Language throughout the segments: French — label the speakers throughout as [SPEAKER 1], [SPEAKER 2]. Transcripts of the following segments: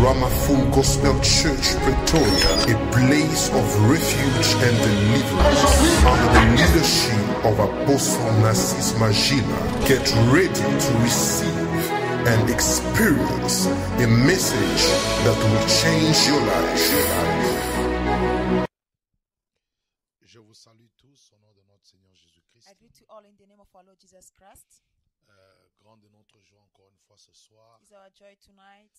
[SPEAKER 1] powerful gospel church, Pretoria, a place of refuge and deliverance. Under the leadership of Apostle Narcis Magila, get ready to receive and experience a message that will change your life.
[SPEAKER 2] Je vous salue tous au nom de notre Seigneur Jésus-Christ.
[SPEAKER 3] I greet you all in the name of our Lord Jesus Christ.
[SPEAKER 2] Euh, grande est notre joie encore une fois ce soir
[SPEAKER 3] It's our joy tonight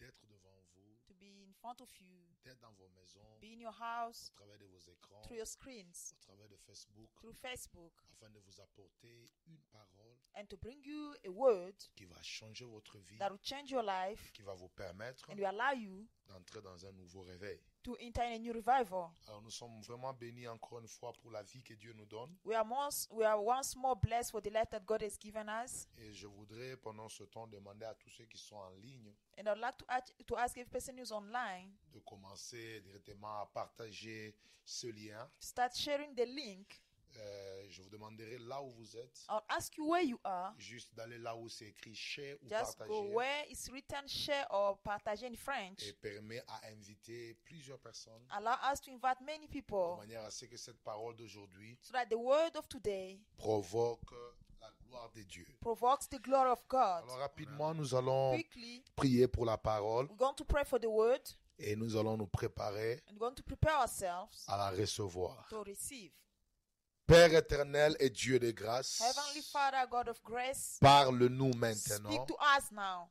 [SPEAKER 2] euh, d'être devant vous,
[SPEAKER 3] to be in front of you,
[SPEAKER 2] d'être dans vos maisons,
[SPEAKER 3] be in your house,
[SPEAKER 2] au travers de vos écrans,
[SPEAKER 3] through your screens,
[SPEAKER 2] au travers de Facebook,
[SPEAKER 3] through Facebook,
[SPEAKER 2] afin de vous apporter une parole
[SPEAKER 3] and to bring you a word
[SPEAKER 2] qui va changer votre vie,
[SPEAKER 3] that will change your life
[SPEAKER 2] qui va vous permettre
[SPEAKER 3] and will allow you
[SPEAKER 2] d'entrer dans un nouveau réveil.
[SPEAKER 3] to enter in a new revival.
[SPEAKER 2] Alors nous sommes vraiment bénis encore une fois pour la vie que Dieu nous donne
[SPEAKER 3] We are, once, we are once more blessed for the life that God has given us.
[SPEAKER 2] et je voudrais pendant ce temps demander à tous ceux qui sont en ligne
[SPEAKER 3] And I'd like to, ask to ask every person who's online
[SPEAKER 2] de commencer directement à partager ce lien.
[SPEAKER 3] to start sharing the link.
[SPEAKER 2] Euh, je vous demanderai là où vous êtes
[SPEAKER 3] I'll ask you where you are.
[SPEAKER 2] juste d'aller là où c'est écrit share ou
[SPEAKER 3] Just go
[SPEAKER 2] partager
[SPEAKER 3] where it's written share or partager in French.
[SPEAKER 2] et permet à inviter plusieurs personnes
[SPEAKER 3] Allow us to invite many
[SPEAKER 2] de
[SPEAKER 3] people
[SPEAKER 2] manière à ce que cette parole d'aujourd'hui
[SPEAKER 3] so that the word of today
[SPEAKER 2] provoque la gloire de Dieu.
[SPEAKER 3] provokes the glory of God.
[SPEAKER 2] Alors rapidement, nous allons
[SPEAKER 3] Quickly,
[SPEAKER 2] prier pour la parole
[SPEAKER 3] we're going to pray for the word
[SPEAKER 2] et nous allons nous préparer
[SPEAKER 3] and we're going to prepare ourselves
[SPEAKER 2] à la recevoir.
[SPEAKER 3] to receive.
[SPEAKER 2] Père éternel et Dieu de grâce,
[SPEAKER 3] Heavenly Father, God of grace,
[SPEAKER 2] parle-nous
[SPEAKER 3] speak
[SPEAKER 2] maintenant.
[SPEAKER 3] to us now.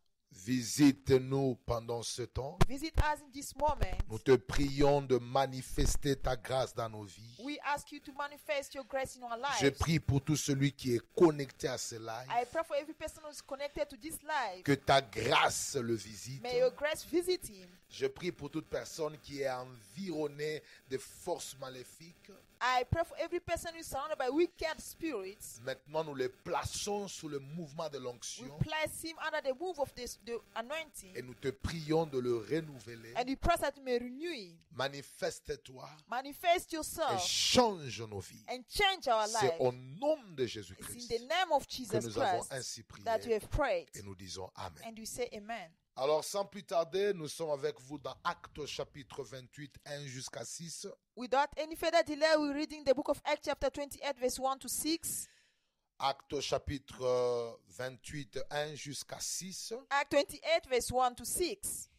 [SPEAKER 2] Visite-nous pendant ce temps.
[SPEAKER 3] Visit us in this moment.
[SPEAKER 2] Nous te prions de manifester ta grâce dans nos vies.
[SPEAKER 3] We ask you to manifest your grace in our
[SPEAKER 2] Je
[SPEAKER 3] lives.
[SPEAKER 2] prie pour tout celui qui est connecté à ce live,
[SPEAKER 3] I pray for every person who's connected to this life.
[SPEAKER 2] que ta grâce le visite.
[SPEAKER 3] May your grace visit him.
[SPEAKER 2] Je prie pour toute personne qui est environnée de forces maléfiques.
[SPEAKER 3] I pray for every person who's surrounded by wicked spirits.
[SPEAKER 2] Maintenant, nous les plaçons sous le mouvement de
[SPEAKER 3] We
[SPEAKER 2] l'onction
[SPEAKER 3] place him under the move of this, the anointing.
[SPEAKER 2] et nous te prions de le renouveler.
[SPEAKER 3] And we pray that you may renew him.
[SPEAKER 2] Manifeste-toi
[SPEAKER 3] Manifest
[SPEAKER 2] et
[SPEAKER 3] yourself
[SPEAKER 2] change nos vies.
[SPEAKER 3] Oh. and change our
[SPEAKER 2] C'est
[SPEAKER 3] life.
[SPEAKER 2] au nom de
[SPEAKER 3] It's in
[SPEAKER 2] Jésus-Christ
[SPEAKER 3] the name of
[SPEAKER 2] que
[SPEAKER 3] Jesus
[SPEAKER 2] nous avons
[SPEAKER 3] Christ
[SPEAKER 2] ainsi prié
[SPEAKER 3] that we have prayed.
[SPEAKER 2] et nous disons Amen.
[SPEAKER 3] And we say Amen.
[SPEAKER 2] Alors, sans plus tarder, nous sommes avec vous dans Actes chapitre 28, 1 jusqu'à 6.
[SPEAKER 3] Without any further delay, we're reading the book of Acts, chapter 28, verse 1 to 6.
[SPEAKER 2] Actes chapitre euh, 28, 1 jusqu'à 6.
[SPEAKER 3] Act 28, verse 1 to 6.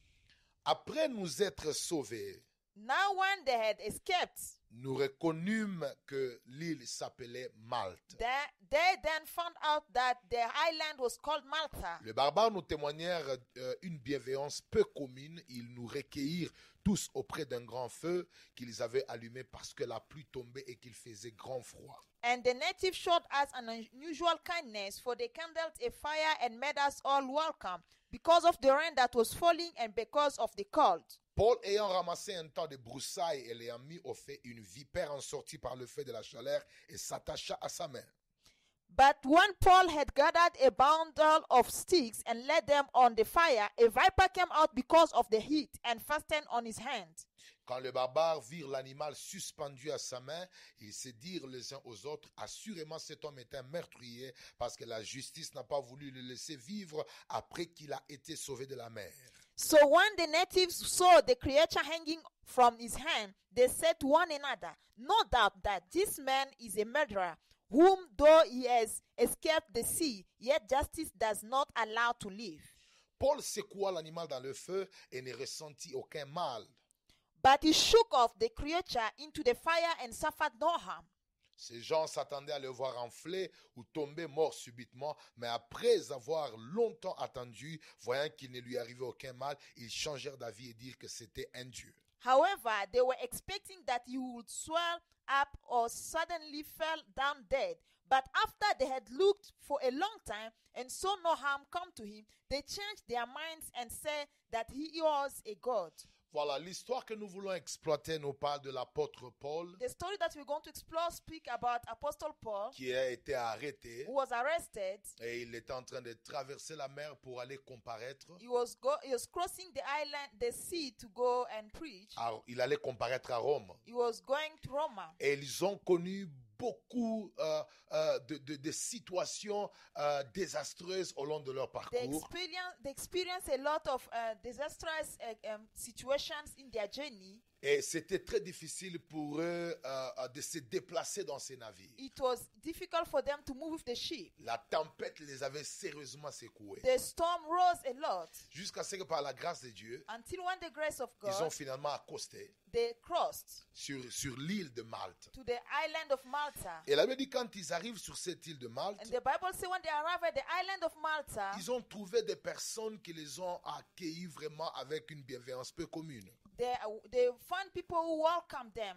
[SPEAKER 2] Après nous être sauvés,
[SPEAKER 3] Now, when they had escaped,
[SPEAKER 2] nous reconnûmes que l'île s'appelait Malte.
[SPEAKER 3] they, they then found out that the island was called Malta.
[SPEAKER 2] Les barbares nous témoignèrent euh, une bienveillance peu commune. Ils nous recueillirent tous auprès d'un grand feu qu'ils avaient allumé parce que la pluie tombait et qu'il faisait grand froid.
[SPEAKER 3] And the natives showed us an unusual kindness, for they kindled a fire and made us all welcome because of the rain that was falling and because of the cold.
[SPEAKER 2] Paul, ayant ramassé un tas de broussailles et l'ayant mis au fait, une vipère en sortit par le feu de la chaleur et s'attacha à sa main.
[SPEAKER 3] But when Paul had gathered a bundle of sticks and laid them on the fire, a viper came out because of the heat and fastened on his hand.
[SPEAKER 2] Quand les barbares virent l'animal suspendu à sa main, ils se dirent les uns aux autres, assurément cet homme est un meurtrier parce que la justice n'a pas voulu le laisser vivre après qu'il a été sauvé de la mer.
[SPEAKER 3] So when the natives saw the creature hanging from his hand, they said to one another, No doubt that this man is a murderer, whom though he has escaped the sea, yet justice does not allow to live.
[SPEAKER 2] Paul secoua l'animal dans le feu et ne ressentit aucun mal.
[SPEAKER 3] But he shook off the creature into the fire and suffered no harm.
[SPEAKER 2] Ces gens s'attendaient à le voir enfler ou tomber mort subitement, mais après avoir longtemps attendu, voyant qu'il ne lui arrivait aucun mal, ils changèrent d'avis et dirent que c'était un dieu.
[SPEAKER 3] However, they were expecting that he would swell up or suddenly fell down dead. But after they had looked for a long time and saw no harm come to him, they changed their minds and said that he was a god.
[SPEAKER 2] Voilà, l'histoire que nous voulons exploiter nous parle de l'apôtre Paul
[SPEAKER 3] The story that we're going to explore speak about Apostle Paul,
[SPEAKER 2] qui a été arrêté
[SPEAKER 3] who was arrested.
[SPEAKER 2] et il était en train de traverser la mer pour aller comparaître.
[SPEAKER 3] He was go- he was crossing the island, the sea, to go and preach.
[SPEAKER 2] à- il allait comparaître à Rome.
[SPEAKER 3] He was going to Roma,
[SPEAKER 2] Et ils ont connu beaucoup euh, euh, de, de- de situations euh, désastreuses au long de leur
[SPEAKER 3] They
[SPEAKER 2] parcours.
[SPEAKER 3] experience, they experience a lot of uh, disastrous uh, um, situations in their journey.
[SPEAKER 2] Et c'était très difficile pour eux euh, euh, de se déplacer dans ces navires.
[SPEAKER 3] It was difficult for them to move the ship.
[SPEAKER 2] La tempête les avait sérieusement secoués.
[SPEAKER 3] The storm rose a lot
[SPEAKER 2] Jusqu'à ce que par la grâce de Dieu,
[SPEAKER 3] until when the grace of
[SPEAKER 2] ils ont
[SPEAKER 3] God
[SPEAKER 2] finalement accosté
[SPEAKER 3] they crossed
[SPEAKER 2] sur, sur l'île de Malte.
[SPEAKER 3] to the island of Malta.
[SPEAKER 2] Et la Bible dit quand ils arrivent sur cette île de Malte,
[SPEAKER 3] And the Bible says when they arrived at the island of Malta,
[SPEAKER 2] ils ont trouvé des personnes qui les ont accueillis vraiment avec une bienveillance peu commune.
[SPEAKER 3] they, uh, they found people who welcomed them.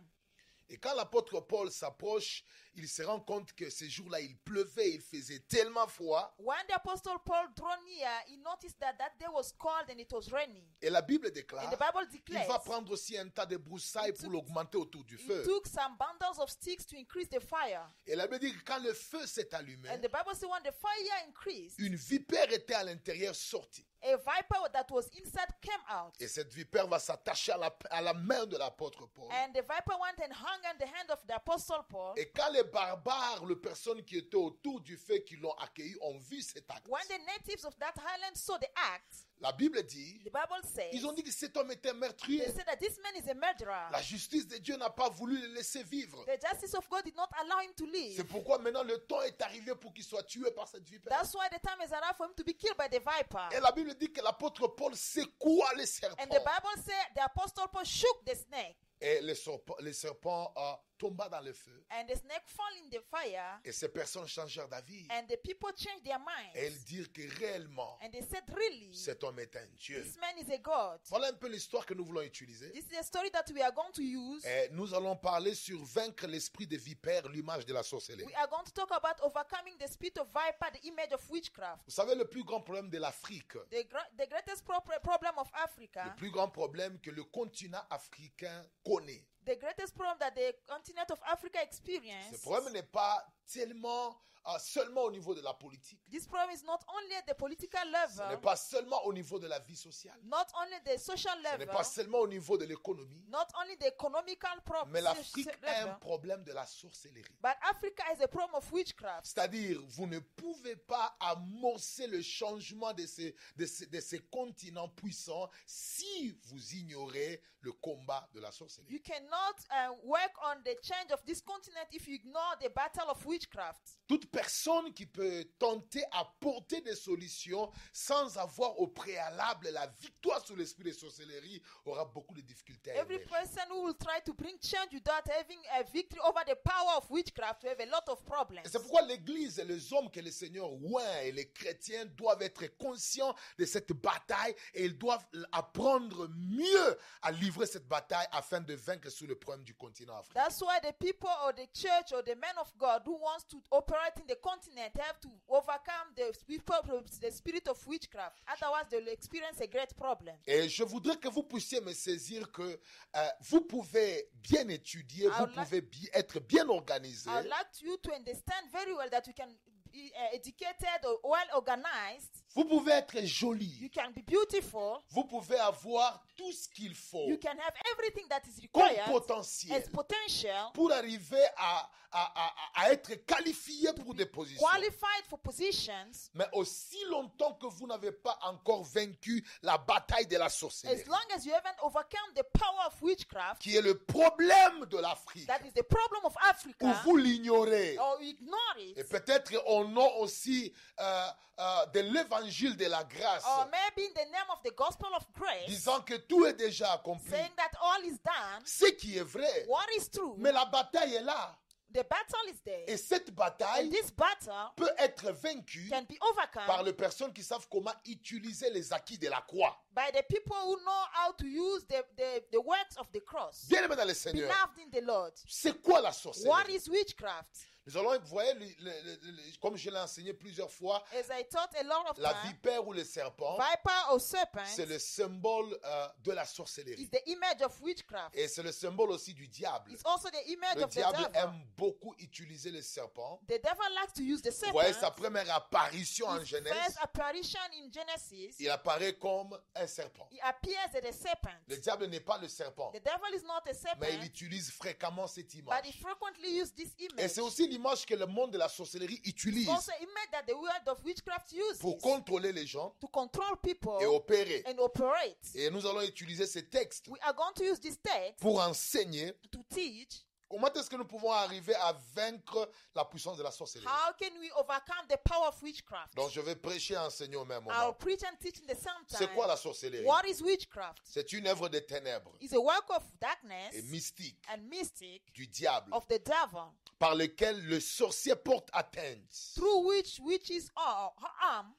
[SPEAKER 2] Et quand l'apôtre Paul s'approche, il se rend compte que ces jours-là, il pleuvait, il faisait tellement froid.
[SPEAKER 3] When the apostle Paul drew near, he noticed that that day was cold and it was raining.
[SPEAKER 2] Et la Bible
[SPEAKER 3] And
[SPEAKER 2] déclare
[SPEAKER 3] the Bible
[SPEAKER 2] qu'il Ah, va
[SPEAKER 3] declares
[SPEAKER 2] prendre aussi un tas de broussailles pour l'augmenter autour du
[SPEAKER 3] he
[SPEAKER 2] feu.
[SPEAKER 3] took some bundles of sticks to increase the fire.
[SPEAKER 2] Et la Bible dit que quand le feu s'est allumé,
[SPEAKER 3] And the Bible says when the fire increased,
[SPEAKER 2] une vipère était à l'intérieur sortie.
[SPEAKER 3] a viper that was inside came out.
[SPEAKER 2] Et cette vipère va s'attacher à la, à la main de l'apôtre Paul.
[SPEAKER 3] And the viper went and hung on the hand of the apostle Paul.
[SPEAKER 2] Et quand les barbares, les personnes qui étaient autour du feu, qui l'ont accueilli, ont vu cet acte,
[SPEAKER 3] When the natives of that island saw the act,
[SPEAKER 2] la Bible dit,
[SPEAKER 3] the Bible says
[SPEAKER 2] ils ont dit que cet homme était meurtrier.
[SPEAKER 3] they said that this man is a murderer.
[SPEAKER 2] La justice de Dieu n'a pas voulu le laisser vivre.
[SPEAKER 3] The justice of God did not allow him to
[SPEAKER 2] C'est
[SPEAKER 3] live.
[SPEAKER 2] pourquoi maintenant le temps est arrivé pour qu'il soit tué par cette vipère.
[SPEAKER 3] That's why the time is arrived for him to be killed by the
[SPEAKER 2] Et
[SPEAKER 3] viper.
[SPEAKER 2] la Bible dit que l'apôtre Paul secoua les serpents.
[SPEAKER 3] And the Bible said the apostle Paul shook the snake,
[SPEAKER 2] Et le serpent, le serpent euh, tomba dans le feu.
[SPEAKER 3] and the snake fell in the fire,
[SPEAKER 2] Et ces personnes changèrent d'avis.
[SPEAKER 3] and the people changed their
[SPEAKER 2] Et elles
[SPEAKER 3] minds.
[SPEAKER 2] dirent que réellement,
[SPEAKER 3] And they said, Really,
[SPEAKER 2] cet homme est un Dieu.
[SPEAKER 3] this man is a god.
[SPEAKER 2] Voilà un peu l'histoire que nous voulons utiliser.
[SPEAKER 3] This is a story that we are going to use.
[SPEAKER 2] Et nous allons parler sur vaincre l'esprit de vipère, l'image de la sorcellerie.
[SPEAKER 3] We are going to talk about overcoming the spirit of viper, the image of witchcraft.
[SPEAKER 2] Vous savez, le plus grand problème de l'Afrique,
[SPEAKER 3] The, gr- the greatest pro- problem of Africa,
[SPEAKER 2] le plus grand problème que le continent africain connaît,
[SPEAKER 3] the greatest problem that the continent of Africa
[SPEAKER 2] ce
[SPEAKER 3] experienced,
[SPEAKER 2] problème n'est pas tellement euh, seulement au niveau de la politique,
[SPEAKER 3] this problem is not only at the political
[SPEAKER 2] ce n'est
[SPEAKER 3] level,
[SPEAKER 2] pas seulement au niveau de la vie sociale,
[SPEAKER 3] not only the social
[SPEAKER 2] ce n'est
[SPEAKER 3] level,
[SPEAKER 2] pas seulement au niveau de l'économie,
[SPEAKER 3] not only the economical problem,
[SPEAKER 2] mais l'Afrique
[SPEAKER 3] se- se-
[SPEAKER 2] a
[SPEAKER 3] level,
[SPEAKER 2] un problème de la sorcellerie.
[SPEAKER 3] but Africa is a problem of witchcraft.
[SPEAKER 2] C'est-à-dire, vous ne pouvez pas amorcer le changement de ces, de, ces, de ces continents puissants si vous ignorez le combat de la sorcellerie.
[SPEAKER 3] You cannot uh, work on the change of this continent if you ignore the battle of witchcraft.
[SPEAKER 2] Toute personne qui peut tenter à porter des solutions sans avoir au préalable la victoire sur l'esprit de sorcellerie aura beaucoup de difficultés à
[SPEAKER 3] Every
[SPEAKER 2] émerger.
[SPEAKER 3] person who will try to bring change without having a victory over the power of witchcraft will have a lot of
[SPEAKER 2] Et
[SPEAKER 3] problems.
[SPEAKER 2] c'est pourquoi l'Église et les hommes que le Seigneur oint et les chrétiens doivent être conscients de cette bataille et ils doivent apprendre mieux à livrer cette bataille afin de vaincre sur le problème du continent africain.
[SPEAKER 3] That's why the people or the church or the men of God who wants to operate in the continent have to overcome the, sp- problem- the spirit of witchcraft. Otherwise, they will experience a great problem.
[SPEAKER 2] Et je voudrais que vous puissiez me saisir que euh, vous pouvez bien étudier, vous
[SPEAKER 3] Alors là-
[SPEAKER 2] pouvez bi- être bien organisé,
[SPEAKER 3] I'd like you to understand very well that you can be uh, educated or well organized,
[SPEAKER 2] vous pouvez être
[SPEAKER 3] you
[SPEAKER 2] joli,
[SPEAKER 3] can be beautiful,
[SPEAKER 2] vous pouvez avoir tout ce qu'il faut
[SPEAKER 3] you can hein. have everything that is
[SPEAKER 2] comme
[SPEAKER 3] required
[SPEAKER 2] potentiel
[SPEAKER 3] as potential
[SPEAKER 2] pour arriver à, à- à- à être qualifié pour des positions.
[SPEAKER 3] qualified for positions
[SPEAKER 2] Mais aussi longtemps que vous n'avez pas encore vaincu la bataille de la sorcellerie,
[SPEAKER 3] as long as you haven't overcome the power of witchcraft
[SPEAKER 2] qui est le problème de l'Afrique,
[SPEAKER 3] that is Oh. the problem of
[SPEAKER 2] ou
[SPEAKER 3] africa
[SPEAKER 2] vous l'ignorez.
[SPEAKER 3] or you ignore
[SPEAKER 2] Et
[SPEAKER 3] it
[SPEAKER 2] peut-être au nom aussi euh, euh, de l'évangile de la grâce,
[SPEAKER 3] or maybe in the name of the gospel of grace
[SPEAKER 2] disant que tout est déjà accompli.
[SPEAKER 3] saying that all is done
[SPEAKER 2] Ce qui est vrai.
[SPEAKER 3] what is true
[SPEAKER 2] Mais la bataille est là.
[SPEAKER 3] the battle is there
[SPEAKER 2] Et cette
[SPEAKER 3] and
[SPEAKER 2] bataille
[SPEAKER 3] this battle
[SPEAKER 2] peut être vaincue
[SPEAKER 3] can be
[SPEAKER 2] par
[SPEAKER 3] overcome
[SPEAKER 2] les personnes qui savent comment utiliser les acquis de la croix.
[SPEAKER 3] by the people who know how to use the, the, the works of the cross
[SPEAKER 2] Bien aimé dans le Seigneur,
[SPEAKER 3] beloved in the lord
[SPEAKER 2] c'est quoi la
[SPEAKER 3] what
[SPEAKER 2] sorcellerie
[SPEAKER 3] is witchcraft
[SPEAKER 2] Nous allons, vous voyez, le- le- le- le- comme je l'ai enseigné plusieurs fois,
[SPEAKER 3] As I taught a lot of
[SPEAKER 2] la
[SPEAKER 3] time,
[SPEAKER 2] vipère ou le serpent,
[SPEAKER 3] viper or serpent
[SPEAKER 2] c'est le symbole euh, de la sorcellerie.
[SPEAKER 3] is the image of witchcraft.
[SPEAKER 2] Et c'est le symbole aussi du diable.
[SPEAKER 3] It's also the image
[SPEAKER 2] Eh, Le
[SPEAKER 3] of the
[SPEAKER 2] diable
[SPEAKER 3] devil.
[SPEAKER 2] aime beaucoup utiliser le serpent.
[SPEAKER 3] The devil likes to use the
[SPEAKER 2] Vous
[SPEAKER 3] serpent.
[SPEAKER 2] voyez, sa première apparition en
[SPEAKER 3] His
[SPEAKER 2] Genèse,
[SPEAKER 3] first apparition in Genesis,
[SPEAKER 2] il apparaît comme un serpent.
[SPEAKER 3] he appears as a serpent.
[SPEAKER 2] Le diable n'est pas le serpent,
[SPEAKER 3] The devil is not a
[SPEAKER 2] mais il
[SPEAKER 3] serpent,
[SPEAKER 2] utilise fréquemment cette
[SPEAKER 3] but he
[SPEAKER 2] image.
[SPEAKER 3] frequently uses this
[SPEAKER 2] Et
[SPEAKER 3] image.
[SPEAKER 2] c'est aussi l'image que le monde de la sorcellerie utilise
[SPEAKER 3] Also, image that the world of witchcraft uses
[SPEAKER 2] pour contrôler les gens
[SPEAKER 3] to control people
[SPEAKER 2] et opérer.
[SPEAKER 3] and operate.
[SPEAKER 2] Et nous allons utiliser ces textes
[SPEAKER 3] We are going to use this text
[SPEAKER 2] pour enseigner
[SPEAKER 3] to teach
[SPEAKER 2] comment est-ce que nous pouvons arriver à vaincre la puissance de la sorcellerie.
[SPEAKER 3] how can we overcome the power of witchcraft.
[SPEAKER 2] Donc je vais prêcher et enseigner au même
[SPEAKER 3] I'll
[SPEAKER 2] moment.
[SPEAKER 3] preach and teach in the same time.
[SPEAKER 2] C'est quoi la sorcellerie
[SPEAKER 3] What is witchcraft?
[SPEAKER 2] C'est une œuvre des ténèbres
[SPEAKER 3] It's a work of
[SPEAKER 2] et
[SPEAKER 3] darkness
[SPEAKER 2] mystique
[SPEAKER 3] and mystic
[SPEAKER 2] du diable
[SPEAKER 3] of the devil
[SPEAKER 2] par lequel le sorcier porte atteinte,
[SPEAKER 3] through which witches are harmed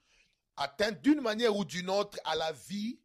[SPEAKER 2] atteinte d'une manière ou d'une autre à la vie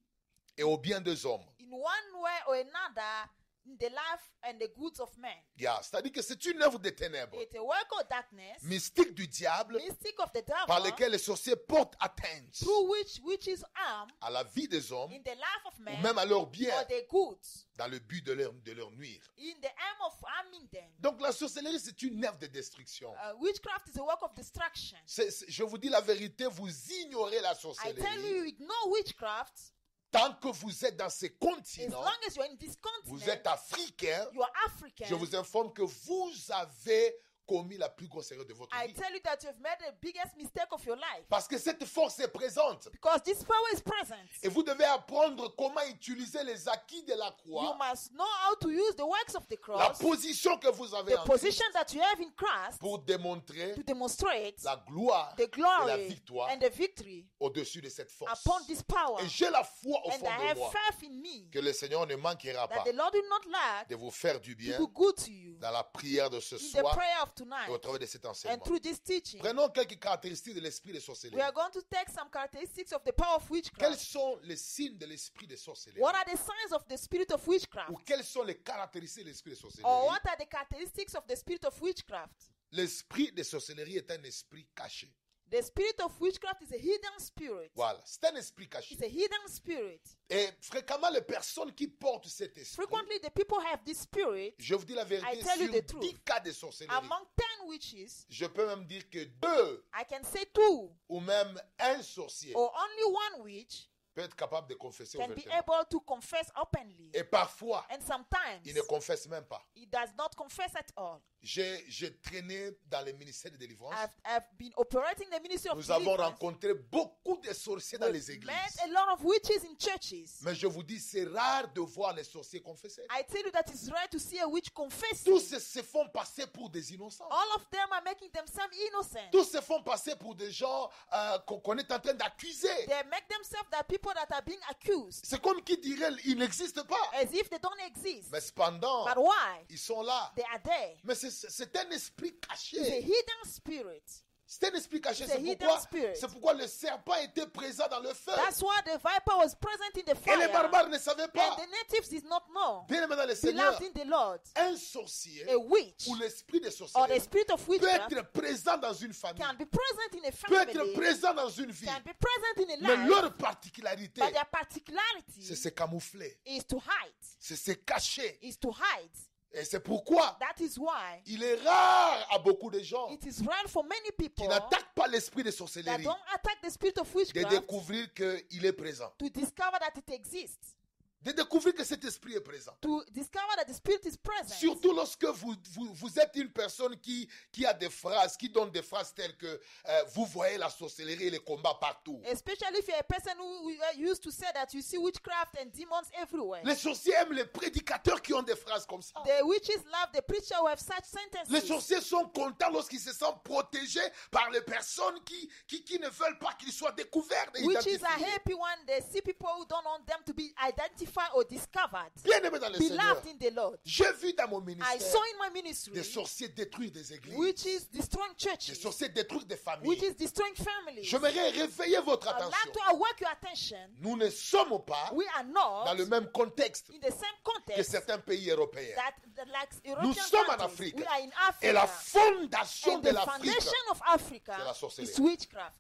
[SPEAKER 2] et au bien des hommes.
[SPEAKER 3] in one way or another in the life and the goods of men.
[SPEAKER 2] Yeah, C'est-à-dire que c'est une œuvre des ténèbres,
[SPEAKER 3] It's a work of darkness,
[SPEAKER 2] mystique du diable,
[SPEAKER 3] mystic of the
[SPEAKER 2] par
[SPEAKER 3] devil,
[SPEAKER 2] lequel le sorcier porte atteinte
[SPEAKER 3] through which witches harm
[SPEAKER 2] à la vie des hommes
[SPEAKER 3] in the life of
[SPEAKER 2] ou
[SPEAKER 3] men
[SPEAKER 2] même à leur
[SPEAKER 3] or
[SPEAKER 2] bien
[SPEAKER 3] the goods
[SPEAKER 2] dans le but de leur, de leur nuire.
[SPEAKER 3] in the aim of harming them.
[SPEAKER 2] Donc la sorcellerie, c'est une œuvre de destruction.
[SPEAKER 3] Uh, witchcraft is a work of destruction.
[SPEAKER 2] C'est- c'est- je vous dis la vérité, vous ignorez la
[SPEAKER 3] I tell you,
[SPEAKER 2] sorcellerie.
[SPEAKER 3] you ignore witchcraft
[SPEAKER 2] Tant que vous êtes dans ces
[SPEAKER 3] as
[SPEAKER 2] continents,
[SPEAKER 3] long as you're in this
[SPEAKER 2] vous êtes
[SPEAKER 3] continent,
[SPEAKER 2] africain,
[SPEAKER 3] you are African.
[SPEAKER 2] je vous informe que vous avez commis la plus grosse erreur de votre
[SPEAKER 3] I
[SPEAKER 2] vie.
[SPEAKER 3] tell you that you've made the biggest mistake of your life
[SPEAKER 2] Parce que cette force est présente.
[SPEAKER 3] because this power is present.
[SPEAKER 2] Et vous devez apprendre comment utiliser les acquis de la
[SPEAKER 3] You
[SPEAKER 2] croix,
[SPEAKER 3] must know how to use the works of the
[SPEAKER 2] la
[SPEAKER 3] cross,
[SPEAKER 2] position que vous avez
[SPEAKER 3] the
[SPEAKER 2] en Christ,
[SPEAKER 3] position that you have in Christ,
[SPEAKER 2] pour démontrer
[SPEAKER 3] to demonstrate
[SPEAKER 2] la gloire et
[SPEAKER 3] the
[SPEAKER 2] la
[SPEAKER 3] glory
[SPEAKER 2] victoire
[SPEAKER 3] and the victory
[SPEAKER 2] au-dessus de cette force.
[SPEAKER 3] upon this power.
[SPEAKER 2] Et j'ai la foi au
[SPEAKER 3] And
[SPEAKER 2] fond
[SPEAKER 3] I
[SPEAKER 2] de
[SPEAKER 3] have
[SPEAKER 2] moi
[SPEAKER 3] faith in me
[SPEAKER 2] que le Seigneur ne manquera pas
[SPEAKER 3] that the Lord will not lack
[SPEAKER 2] de vous faire du
[SPEAKER 3] to
[SPEAKER 2] bien
[SPEAKER 3] do good to you
[SPEAKER 2] dans la prière de ce
[SPEAKER 3] in the
[SPEAKER 2] soir
[SPEAKER 3] prayer of
[SPEAKER 2] et au
[SPEAKER 3] tonight
[SPEAKER 2] travers de cet
[SPEAKER 3] and
[SPEAKER 2] enseignement.
[SPEAKER 3] through this teaching.
[SPEAKER 2] Prenons quelques caractéristiques de l'esprit des sorcelleries.
[SPEAKER 3] We are going to take some characteristics of the power of
[SPEAKER 2] Quels
[SPEAKER 3] witchcraft.
[SPEAKER 2] sont les signes de l'esprit des sorcelleries
[SPEAKER 3] What are the signs of the spirit of witchcraft?
[SPEAKER 2] Ou quelles sont les caractéristiques de l'esprit des
[SPEAKER 3] Or
[SPEAKER 2] sorcelleries
[SPEAKER 3] what are the characteristics of the spirit of witchcraft?
[SPEAKER 2] L'esprit des sorcelleries est un esprit caché.
[SPEAKER 3] The spirit of witchcraft is a hidden spirit.
[SPEAKER 2] Voilà, c'est un esprit caché.
[SPEAKER 3] It's a hidden spirit.
[SPEAKER 2] Et fréquemment, les personnes qui portent cet esprit,
[SPEAKER 3] Frequently, the people have this spirit.
[SPEAKER 2] je vous dis la vérité,
[SPEAKER 3] I tell you the
[SPEAKER 2] sur
[SPEAKER 3] truth.
[SPEAKER 2] 10 cas de sorcellerie,
[SPEAKER 3] Among ten witches,
[SPEAKER 2] je peux même dire que deux
[SPEAKER 3] I can say two
[SPEAKER 2] ou même un sorcier
[SPEAKER 3] or only one witch
[SPEAKER 2] peut être capable de confesser
[SPEAKER 3] Oh. can be
[SPEAKER 2] ouvertement.
[SPEAKER 3] able to confess openly.
[SPEAKER 2] Et parfois,
[SPEAKER 3] And sometimes
[SPEAKER 2] il ne confesse même pas.
[SPEAKER 3] he does not confess at all.
[SPEAKER 2] J'ai j'ai traîné dans les ministères de délivrance.
[SPEAKER 3] I've, I've been operating the ministry of
[SPEAKER 2] Nous avons
[SPEAKER 3] deliverance.
[SPEAKER 2] rencontré beaucoup de sorciers dans
[SPEAKER 3] We've
[SPEAKER 2] les églises.
[SPEAKER 3] met a lot of witches in churches.
[SPEAKER 2] Mais je vous dis, c'est rare de voir les sorciers confesser.
[SPEAKER 3] I tell you that it's rare to see a witch confessing.
[SPEAKER 2] Tous se- se font passer pour des innocents.
[SPEAKER 3] All of them are making themselves innocent.
[SPEAKER 2] Tous se font passer pour des gens euh, qu'on qu'on est en train d'accuser.
[SPEAKER 3] They make themselves the people that are being accused
[SPEAKER 2] C'est comme qui dirait, ils n'existent pas.
[SPEAKER 3] as if they don't exist.
[SPEAKER 2] Mais cependant,
[SPEAKER 3] But why?
[SPEAKER 2] ils sont là.
[SPEAKER 3] They are there.
[SPEAKER 2] Mais c'est- c'est c'est un esprit
[SPEAKER 3] It's a
[SPEAKER 2] caché.
[SPEAKER 3] hidden spirit.
[SPEAKER 2] C'est un esprit caché.
[SPEAKER 3] It's a
[SPEAKER 2] C'est
[SPEAKER 3] hidden
[SPEAKER 2] pourquoi,
[SPEAKER 3] spirit.
[SPEAKER 2] c'est pourquoi le serpent était présent dans le feu.
[SPEAKER 3] That's why the viper was present in the
[SPEAKER 2] Et
[SPEAKER 3] fire.
[SPEAKER 2] les barbares ne savaient
[SPEAKER 3] And
[SPEAKER 2] pas.
[SPEAKER 3] the natives did not know.
[SPEAKER 2] Bien aimé dans le Seigneur,
[SPEAKER 3] Beloved in the Lord,
[SPEAKER 2] un sorcier
[SPEAKER 3] a witch
[SPEAKER 2] ou l'esprit des
[SPEAKER 3] or the
[SPEAKER 2] sorciers
[SPEAKER 3] spirit of
[SPEAKER 2] peut
[SPEAKER 3] witchcraft
[SPEAKER 2] être présent dans une famille,
[SPEAKER 3] can be present in a
[SPEAKER 2] peut être
[SPEAKER 3] family,
[SPEAKER 2] présent dans une vie.
[SPEAKER 3] can be present in a
[SPEAKER 2] Mais
[SPEAKER 3] life,
[SPEAKER 2] leur particularité,
[SPEAKER 3] but their
[SPEAKER 2] c'est
[SPEAKER 3] particularity
[SPEAKER 2] se camoufler,
[SPEAKER 3] is to hide.
[SPEAKER 2] c'est se cacher.
[SPEAKER 3] Is to hide.
[SPEAKER 2] Et c'est pourquoi
[SPEAKER 3] That is why
[SPEAKER 2] il est rare à beaucoup de gens
[SPEAKER 3] it is rare for many
[SPEAKER 2] qui
[SPEAKER 3] people that
[SPEAKER 2] n'attaquent pas l'esprit des sorcelleries
[SPEAKER 3] don't attack the spirit of
[SPEAKER 2] de
[SPEAKER 3] witchcraft
[SPEAKER 2] découvrir qu'il est présent,
[SPEAKER 3] to discover that it exists,
[SPEAKER 2] de découvrir que cet esprit est présent.
[SPEAKER 3] to discover that the spirit is present.
[SPEAKER 2] Surtout lorsque vous, vous, vous êtes une personne qui, qui a des phrases, qui donne des phrases telles que euh, vous voyez la sorcellerie et les combats partout.
[SPEAKER 3] Especially if you're a person who who, uh, used to say that you see witchcraft and demons everywhere.
[SPEAKER 2] Les sorciers aiment les prédicateurs qui ont des phrases comme ça.
[SPEAKER 3] The witches love the preacher who have such
[SPEAKER 2] Les
[SPEAKER 3] sentences.
[SPEAKER 2] sorciers sont contents lorsqu'ils se sentent protégés par les personnes qui, qui, qui ne veulent pas qu'ils soient découverts. et
[SPEAKER 3] Witches are
[SPEAKER 2] identifiés.
[SPEAKER 3] happy when they see people who don't want them to be identified or discovered,
[SPEAKER 2] Bien-aimé dans le Seigneur,
[SPEAKER 3] beloved in the Lord.
[SPEAKER 2] j'ai vu dans mon
[SPEAKER 3] I
[SPEAKER 2] ministère
[SPEAKER 3] saw in my ministry,
[SPEAKER 2] des sorciers détruire des églises,
[SPEAKER 3] which is destroying
[SPEAKER 2] des
[SPEAKER 3] churches,
[SPEAKER 2] sorciers détruire des
[SPEAKER 3] which
[SPEAKER 2] familles.
[SPEAKER 3] is destroying families.
[SPEAKER 2] J'aimerais réveiller votre
[SPEAKER 3] I'd
[SPEAKER 2] attention.
[SPEAKER 3] like to awake your attention.
[SPEAKER 2] Nous ne sommes pas
[SPEAKER 3] We are
[SPEAKER 2] dans
[SPEAKER 3] not
[SPEAKER 2] le même contexte
[SPEAKER 3] in the same
[SPEAKER 2] que
[SPEAKER 3] context
[SPEAKER 2] certains pays européens.
[SPEAKER 3] that, that like
[SPEAKER 2] Nous
[SPEAKER 3] European
[SPEAKER 2] sommes en
[SPEAKER 3] countries.
[SPEAKER 2] Afrique.
[SPEAKER 3] We are in
[SPEAKER 2] Et la
[SPEAKER 3] Africa.
[SPEAKER 2] fondation
[SPEAKER 3] And
[SPEAKER 2] de
[SPEAKER 3] the
[SPEAKER 2] l'Afrique,
[SPEAKER 3] foundation of Africa
[SPEAKER 2] C'est la sorcellerie.
[SPEAKER 3] is witchcraft.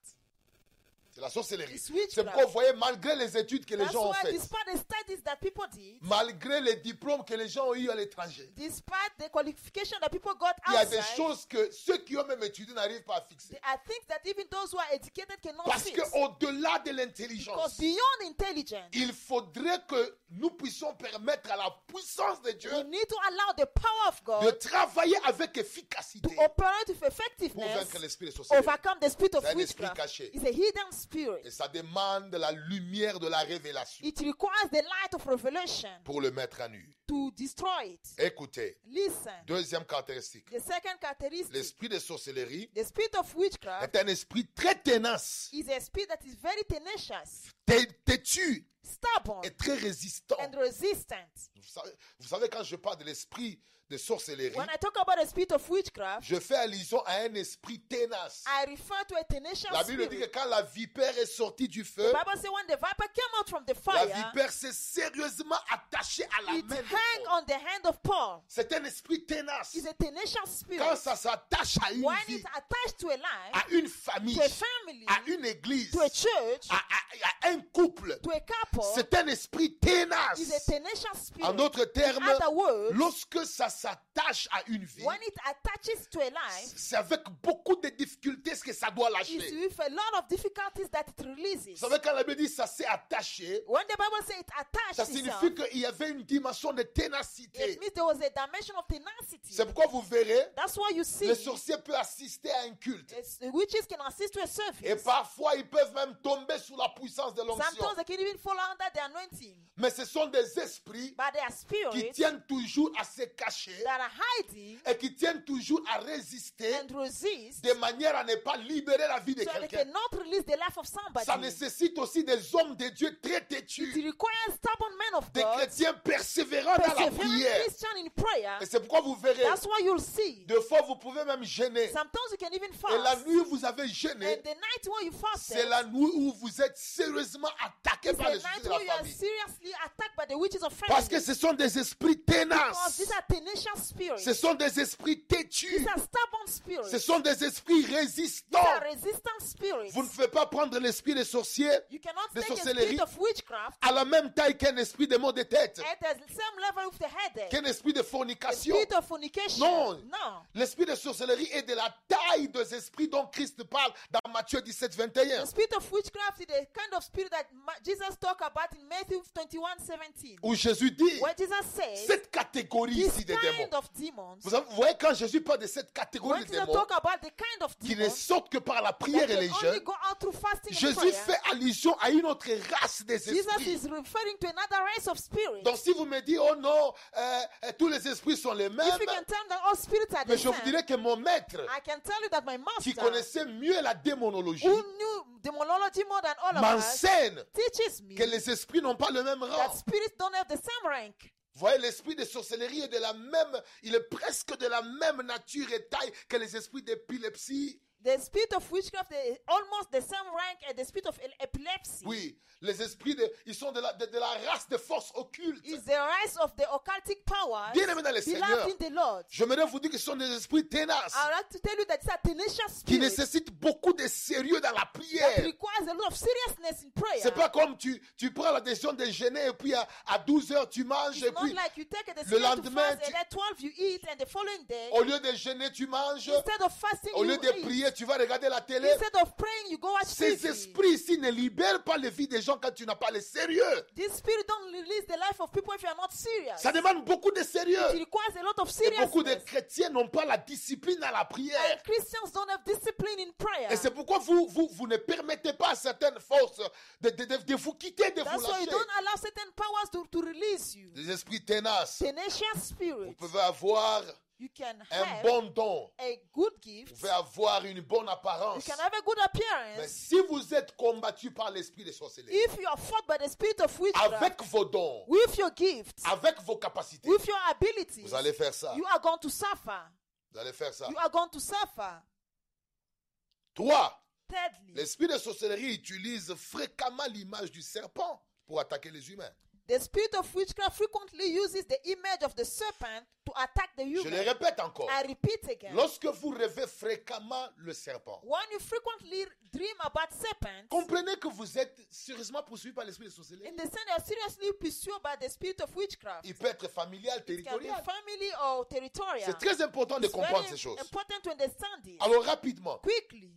[SPEAKER 2] c'est la sorcellerie.
[SPEAKER 3] It's witchcraft.
[SPEAKER 2] C'est pourquoi vous voyez, malgré les études que les
[SPEAKER 3] That's
[SPEAKER 2] gens ont
[SPEAKER 3] why,
[SPEAKER 2] faites,
[SPEAKER 3] despite the studies that people did,
[SPEAKER 2] malgré les diplômes que les gens ont eus à l'étranger,
[SPEAKER 3] despite the qualification that people got
[SPEAKER 2] il y a des
[SPEAKER 3] outside,
[SPEAKER 2] choses que ceux qui ont même étudié n'arrivent pas à fixer.
[SPEAKER 3] th- I think that even those who are educated cannot
[SPEAKER 2] Parce
[SPEAKER 3] fix.
[SPEAKER 2] qu'au-delà de
[SPEAKER 3] Because
[SPEAKER 2] l'intelligence,
[SPEAKER 3] beyond intelligence,
[SPEAKER 2] il faudrait que nous puissions permettre à la puissance de Dieu
[SPEAKER 3] you need to allow the power of
[SPEAKER 2] de
[SPEAKER 3] God
[SPEAKER 2] travailler avec
[SPEAKER 3] to
[SPEAKER 2] efficacité
[SPEAKER 3] operate with
[SPEAKER 2] pour vaincre
[SPEAKER 3] effectiveness,
[SPEAKER 2] l'esprit de sorcellerie.
[SPEAKER 3] overcome the spirit of
[SPEAKER 2] C'est un esprit
[SPEAKER 3] witchcraft.
[SPEAKER 2] caché.
[SPEAKER 3] It's a hidden spirit.
[SPEAKER 2] Et ça demande la lumière de la révélation
[SPEAKER 3] It requires the light of revelation
[SPEAKER 2] pour le mettre à nu.
[SPEAKER 3] to destroy it.
[SPEAKER 2] Écoutez,
[SPEAKER 3] Listen,
[SPEAKER 2] deuxième caractéristique,
[SPEAKER 3] the second characteristic,
[SPEAKER 2] l'esprit de sorcellerie
[SPEAKER 3] the spirit of witchcraft
[SPEAKER 2] est un esprit très ténace,
[SPEAKER 3] is a spirit that is very tenacious,
[SPEAKER 2] té- têtu
[SPEAKER 3] stubborn,
[SPEAKER 2] et très résistant.
[SPEAKER 3] and resistant.
[SPEAKER 2] Vous savez, vous savez, quand je parle de l'esprit de sorcellerie,
[SPEAKER 3] When I talk about the spirit of witchcraft,
[SPEAKER 2] je fais allusion à un esprit ténace.
[SPEAKER 3] I refer to a tenacious
[SPEAKER 2] La Bible dit que
[SPEAKER 3] spirit.
[SPEAKER 2] quand la vipère est sortie du
[SPEAKER 3] The
[SPEAKER 2] feu,
[SPEAKER 3] Bible says when the viper came out from the
[SPEAKER 2] la
[SPEAKER 3] fire,
[SPEAKER 2] vipère s'est sérieusement attachée à la
[SPEAKER 3] it
[SPEAKER 2] main de
[SPEAKER 3] hang
[SPEAKER 2] Paul.
[SPEAKER 3] on the hand of Paul.
[SPEAKER 2] C'est un esprit ténace.
[SPEAKER 3] It's a tenacious spirit.
[SPEAKER 2] Quand ça s'attache à une
[SPEAKER 3] When
[SPEAKER 2] vie,
[SPEAKER 3] it's attached to a life,
[SPEAKER 2] à une famille,
[SPEAKER 3] to a family,
[SPEAKER 2] à une église,
[SPEAKER 3] to a church,
[SPEAKER 2] à, à- à un couple,
[SPEAKER 3] to a couple,
[SPEAKER 2] c'est un esprit
[SPEAKER 3] is
[SPEAKER 2] ténace.
[SPEAKER 3] a tenacious spirit.
[SPEAKER 2] En d'autres termes,
[SPEAKER 3] other words,
[SPEAKER 2] lorsque ça s'attache à une vie,
[SPEAKER 3] When it attaches to a life,
[SPEAKER 2] c'est avec beaucoup de difficultés ce que ça doit
[SPEAKER 3] it's
[SPEAKER 2] lâcher.
[SPEAKER 3] with a lot of difficulties that it releases.
[SPEAKER 2] Vous savez, quand la Bible dit ça s'est attaché,
[SPEAKER 3] When the Bible says it
[SPEAKER 2] ça
[SPEAKER 3] attached itself,
[SPEAKER 2] signifie qu'il y avait une dimension de
[SPEAKER 3] it
[SPEAKER 2] ténacité.
[SPEAKER 3] means there was a dimension of tenacity.
[SPEAKER 2] C'est pourquoi vous verrez,
[SPEAKER 3] That's why you see
[SPEAKER 2] le sorcier peut assister à un culte.
[SPEAKER 3] it's- witches can assist to a service.
[SPEAKER 2] Et parfois, ils peuvent même tomber sous la puissance de l'onction.
[SPEAKER 3] Sometimes they can even fall under the anointing,
[SPEAKER 2] Mais ce sont des esprits
[SPEAKER 3] but they are
[SPEAKER 2] qui
[SPEAKER 3] spirits
[SPEAKER 2] tiennent toujours à se cacher
[SPEAKER 3] that are hiding
[SPEAKER 2] et qui tiennent toujours à résister
[SPEAKER 3] and resist,
[SPEAKER 2] de manière à ne pas libérer la vie de
[SPEAKER 3] so they
[SPEAKER 2] quelqu'un.
[SPEAKER 3] cannot release the life of somebody.
[SPEAKER 2] Ça nécessite aussi des hommes de Dieu très
[SPEAKER 3] It
[SPEAKER 2] têtus,
[SPEAKER 3] requires stubborn men of
[SPEAKER 2] des
[SPEAKER 3] God,
[SPEAKER 2] chrétiens persévérants dans la
[SPEAKER 3] persevering
[SPEAKER 2] prière.
[SPEAKER 3] Christian in prayer.
[SPEAKER 2] Et c'est pourquoi vous verrez,
[SPEAKER 3] That's why you'll see.
[SPEAKER 2] deux fois vous pouvez même gêner.
[SPEAKER 3] Sometimes you can even
[SPEAKER 2] Et la
[SPEAKER 3] fast.
[SPEAKER 2] nuit où vous avez
[SPEAKER 3] And
[SPEAKER 2] gêné,
[SPEAKER 3] the night when you fasted
[SPEAKER 2] c'est la nuit où vous êtes sérieusement attaqué
[SPEAKER 3] is the
[SPEAKER 2] par les soucis
[SPEAKER 3] night
[SPEAKER 2] de la
[SPEAKER 3] when you are
[SPEAKER 2] famille.
[SPEAKER 3] seriously attacked by the witches of
[SPEAKER 2] Parce que
[SPEAKER 3] family.
[SPEAKER 2] ce sont des esprits
[SPEAKER 3] Because Oh, these
[SPEAKER 2] ténaces,
[SPEAKER 3] are tenacious spirits.
[SPEAKER 2] ce sont des esprits têtus,
[SPEAKER 3] These are stubborn spirits.
[SPEAKER 2] ce
[SPEAKER 3] These
[SPEAKER 2] sont des esprits résistants.
[SPEAKER 3] are resistant spirits.
[SPEAKER 2] Vous ne pouvez pas prendre l'esprit des sorciers
[SPEAKER 3] You cannot
[SPEAKER 2] de
[SPEAKER 3] take a
[SPEAKER 2] sorcellerie
[SPEAKER 3] spirit of witchcraft
[SPEAKER 2] à la même taille qu'un esprit de maux de tête,
[SPEAKER 3] at the same level with the headache.
[SPEAKER 2] qu'un esprit de
[SPEAKER 3] The
[SPEAKER 2] fornication.
[SPEAKER 3] spirit of fornication.
[SPEAKER 2] Non.
[SPEAKER 3] No.
[SPEAKER 2] L'esprit de sorcellerie est de la taille des esprits dont Christ parle dans Matthieu 17, 21.
[SPEAKER 3] The spirit of witchcraft is the kind of spirit that Ma- Jesus talked about in Matthew 21 17,
[SPEAKER 2] Où Jésus dit,
[SPEAKER 3] where Jesus says,
[SPEAKER 2] cette catégorie
[SPEAKER 3] This
[SPEAKER 2] ici des démons.
[SPEAKER 3] kind of demons.
[SPEAKER 2] Vous savez- vous voyez, quand Jésus parle de cette catégorie
[SPEAKER 3] When
[SPEAKER 2] de
[SPEAKER 3] Jesus
[SPEAKER 2] démons
[SPEAKER 3] talk about the kind of
[SPEAKER 2] qui ne
[SPEAKER 3] demons,
[SPEAKER 2] sortent que par la
[SPEAKER 3] that
[SPEAKER 2] prière et
[SPEAKER 3] can
[SPEAKER 2] les
[SPEAKER 3] only
[SPEAKER 2] jeûnes,
[SPEAKER 3] go out through fasting and
[SPEAKER 2] Jésus
[SPEAKER 3] prayer.
[SPEAKER 2] fait allusion à une autre race des
[SPEAKER 3] Jesus
[SPEAKER 2] esprits.
[SPEAKER 3] is referring to another race of spirits.
[SPEAKER 2] Donc si vous me dites, oh non, euh, euh, tous les esprits sont les mêmes,
[SPEAKER 3] if you can tell that all spirits are
[SPEAKER 2] mais
[SPEAKER 3] the
[SPEAKER 2] je
[SPEAKER 3] same,
[SPEAKER 2] vous dirais que mon maître,
[SPEAKER 3] I can tell you that my
[SPEAKER 2] qui
[SPEAKER 3] master,
[SPEAKER 2] connaissait mieux la démonologie,
[SPEAKER 3] who knew demonology more than all of us,
[SPEAKER 2] m'enseigne
[SPEAKER 3] teaches me
[SPEAKER 2] que les esprits n'ont pas le même rang.
[SPEAKER 3] that spirits don't have the same rank.
[SPEAKER 2] Vous voyez, l'esprit de sorcellerie est de la même, il est presque de la même nature et taille que les esprits d'épilepsie.
[SPEAKER 3] The spirit of witchcraft is almost the same rank as the spirit of el- epilepsy.
[SPEAKER 2] Oui, les esprits, de- ils sont de la, de, de la race de forces occultes.
[SPEAKER 3] Is the rise of the occultic powers
[SPEAKER 2] Bien-aimés dans le Seigneur.
[SPEAKER 3] beloved in the Lord.
[SPEAKER 2] J'aimerais vous dire que ce sont des esprits ténaces
[SPEAKER 3] I would like to tell you that it's a tenacious
[SPEAKER 2] qui
[SPEAKER 3] spirit
[SPEAKER 2] nécessitent beaucoup de sérieux dans la
[SPEAKER 3] that
[SPEAKER 2] prière.
[SPEAKER 3] requires a lot of seriousness in prayer.
[SPEAKER 2] C'est pas comme tu, tu prends la décision de jeûner et puis à, à 12 heures tu manges et
[SPEAKER 3] It's not
[SPEAKER 2] puis
[SPEAKER 3] like you take a
[SPEAKER 2] le
[SPEAKER 3] decision to
[SPEAKER 2] lendemain,
[SPEAKER 3] fast
[SPEAKER 2] tu-
[SPEAKER 3] and at 12 you eat and the following day
[SPEAKER 2] au lieu de jeûner tu manges,
[SPEAKER 3] instead of fasting
[SPEAKER 2] au
[SPEAKER 3] you
[SPEAKER 2] lieu de
[SPEAKER 3] eat.
[SPEAKER 2] prier tu vas regarder la télé.
[SPEAKER 3] Instead of praying you go watch
[SPEAKER 2] Ces
[SPEAKER 3] TV.
[SPEAKER 2] esprits ici ne libèrent pas les vies des gens quand tu n'as pas le sérieux.
[SPEAKER 3] This spirit don't release the life of people if you are not serious.
[SPEAKER 2] Ça demande beaucoup de
[SPEAKER 3] It
[SPEAKER 2] sérieux.
[SPEAKER 3] requires a lot of
[SPEAKER 2] Et beaucoup de
[SPEAKER 3] seriousness.
[SPEAKER 2] chrétiens n'ont pas la discipline à la prière.
[SPEAKER 3] And Christians don't have discipline in prayer.
[SPEAKER 2] Et c'est pourquoi vous, vous, vous ne permettez pas à certaines forces de, de, de- de vous quitter, de vous
[SPEAKER 3] That's why you
[SPEAKER 2] lâcher.
[SPEAKER 3] don't allow certain powers to, to release you.
[SPEAKER 2] Des esprits ténaces.
[SPEAKER 3] Tenacious
[SPEAKER 2] Vous
[SPEAKER 3] spirit.
[SPEAKER 2] pouvez avoir
[SPEAKER 3] You can
[SPEAKER 2] un
[SPEAKER 3] have
[SPEAKER 2] bon don.
[SPEAKER 3] a good
[SPEAKER 2] Vous
[SPEAKER 3] gift.
[SPEAKER 2] pouvez avoir une bonne
[SPEAKER 3] You
[SPEAKER 2] apparence.
[SPEAKER 3] can have a good
[SPEAKER 2] Mais
[SPEAKER 3] appearance.
[SPEAKER 2] si vous êtes battu par l'esprit de sorcellerie,
[SPEAKER 3] If you are fought by the spirit of witchcraft,
[SPEAKER 2] avec vos dons,
[SPEAKER 3] with your gifts,
[SPEAKER 2] avec vos capacités,
[SPEAKER 3] with your abilities,
[SPEAKER 2] vous allez faire ça.
[SPEAKER 3] you are going to suffer.
[SPEAKER 2] Vous allez faire ça.
[SPEAKER 3] You are going to suffer.
[SPEAKER 2] Trois,
[SPEAKER 3] Thirdly,
[SPEAKER 2] l'esprit de sorcellerie utilise fréquemment l'image du serpent pour attaquer les humains.
[SPEAKER 3] the spirit of witchcraft frequently uses the image of the serpent to attack the
[SPEAKER 2] Je le
[SPEAKER 3] human.
[SPEAKER 2] répète encore.
[SPEAKER 3] I repeat again.
[SPEAKER 2] Lorsque vous rêvez fréquemment le serpent,
[SPEAKER 3] When you frequently dream about serpents,
[SPEAKER 2] comprenez que vous êtes sérieusement poursuivi par l'esprit de sorcellerie.
[SPEAKER 3] in the sense they are seriously pursued by the spirit of witchcraft,
[SPEAKER 2] Il peut être familial,
[SPEAKER 3] it can be
[SPEAKER 2] territorial.
[SPEAKER 3] family or territorial.
[SPEAKER 2] C'est très important de
[SPEAKER 3] It's very
[SPEAKER 2] comprendre ces choses.
[SPEAKER 3] important to understand it.
[SPEAKER 2] Alors rapidement,
[SPEAKER 3] Quickly,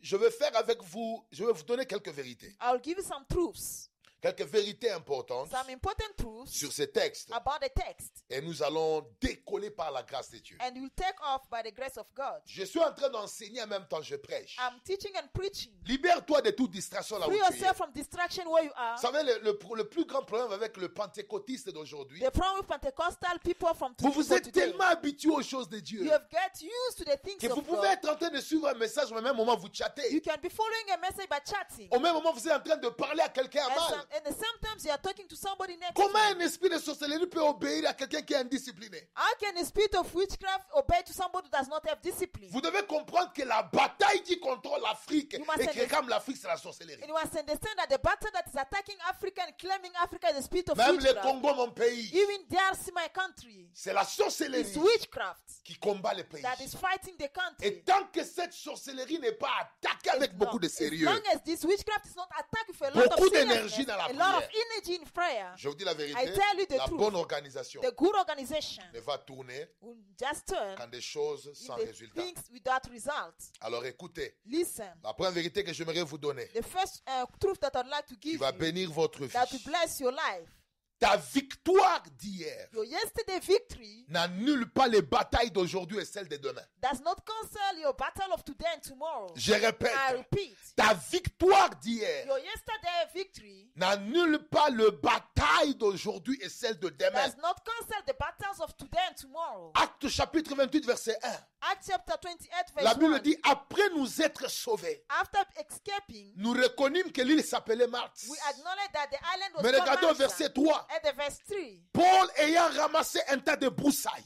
[SPEAKER 2] je vais faire avec vous, je vais vous donner quelques vérités.
[SPEAKER 3] I will give you some truths,
[SPEAKER 2] Quelques vérités importantes
[SPEAKER 3] some important truths
[SPEAKER 2] sur ces textes.
[SPEAKER 3] about the text,
[SPEAKER 2] Et nous allons décoller par la grâce de Dieu.
[SPEAKER 3] and you'll take off by the grace of God.
[SPEAKER 2] Je suis en train d'enseigner en même temps, je prêche.
[SPEAKER 3] I'm teaching and preaching.
[SPEAKER 2] Libère-toi de toute distraction là où
[SPEAKER 3] Free
[SPEAKER 2] tu es.
[SPEAKER 3] yourself from distraction where you are.
[SPEAKER 2] Vous savez, le, le pro- le plus grand problème avec le pentecôtiste d'aujourd'hui,
[SPEAKER 3] The problem with Pentecostal people from
[SPEAKER 2] vous
[SPEAKER 3] people
[SPEAKER 2] vous êtes
[SPEAKER 3] today,
[SPEAKER 2] tellement habitué aux choses de Dieu
[SPEAKER 3] you have get used to the things
[SPEAKER 2] que vous
[SPEAKER 3] of
[SPEAKER 2] pouvez
[SPEAKER 3] God.
[SPEAKER 2] être en train de suivre un message, mais au même moment vous
[SPEAKER 3] You
[SPEAKER 2] chattez.
[SPEAKER 3] can be following a message by chatting.
[SPEAKER 2] Au même moment, vous êtes en train de parler à quelqu'un à
[SPEAKER 3] And,
[SPEAKER 2] mal.
[SPEAKER 3] some, and sometimes you are talking to somebody next to
[SPEAKER 2] Comment
[SPEAKER 3] you.
[SPEAKER 2] un esprit de sorcellerie peut obéir à quelqu'un qui est indiscipliné
[SPEAKER 3] How can the spirit of witchcraft obey to somebody who does not have discipline?
[SPEAKER 2] Vous devez comprendre que la bataille qui contrôle l'Afrique
[SPEAKER 3] You must
[SPEAKER 2] et qui
[SPEAKER 3] understand-
[SPEAKER 2] réclame l'Afrique, c'est la sorcellerie.
[SPEAKER 3] And you must understand that the battle that is attacking Africa and claiming Africa is the spirit of
[SPEAKER 2] Même le
[SPEAKER 3] witchcraft.
[SPEAKER 2] Congo, mon pays,
[SPEAKER 3] Even DRC, my country,
[SPEAKER 2] c'est la
[SPEAKER 3] is
[SPEAKER 2] sorcellerie
[SPEAKER 3] witchcraft
[SPEAKER 2] qui combat les pays.
[SPEAKER 3] that is fighting the
[SPEAKER 2] Et
[SPEAKER 3] country.
[SPEAKER 2] tant que cette sorcellerie n'est pas attaquée avec
[SPEAKER 3] No,
[SPEAKER 2] beaucoup de
[SPEAKER 3] As
[SPEAKER 2] sérieux,
[SPEAKER 3] long as this witchcraft is not attacked with a lot
[SPEAKER 2] Beaucoup
[SPEAKER 3] of seriousness,
[SPEAKER 2] d'énergie dans la
[SPEAKER 3] a lot of
[SPEAKER 2] prière.
[SPEAKER 3] energy in prayer,
[SPEAKER 2] je vous dis la vérité,
[SPEAKER 3] I tell you the
[SPEAKER 2] la
[SPEAKER 3] truth.
[SPEAKER 2] bonne organisation
[SPEAKER 3] the good organization
[SPEAKER 2] ne va tourner
[SPEAKER 3] will just turn
[SPEAKER 2] quand des choses sans
[SPEAKER 3] into
[SPEAKER 2] résultat.
[SPEAKER 3] things without result.
[SPEAKER 2] Alors écoutez,
[SPEAKER 3] Listen,
[SPEAKER 2] la première vérité que j'aimerais vous donner,
[SPEAKER 3] the first uh, truth that I'd like to
[SPEAKER 2] qui
[SPEAKER 3] give
[SPEAKER 2] va
[SPEAKER 3] you
[SPEAKER 2] bénir votre
[SPEAKER 3] that will
[SPEAKER 2] vie,
[SPEAKER 3] bless your life,
[SPEAKER 2] ta victoire d'hier
[SPEAKER 3] your yesterday victory
[SPEAKER 2] n'annule pas les batailles d'aujourd'hui et celles de demain.
[SPEAKER 3] does not cancel your battle of today and tomorrow.
[SPEAKER 2] Je
[SPEAKER 3] I
[SPEAKER 2] répète,
[SPEAKER 3] repeat,
[SPEAKER 2] ta victoire d'hier
[SPEAKER 3] your yesterday victory
[SPEAKER 2] n'annule pas le bataille d'aujourd'hui et celle de demain.
[SPEAKER 3] does not cancel the battles of today and tomorrow.
[SPEAKER 2] Acte chapitre 28, verset 1.
[SPEAKER 3] Acts chapter 28,
[SPEAKER 2] La
[SPEAKER 3] verse
[SPEAKER 2] Bible
[SPEAKER 3] 1.
[SPEAKER 2] dit, après nous être sauvés,
[SPEAKER 3] After escaping,
[SPEAKER 2] nous reconnûmes que l'île s'appelait Marthe.
[SPEAKER 3] we acknowledge that the island was
[SPEAKER 2] Mais
[SPEAKER 3] called
[SPEAKER 2] regardons
[SPEAKER 3] Malta.
[SPEAKER 2] verset 3.
[SPEAKER 3] At the verse 3,
[SPEAKER 2] Paul ayant ramassé un tas de broussailles,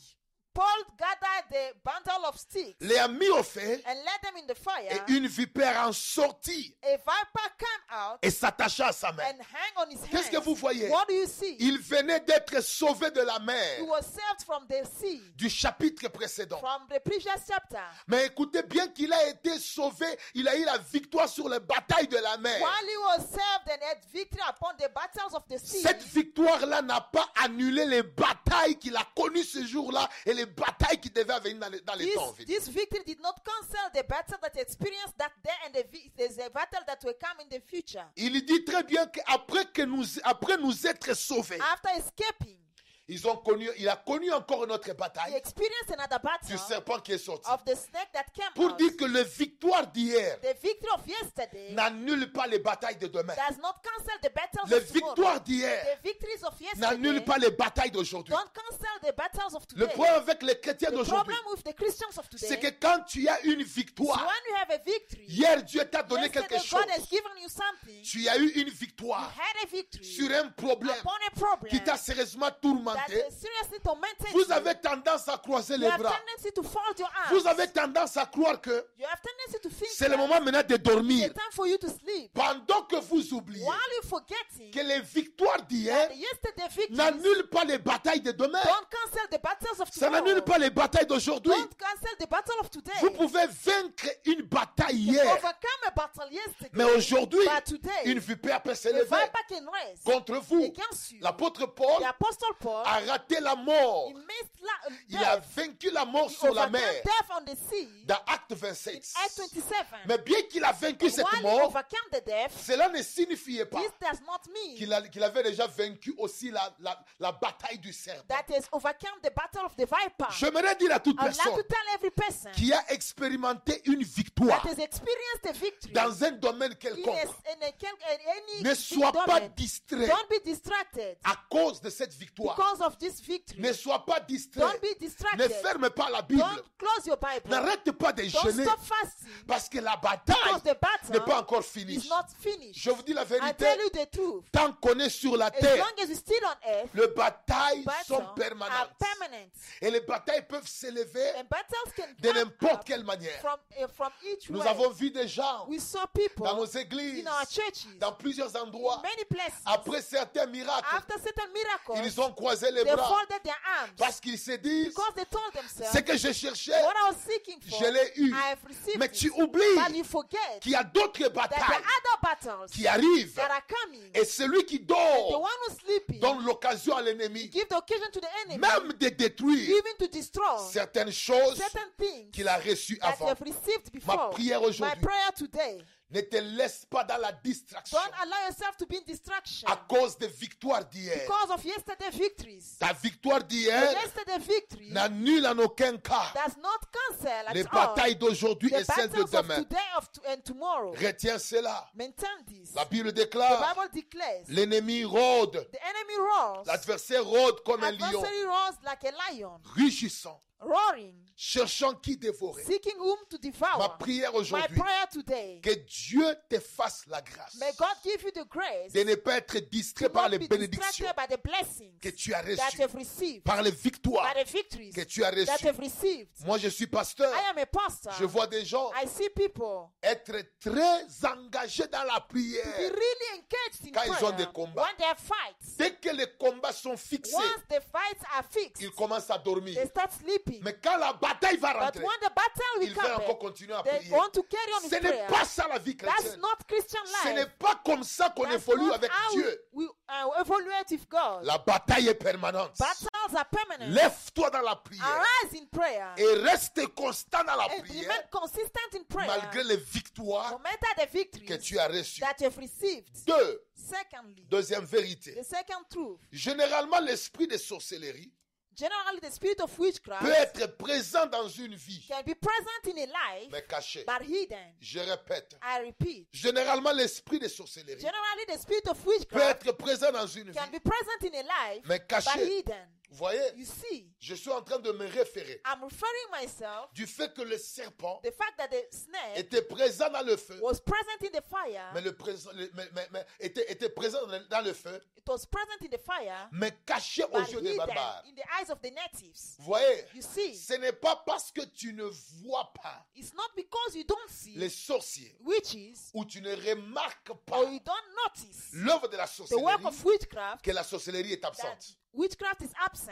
[SPEAKER 3] Paul gathered the bundle of sticks
[SPEAKER 2] les a mis au feu
[SPEAKER 3] and led them in the fire.
[SPEAKER 2] et une vipère en sortit
[SPEAKER 3] a viper came out
[SPEAKER 2] et s'attacha à sa main.
[SPEAKER 3] and hung on his
[SPEAKER 2] Qu'est-ce
[SPEAKER 3] hand.
[SPEAKER 2] que vous voyez?
[SPEAKER 3] What do you see?
[SPEAKER 2] Il venait d'être sauvé de la
[SPEAKER 3] he
[SPEAKER 2] mer
[SPEAKER 3] was saved from the sea,
[SPEAKER 2] du chapitre précédent.
[SPEAKER 3] from the previous chapter.
[SPEAKER 2] Mais écoutez, bien qu'il a été sauvé, il a eu la victoire sur les batailles de la mer.
[SPEAKER 3] While he was saved and had victory upon the battles of the sea,
[SPEAKER 2] Cette victoire-là n'a pas annulé les batailles qu'il a connues ce jour-là et les batailles qui devaient venir dans les, dans les
[SPEAKER 3] this,
[SPEAKER 2] temps. à venir.
[SPEAKER 3] this victory did not cancel the battle that he experienced that day and the, vi- the, the battle that will come in the future.
[SPEAKER 2] Il dit très bien qu'après que nous, après nous être sauvés,
[SPEAKER 3] After escaping,
[SPEAKER 2] ils ont connu, il a connu encore une autre
[SPEAKER 3] he
[SPEAKER 2] bataille
[SPEAKER 3] experienced another
[SPEAKER 2] du
[SPEAKER 3] battle
[SPEAKER 2] serpent qui est sorti.
[SPEAKER 3] of the snake that came
[SPEAKER 2] Pour
[SPEAKER 3] out.
[SPEAKER 2] dire que les victoires d'hier
[SPEAKER 3] The victory of yesterday
[SPEAKER 2] n'annulent pas les batailles de demain.
[SPEAKER 3] does not cancel the battles
[SPEAKER 2] Les
[SPEAKER 3] of tomorrow.
[SPEAKER 2] victoires d'hier
[SPEAKER 3] The victories of yesterday
[SPEAKER 2] n'annulent pas les batailles d'aujourd'hui.
[SPEAKER 3] don't cancel the battles of
[SPEAKER 2] Le
[SPEAKER 3] today.
[SPEAKER 2] problème avec les chrétiens
[SPEAKER 3] the
[SPEAKER 2] d'aujourd'hui,
[SPEAKER 3] problem with the Christians of today
[SPEAKER 2] c'est que quand tu as une
[SPEAKER 3] is when
[SPEAKER 2] victoire,
[SPEAKER 3] you have a victory,
[SPEAKER 2] hier Dieu t'a donné
[SPEAKER 3] yesterday
[SPEAKER 2] quelque chose,
[SPEAKER 3] God has given you something,
[SPEAKER 2] tu as eu une
[SPEAKER 3] you
[SPEAKER 2] victoire
[SPEAKER 3] had a victory
[SPEAKER 2] sur un problème
[SPEAKER 3] upon a problem
[SPEAKER 2] qui t'a sérieusement
[SPEAKER 3] that
[SPEAKER 2] tourmenté.
[SPEAKER 3] is seriously tormented
[SPEAKER 2] Vous
[SPEAKER 3] you.
[SPEAKER 2] avez tendance à croiser
[SPEAKER 3] You
[SPEAKER 2] les
[SPEAKER 3] have
[SPEAKER 2] bras.
[SPEAKER 3] tendency to fold your arms.
[SPEAKER 2] Vous avez tendance à croire que
[SPEAKER 3] You have tendency to think
[SPEAKER 2] c'est le
[SPEAKER 3] that
[SPEAKER 2] moment maintenant de
[SPEAKER 3] it's
[SPEAKER 2] dormir.
[SPEAKER 3] the time for you to sleep.
[SPEAKER 2] Pendant que vous oubliez
[SPEAKER 3] While you're forgetting
[SPEAKER 2] que les victoires d'hier
[SPEAKER 3] that yesterday victories
[SPEAKER 2] n'annulent pas les batailles de demain.
[SPEAKER 3] don't cancel the battles of
[SPEAKER 2] Ça
[SPEAKER 3] tomorrow.
[SPEAKER 2] n'annule pas les batailles d'aujourd'hui.
[SPEAKER 3] Don't cancel the battle of today.
[SPEAKER 2] Vous pouvez vaincre une bataille
[SPEAKER 3] You
[SPEAKER 2] hier,
[SPEAKER 3] overcome a battle yesterday.
[SPEAKER 2] mais aujourd'hui,
[SPEAKER 3] but today,
[SPEAKER 2] une vipère peut
[SPEAKER 3] the
[SPEAKER 2] s'élever
[SPEAKER 3] viper can rest
[SPEAKER 2] contre vous.
[SPEAKER 3] against you.
[SPEAKER 2] L'apôtre Paul
[SPEAKER 3] The apostle Paul,
[SPEAKER 2] a raté la mort.
[SPEAKER 3] he missed la-
[SPEAKER 2] Il a
[SPEAKER 3] death.
[SPEAKER 2] vaincu la mort
[SPEAKER 3] He
[SPEAKER 2] sur la
[SPEAKER 3] overcame
[SPEAKER 2] mer
[SPEAKER 3] death on the sea
[SPEAKER 2] dans Acte
[SPEAKER 3] in
[SPEAKER 2] 27.
[SPEAKER 3] Acts 27.
[SPEAKER 2] Mais bien qu'il a vaincu
[SPEAKER 3] And
[SPEAKER 2] cette
[SPEAKER 3] while he
[SPEAKER 2] mort,
[SPEAKER 3] overcame the death,
[SPEAKER 2] cela ne signifiait pas
[SPEAKER 3] this does not mean
[SPEAKER 2] qu'il a- qu'il avait déjà vaincu aussi la, la- la bataille du serpent.
[SPEAKER 3] that has overcome the battle of the viper.
[SPEAKER 2] J'aimerais dire à toute
[SPEAKER 3] I would like
[SPEAKER 2] personne
[SPEAKER 3] to tell every person
[SPEAKER 2] qui a expérimenté une
[SPEAKER 3] that
[SPEAKER 2] victoire
[SPEAKER 3] has experienced a victory
[SPEAKER 2] dans un domaine
[SPEAKER 3] in, a,
[SPEAKER 2] quelconque,
[SPEAKER 3] in, a, quel- in any
[SPEAKER 2] ne sois
[SPEAKER 3] domain.
[SPEAKER 2] pas distrait
[SPEAKER 3] Don't be distracted
[SPEAKER 2] à cause de cette victoire.
[SPEAKER 3] because of this victory.
[SPEAKER 2] Ne sois pas distrait.
[SPEAKER 3] Don't be
[SPEAKER 2] Ne
[SPEAKER 3] distracted.
[SPEAKER 2] ferme pas la Bible.
[SPEAKER 3] Don't close your Bible.
[SPEAKER 2] N'arrête pas de
[SPEAKER 3] Don't
[SPEAKER 2] jeûner
[SPEAKER 3] stop fasting
[SPEAKER 2] parce que la
[SPEAKER 3] because
[SPEAKER 2] bataille
[SPEAKER 3] the battle
[SPEAKER 2] n'est pas encore finie.
[SPEAKER 3] is not finished.
[SPEAKER 2] Je vous dis la
[SPEAKER 3] I
[SPEAKER 2] vérité,
[SPEAKER 3] tell you the truth.
[SPEAKER 2] tant qu'on est sur la
[SPEAKER 3] As
[SPEAKER 2] terre,
[SPEAKER 3] long as you're still on earth,
[SPEAKER 2] les batailles
[SPEAKER 3] battles
[SPEAKER 2] sont
[SPEAKER 3] are
[SPEAKER 2] permanentes.
[SPEAKER 3] permanent,
[SPEAKER 2] Et les batailles peuvent s'élever
[SPEAKER 3] and battles can
[SPEAKER 2] de
[SPEAKER 3] come
[SPEAKER 2] n'importe
[SPEAKER 3] up
[SPEAKER 2] quelle manière.
[SPEAKER 3] from eh, from each
[SPEAKER 2] Nous
[SPEAKER 3] way.
[SPEAKER 2] avons vu des gens
[SPEAKER 3] We saw
[SPEAKER 2] dans nos
[SPEAKER 3] people
[SPEAKER 2] églises,
[SPEAKER 3] in our churches,
[SPEAKER 2] dans plusieurs endroits,
[SPEAKER 3] in many places,
[SPEAKER 2] après certains miracles,
[SPEAKER 3] after certain
[SPEAKER 2] ils
[SPEAKER 3] miracles,
[SPEAKER 2] ont croisé les
[SPEAKER 3] they
[SPEAKER 2] bras
[SPEAKER 3] folded their arms
[SPEAKER 2] parce qu'ils se disent,
[SPEAKER 3] because they told themselves,
[SPEAKER 2] ce que je cherchais,
[SPEAKER 3] what I was seeking for,
[SPEAKER 2] je l'ai eu.
[SPEAKER 3] I have received
[SPEAKER 2] Mais
[SPEAKER 3] it.
[SPEAKER 2] tu
[SPEAKER 3] But
[SPEAKER 2] oublies
[SPEAKER 3] you forget
[SPEAKER 2] qu'il y a d'autres
[SPEAKER 3] that there are
[SPEAKER 2] batailles
[SPEAKER 3] other battles
[SPEAKER 2] qui arrivent.
[SPEAKER 3] that are coming.
[SPEAKER 2] Et celui qui
[SPEAKER 3] the
[SPEAKER 2] dort
[SPEAKER 3] one who's sleeping,
[SPEAKER 2] donne l'occasion à l'ennemi,
[SPEAKER 3] give the occasion to the enemy,
[SPEAKER 2] même de détruire
[SPEAKER 3] even to destroy
[SPEAKER 2] certaines choses
[SPEAKER 3] certain things
[SPEAKER 2] qu'il a reçues
[SPEAKER 3] that
[SPEAKER 2] avant.
[SPEAKER 3] they've received before.
[SPEAKER 2] prière
[SPEAKER 3] My
[SPEAKER 2] aujourd'hui.
[SPEAKER 3] prayer today.
[SPEAKER 2] Ne te laisse pas dans la distraction
[SPEAKER 3] Don't allow yourself to be in distraction
[SPEAKER 2] à cause des victoires d'hier.
[SPEAKER 3] because of yesterday victories.
[SPEAKER 2] Ta victoire d'hier
[SPEAKER 3] Yesterday victory
[SPEAKER 2] n'annule en aucun cas
[SPEAKER 3] does not cancel
[SPEAKER 2] les
[SPEAKER 3] at all
[SPEAKER 2] batailles d'aujourd'hui et
[SPEAKER 3] the
[SPEAKER 2] celles de
[SPEAKER 3] battles of
[SPEAKER 2] demain.
[SPEAKER 3] today of to- and tomorrow.
[SPEAKER 2] Retiens cela.
[SPEAKER 3] Maintain this.
[SPEAKER 2] La
[SPEAKER 3] The
[SPEAKER 2] Bible déclare
[SPEAKER 3] Bible declares
[SPEAKER 2] l'ennemi rôde,
[SPEAKER 3] the enemy roars,
[SPEAKER 2] l'adversaire rôde comme un lion,
[SPEAKER 3] adversary roars like a lion,
[SPEAKER 2] rugissant,
[SPEAKER 3] roaring,
[SPEAKER 2] cherchant qui dévorer.
[SPEAKER 3] seeking whom to
[SPEAKER 2] Ma
[SPEAKER 3] devour.
[SPEAKER 2] prière
[SPEAKER 3] ah, My
[SPEAKER 2] aujourd'hui,
[SPEAKER 3] prayer today,
[SPEAKER 2] que Dieu te fasse la grâce
[SPEAKER 3] may God give you the grace
[SPEAKER 2] de ne pas être distrait
[SPEAKER 3] to
[SPEAKER 2] par
[SPEAKER 3] not
[SPEAKER 2] les
[SPEAKER 3] be
[SPEAKER 2] bénédictions
[SPEAKER 3] distracted by the blessings
[SPEAKER 2] que tu as
[SPEAKER 3] that
[SPEAKER 2] reçues,
[SPEAKER 3] you've received,
[SPEAKER 2] par les
[SPEAKER 3] by
[SPEAKER 2] victoires
[SPEAKER 3] the victories
[SPEAKER 2] que tu as
[SPEAKER 3] that
[SPEAKER 2] reçues.
[SPEAKER 3] you've received.
[SPEAKER 2] Moi, je suis pasteur.
[SPEAKER 3] I am a pastor.
[SPEAKER 2] Je vois des gens
[SPEAKER 3] I see people
[SPEAKER 2] être très engagés dans la
[SPEAKER 3] to be
[SPEAKER 2] prière.
[SPEAKER 3] really engaged in
[SPEAKER 2] Quand ils
[SPEAKER 3] prayer
[SPEAKER 2] ont des combats.
[SPEAKER 3] when they have fights.
[SPEAKER 2] Dès que les combats sont fixés,
[SPEAKER 3] Once the fights are fixed,
[SPEAKER 2] ils commencent à dormir.
[SPEAKER 3] they start sleeping.
[SPEAKER 2] Mais quand la bataille va
[SPEAKER 3] But
[SPEAKER 2] rentrer,
[SPEAKER 3] when the battle will
[SPEAKER 2] ils veulent
[SPEAKER 3] come,
[SPEAKER 2] encore
[SPEAKER 3] back,
[SPEAKER 2] continuer à
[SPEAKER 3] they
[SPEAKER 2] prier.
[SPEAKER 3] want to carry on
[SPEAKER 2] Ce
[SPEAKER 3] with
[SPEAKER 2] n'est
[SPEAKER 3] prayer.
[SPEAKER 2] pas ça la vie
[SPEAKER 3] That's
[SPEAKER 2] chrétienne.
[SPEAKER 3] not Christian
[SPEAKER 2] Ce
[SPEAKER 3] life.
[SPEAKER 2] n'est pas comme ça qu'on
[SPEAKER 3] That's
[SPEAKER 2] évolue
[SPEAKER 3] not
[SPEAKER 2] avec
[SPEAKER 3] how
[SPEAKER 2] Dieu.
[SPEAKER 3] we, we uh, evaluate with God.
[SPEAKER 2] La bataille est permanente.
[SPEAKER 3] Battles are permanent.
[SPEAKER 2] Lève-toi dans la prière
[SPEAKER 3] Arise in prayer
[SPEAKER 2] et reste constant dans la
[SPEAKER 3] and remain
[SPEAKER 2] prière
[SPEAKER 3] consistent in prayer.
[SPEAKER 2] malgré les
[SPEAKER 3] no
[SPEAKER 2] victoires
[SPEAKER 3] matter the
[SPEAKER 2] que
[SPEAKER 3] victories
[SPEAKER 2] tu as reçues.
[SPEAKER 3] that you've received.
[SPEAKER 2] Deux,
[SPEAKER 3] Secondly,
[SPEAKER 2] deuxième vérité.
[SPEAKER 3] the second truth,
[SPEAKER 2] Généralement, l'esprit de sorcellerie
[SPEAKER 3] generally the spirit of
[SPEAKER 2] peut
[SPEAKER 3] witchcraft
[SPEAKER 2] être présent dans une vie,
[SPEAKER 3] can be present in a life
[SPEAKER 2] mais caché.
[SPEAKER 3] but hidden.
[SPEAKER 2] Je répète.
[SPEAKER 3] I repeat,
[SPEAKER 2] Généralement, l'esprit de sorcellerie
[SPEAKER 3] generally the spirit of
[SPEAKER 2] peut
[SPEAKER 3] witchcraft
[SPEAKER 2] être présent dans une vie,
[SPEAKER 3] can be present in a life
[SPEAKER 2] mais
[SPEAKER 3] but
[SPEAKER 2] caché.
[SPEAKER 3] hidden.
[SPEAKER 2] Vous voyez,
[SPEAKER 3] You see,
[SPEAKER 2] je suis en train de me référer
[SPEAKER 3] I'm referring myself
[SPEAKER 2] du fait que le serpent
[SPEAKER 3] the fact that the snake
[SPEAKER 2] était présent dans le feu,
[SPEAKER 3] was present in the fire.
[SPEAKER 2] mais le présent- le- mais- mais- mais était, était présent dans le- dans le feu,
[SPEAKER 3] It was present in the fire,
[SPEAKER 2] mais caché aux
[SPEAKER 3] but
[SPEAKER 2] yeux des
[SPEAKER 3] hidden
[SPEAKER 2] barbares.
[SPEAKER 3] in the eyes of the natives.
[SPEAKER 2] Vous voyez,
[SPEAKER 3] You see,
[SPEAKER 2] ce n'est pas parce que tu ne vois pas
[SPEAKER 3] it's not because you don't see
[SPEAKER 2] les sorciers
[SPEAKER 3] witches
[SPEAKER 2] ou tu ne remarques pas
[SPEAKER 3] or you don't notice
[SPEAKER 2] l'œuvre de la
[SPEAKER 3] Oh, the work
[SPEAKER 2] sorcellerie
[SPEAKER 3] of witchcraft
[SPEAKER 2] que la sorcellerie est
[SPEAKER 3] that
[SPEAKER 2] absente.
[SPEAKER 3] witchcraft is absent.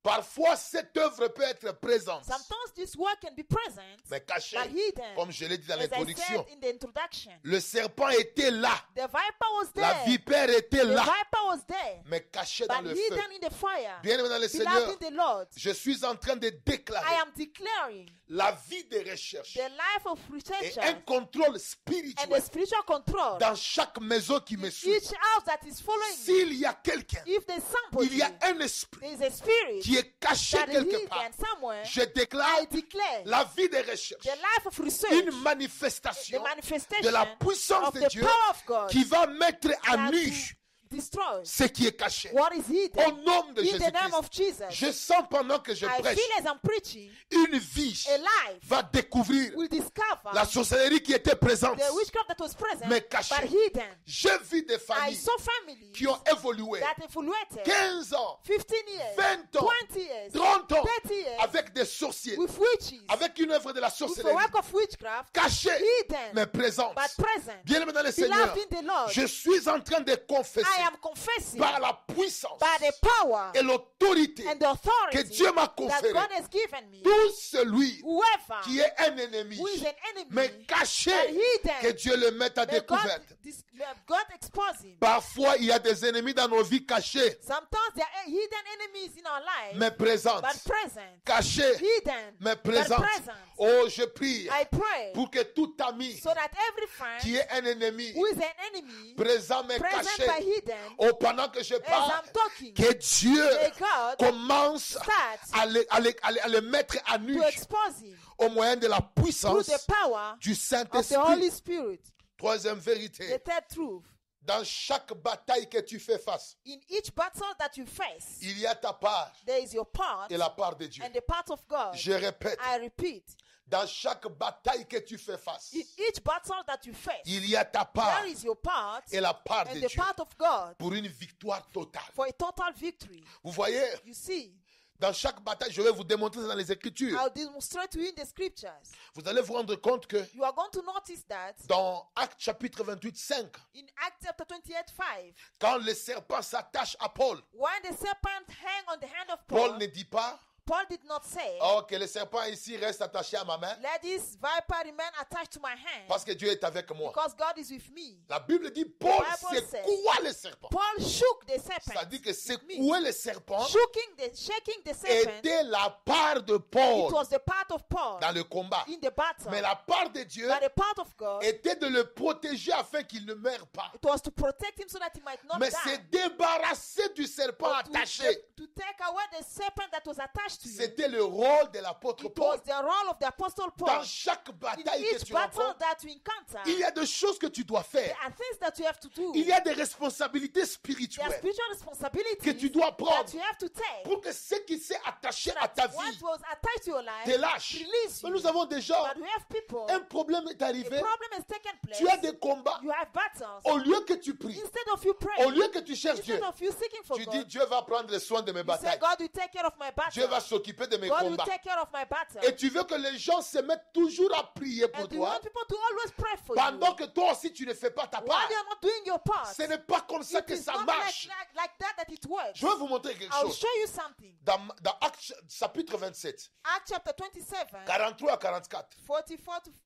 [SPEAKER 2] Parfois, cette œuvre peut être présente,
[SPEAKER 3] Sometimes this work can be present,
[SPEAKER 2] mais cachée,
[SPEAKER 3] but hidden.
[SPEAKER 2] comme je l'ai dit dans
[SPEAKER 3] as I
[SPEAKER 2] l'introduction.
[SPEAKER 3] said in the introduction.
[SPEAKER 2] Le serpent était là,
[SPEAKER 3] The viper was
[SPEAKER 2] la
[SPEAKER 3] there.
[SPEAKER 2] vipère était
[SPEAKER 3] The
[SPEAKER 2] là,
[SPEAKER 3] viper was there,
[SPEAKER 2] mais cachée dans
[SPEAKER 3] but
[SPEAKER 2] le feu.
[SPEAKER 3] hidden in the fire.
[SPEAKER 2] Bien-aimé dans le Seigneur,
[SPEAKER 3] Beloved in the Lord,
[SPEAKER 2] je suis en train de
[SPEAKER 3] I
[SPEAKER 2] déclarer
[SPEAKER 3] am declaring
[SPEAKER 2] la vie des recherches
[SPEAKER 3] the life of
[SPEAKER 2] et
[SPEAKER 3] researchers
[SPEAKER 2] un contrôle
[SPEAKER 3] and the
[SPEAKER 2] spirituel
[SPEAKER 3] spiritual control
[SPEAKER 2] dans chaque maison qui me
[SPEAKER 3] in
[SPEAKER 2] suit.
[SPEAKER 3] each house that is following me.
[SPEAKER 2] S'il y a quelqu'un,
[SPEAKER 3] If there's somebody,
[SPEAKER 2] il y a un esprit
[SPEAKER 3] there is a spirit
[SPEAKER 2] qui est caché
[SPEAKER 3] that is
[SPEAKER 2] quelque
[SPEAKER 3] hidden
[SPEAKER 2] part,
[SPEAKER 3] somewhere.
[SPEAKER 2] je déclare
[SPEAKER 3] I declare
[SPEAKER 2] la vie des recherches,
[SPEAKER 3] the life of research,
[SPEAKER 2] une
[SPEAKER 3] the
[SPEAKER 2] manifestation de
[SPEAKER 3] manifestation
[SPEAKER 2] la puissance
[SPEAKER 3] of
[SPEAKER 2] de
[SPEAKER 3] the
[SPEAKER 2] Dieu
[SPEAKER 3] power of God
[SPEAKER 2] qui va mettre à
[SPEAKER 3] that
[SPEAKER 2] nu
[SPEAKER 3] destroys
[SPEAKER 2] ce qui est caché.
[SPEAKER 3] what is hidden.
[SPEAKER 2] Au nom de
[SPEAKER 3] in the name
[SPEAKER 2] Jésus-Christ,
[SPEAKER 3] of Jesus,
[SPEAKER 2] je sens pendant que je
[SPEAKER 3] I
[SPEAKER 2] prêche,
[SPEAKER 3] feel as I'm preaching,
[SPEAKER 2] une vie
[SPEAKER 3] a life
[SPEAKER 2] va découvrir
[SPEAKER 3] will discover
[SPEAKER 2] la sorcellerie qui était présente.
[SPEAKER 3] the witchcraft that was present
[SPEAKER 2] Mais caché.
[SPEAKER 3] but hidden.
[SPEAKER 2] J'ai vu des
[SPEAKER 3] I
[SPEAKER 2] familles
[SPEAKER 3] saw families
[SPEAKER 2] qui ont évolué
[SPEAKER 3] that evaluated
[SPEAKER 2] 15 ans,
[SPEAKER 3] 15 years,
[SPEAKER 2] 20 ans,
[SPEAKER 3] 20 years,
[SPEAKER 2] 30 ans
[SPEAKER 3] 30 years
[SPEAKER 2] avec des sorciers,
[SPEAKER 3] with witches,
[SPEAKER 2] avec une œuvre de la
[SPEAKER 3] with
[SPEAKER 2] sorcellerie
[SPEAKER 3] the work of witchcraft,
[SPEAKER 2] cachée
[SPEAKER 3] hidden,
[SPEAKER 2] mais présente.
[SPEAKER 3] but present.
[SPEAKER 2] Bien-aimé dans le Seigneur,
[SPEAKER 3] Beloved in the Lord,
[SPEAKER 2] je suis en train de
[SPEAKER 3] I
[SPEAKER 2] confesser
[SPEAKER 3] am confessing
[SPEAKER 2] par la puissance
[SPEAKER 3] by the power
[SPEAKER 2] et l'autorité
[SPEAKER 3] and the authority
[SPEAKER 2] que Dieu m'a
[SPEAKER 3] that
[SPEAKER 2] conféré
[SPEAKER 3] God has given me.
[SPEAKER 2] tout celui
[SPEAKER 3] Whoever
[SPEAKER 2] qui est un ennemi,
[SPEAKER 3] who is an enemy,
[SPEAKER 2] mais caché,
[SPEAKER 3] and hidden,
[SPEAKER 2] que Dieu le mette à
[SPEAKER 3] may God,
[SPEAKER 2] découvert.
[SPEAKER 3] dis- may God expose him.
[SPEAKER 2] Parfois, il y a des ennemis dans nos vies cachés,
[SPEAKER 3] Sometimes there are hidden enemies in our lives,
[SPEAKER 2] mais présents,
[SPEAKER 3] but present,
[SPEAKER 2] cachés,
[SPEAKER 3] hidden,
[SPEAKER 2] mais
[SPEAKER 3] but
[SPEAKER 2] présents.
[SPEAKER 3] present.
[SPEAKER 2] Oh, je prie
[SPEAKER 3] I pray
[SPEAKER 2] pour que tout ami
[SPEAKER 3] so that every friend
[SPEAKER 2] qui est un ennemi,
[SPEAKER 3] who is an enemy,
[SPEAKER 2] présent mais
[SPEAKER 3] present but
[SPEAKER 2] caché,
[SPEAKER 3] hidden,
[SPEAKER 2] oh, pendant que je
[SPEAKER 3] as
[SPEAKER 2] parle,
[SPEAKER 3] I'm talking,
[SPEAKER 2] que Dieu
[SPEAKER 3] may God
[SPEAKER 2] commence
[SPEAKER 3] start
[SPEAKER 2] à le, à le- à le- à le mettre à nu
[SPEAKER 3] to expose him
[SPEAKER 2] au moyen de la
[SPEAKER 3] through
[SPEAKER 2] puissance
[SPEAKER 3] the power
[SPEAKER 2] du
[SPEAKER 3] of the
[SPEAKER 2] Saint-Esprit.
[SPEAKER 3] Holy Spirit.
[SPEAKER 2] Troisième
[SPEAKER 3] The
[SPEAKER 2] vérité,
[SPEAKER 3] third truth.
[SPEAKER 2] dans chaque bataille que tu fais face,
[SPEAKER 3] In each battle that you face,
[SPEAKER 2] il y a ta part
[SPEAKER 3] there is your part
[SPEAKER 2] et la part de Dieu.
[SPEAKER 3] and the part of God.
[SPEAKER 2] Je répète,
[SPEAKER 3] I repeat,
[SPEAKER 2] dans chaque bataille que tu fais face,
[SPEAKER 3] in each battle that you face,
[SPEAKER 2] il y a ta part
[SPEAKER 3] there is your part
[SPEAKER 2] et la part
[SPEAKER 3] and
[SPEAKER 2] de
[SPEAKER 3] the
[SPEAKER 2] Dieu
[SPEAKER 3] part of God
[SPEAKER 2] pour une victoire totale.
[SPEAKER 3] for a total victory.
[SPEAKER 2] Vous voyez,
[SPEAKER 3] You see,
[SPEAKER 2] dans chaque bataille, je vais vous démontrer ça dans les Écritures.
[SPEAKER 3] I'll demonstrate to you in the scriptures.
[SPEAKER 2] Vous allez vous rendre compte que
[SPEAKER 3] You are going to notice that
[SPEAKER 2] dans Acte chapitre 28, 5,
[SPEAKER 3] in Acts chapter 28 5,
[SPEAKER 2] quand le serpent s'attache à Paul,
[SPEAKER 3] when the serpent hang on the hand of Paul,
[SPEAKER 2] Paul ne dit pas
[SPEAKER 3] Paul did not say,
[SPEAKER 2] Oh, que le serpent ici reste attaché à ma main
[SPEAKER 3] Let this viper remain attached to my hand
[SPEAKER 2] parce que Dieu est avec moi.
[SPEAKER 3] because God is with me.
[SPEAKER 2] La Bible dit Paul
[SPEAKER 3] Bible says-
[SPEAKER 2] secoua le serpent.
[SPEAKER 3] Paul shook the
[SPEAKER 2] Ça
[SPEAKER 3] serpent.
[SPEAKER 2] dit que secouer le serpent
[SPEAKER 3] Shaking the, shaking the serpent, it
[SPEAKER 2] était la part de Paul
[SPEAKER 3] was the part of Paul
[SPEAKER 2] dans le combat.
[SPEAKER 3] in the battle.
[SPEAKER 2] Mais la part de Dieu
[SPEAKER 3] But the part of God, it
[SPEAKER 2] était de le protéger afin qu'il ne meure pas.
[SPEAKER 3] was to protect him so that he might not
[SPEAKER 2] Mais
[SPEAKER 3] die.
[SPEAKER 2] se débarrasser du serpent
[SPEAKER 3] But to,
[SPEAKER 2] attaché,
[SPEAKER 3] to take away the serpent that was attached to him.
[SPEAKER 2] c'était le rôle de l'apôtre
[SPEAKER 3] It
[SPEAKER 2] Paul.
[SPEAKER 3] was the role of the apostle Paul.
[SPEAKER 2] Dans chaque
[SPEAKER 3] In
[SPEAKER 2] bataille que
[SPEAKER 3] each
[SPEAKER 2] tu
[SPEAKER 3] battle
[SPEAKER 2] rencontres,
[SPEAKER 3] that you encounter,
[SPEAKER 2] il y a des choses que tu dois
[SPEAKER 3] there
[SPEAKER 2] faire.
[SPEAKER 3] are things that you have to do.
[SPEAKER 2] Il y a des responsabilités
[SPEAKER 3] There are
[SPEAKER 2] spirituelles
[SPEAKER 3] spiritual responsibilities
[SPEAKER 2] que tu dois
[SPEAKER 3] that
[SPEAKER 2] prendre
[SPEAKER 3] you have to take.
[SPEAKER 2] pour que ce qui s'est attaché à
[SPEAKER 3] That
[SPEAKER 2] ta
[SPEAKER 3] what
[SPEAKER 2] vie
[SPEAKER 3] was attached to your life
[SPEAKER 2] te lâche.
[SPEAKER 3] release
[SPEAKER 2] Mais
[SPEAKER 3] you.
[SPEAKER 2] nous avons déjà
[SPEAKER 3] But we have people.
[SPEAKER 2] un problème est
[SPEAKER 3] a
[SPEAKER 2] arrivé.
[SPEAKER 3] problem has taken place.
[SPEAKER 2] Tu as des combats.
[SPEAKER 3] you have battles.
[SPEAKER 2] Au lieu que tu pries,
[SPEAKER 3] Instead of you
[SPEAKER 2] au
[SPEAKER 3] praying,
[SPEAKER 2] lieu que tu cherches Dieu,
[SPEAKER 3] instead of you seeking for
[SPEAKER 2] tu
[SPEAKER 3] God,
[SPEAKER 2] dis Dieu va prendre le soin de mes
[SPEAKER 3] you say,
[SPEAKER 2] batailles.
[SPEAKER 3] God will take care of my battle.
[SPEAKER 2] Dieu va s'occuper de mes
[SPEAKER 3] God will
[SPEAKER 2] combats.
[SPEAKER 3] take care of my battle.
[SPEAKER 2] Et tu veux que les gens se mettent toujours à prier pour
[SPEAKER 3] and you
[SPEAKER 2] toi
[SPEAKER 3] want people to always pray for
[SPEAKER 2] pendant
[SPEAKER 3] you.
[SPEAKER 2] que toi aussi tu ne fais pas ta
[SPEAKER 3] While
[SPEAKER 2] part.
[SPEAKER 3] you are not doing your part,
[SPEAKER 2] Ce n'est pas comme ça
[SPEAKER 3] it
[SPEAKER 2] que
[SPEAKER 3] is
[SPEAKER 2] ça
[SPEAKER 3] not like,
[SPEAKER 2] marche.
[SPEAKER 3] like, like that that it works.
[SPEAKER 2] Je vais vous montrer quelque
[SPEAKER 3] I'll
[SPEAKER 2] chose.
[SPEAKER 3] show you something.
[SPEAKER 2] Dans, dans Actes chapitre 27,
[SPEAKER 3] Acts chapter 27,
[SPEAKER 2] 43 à 44.
[SPEAKER 3] 44 to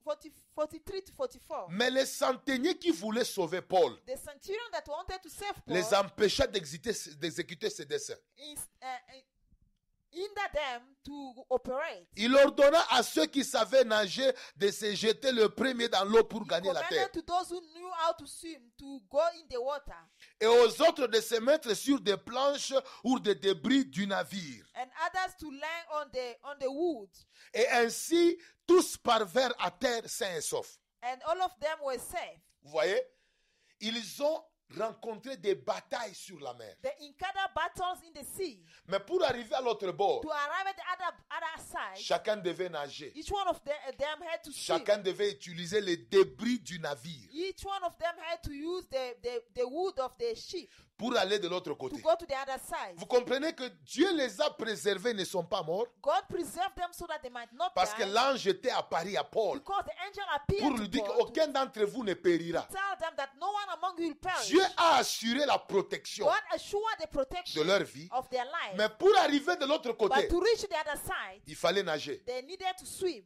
[SPEAKER 3] 40, 43 to 44.
[SPEAKER 2] Mais les centeniers qui voulaient sauver Paul
[SPEAKER 3] The centurion that wanted to save Paul
[SPEAKER 2] les empêcha d'exécuter d'exécuter ses desseins.
[SPEAKER 3] is, uh, uh, hindered them to operate.
[SPEAKER 2] Il ordonna à ceux qui savaient nager de se jeter le premier dans l'eau pour gagner la terre
[SPEAKER 3] commanded to those who knew how to swim to go in the water
[SPEAKER 2] et aux autres de se mettre sur des planches ou des débris du navire.
[SPEAKER 3] and others to lie on the on the wood
[SPEAKER 2] Et ainsi, tous parvinrent à terre sains et saufs.
[SPEAKER 3] and all of them were safe
[SPEAKER 2] Vous voyez Ils ont rencontré des batailles sur la mer.
[SPEAKER 3] they encountered battles in the sea
[SPEAKER 2] Mais pour arriver à l'autre
[SPEAKER 3] to
[SPEAKER 2] bord,
[SPEAKER 3] arrive at the other other side
[SPEAKER 2] chacun devait nager.
[SPEAKER 3] each one of the- uh, them had to swim
[SPEAKER 2] Chacun devait utiliser les débris du navire
[SPEAKER 3] each one of them had to use the the, the wood of the ship
[SPEAKER 2] pour aller de l'autre
[SPEAKER 3] to
[SPEAKER 2] côté.
[SPEAKER 3] go to the other side
[SPEAKER 2] Vous comprenez que Dieu les a préservés, ils ne sont pas morts,
[SPEAKER 3] god preserved them so that they might not
[SPEAKER 2] parce que
[SPEAKER 3] die
[SPEAKER 2] l'ange était à Paris à Paul
[SPEAKER 3] because the angel
[SPEAKER 2] pour
[SPEAKER 3] appeared
[SPEAKER 2] lui
[SPEAKER 3] to
[SPEAKER 2] dire
[SPEAKER 3] Paul
[SPEAKER 2] qu'aucun d'entre vous ne périra.
[SPEAKER 3] to tell them that no one among you will perish
[SPEAKER 2] Dieu a assuré la protection
[SPEAKER 3] god assured the protection
[SPEAKER 2] de leur vie,
[SPEAKER 3] of their life
[SPEAKER 2] mais pour arriver de l'autre côté,
[SPEAKER 3] But to reach the other side,
[SPEAKER 2] il fallait nager.
[SPEAKER 3] they needed to swim.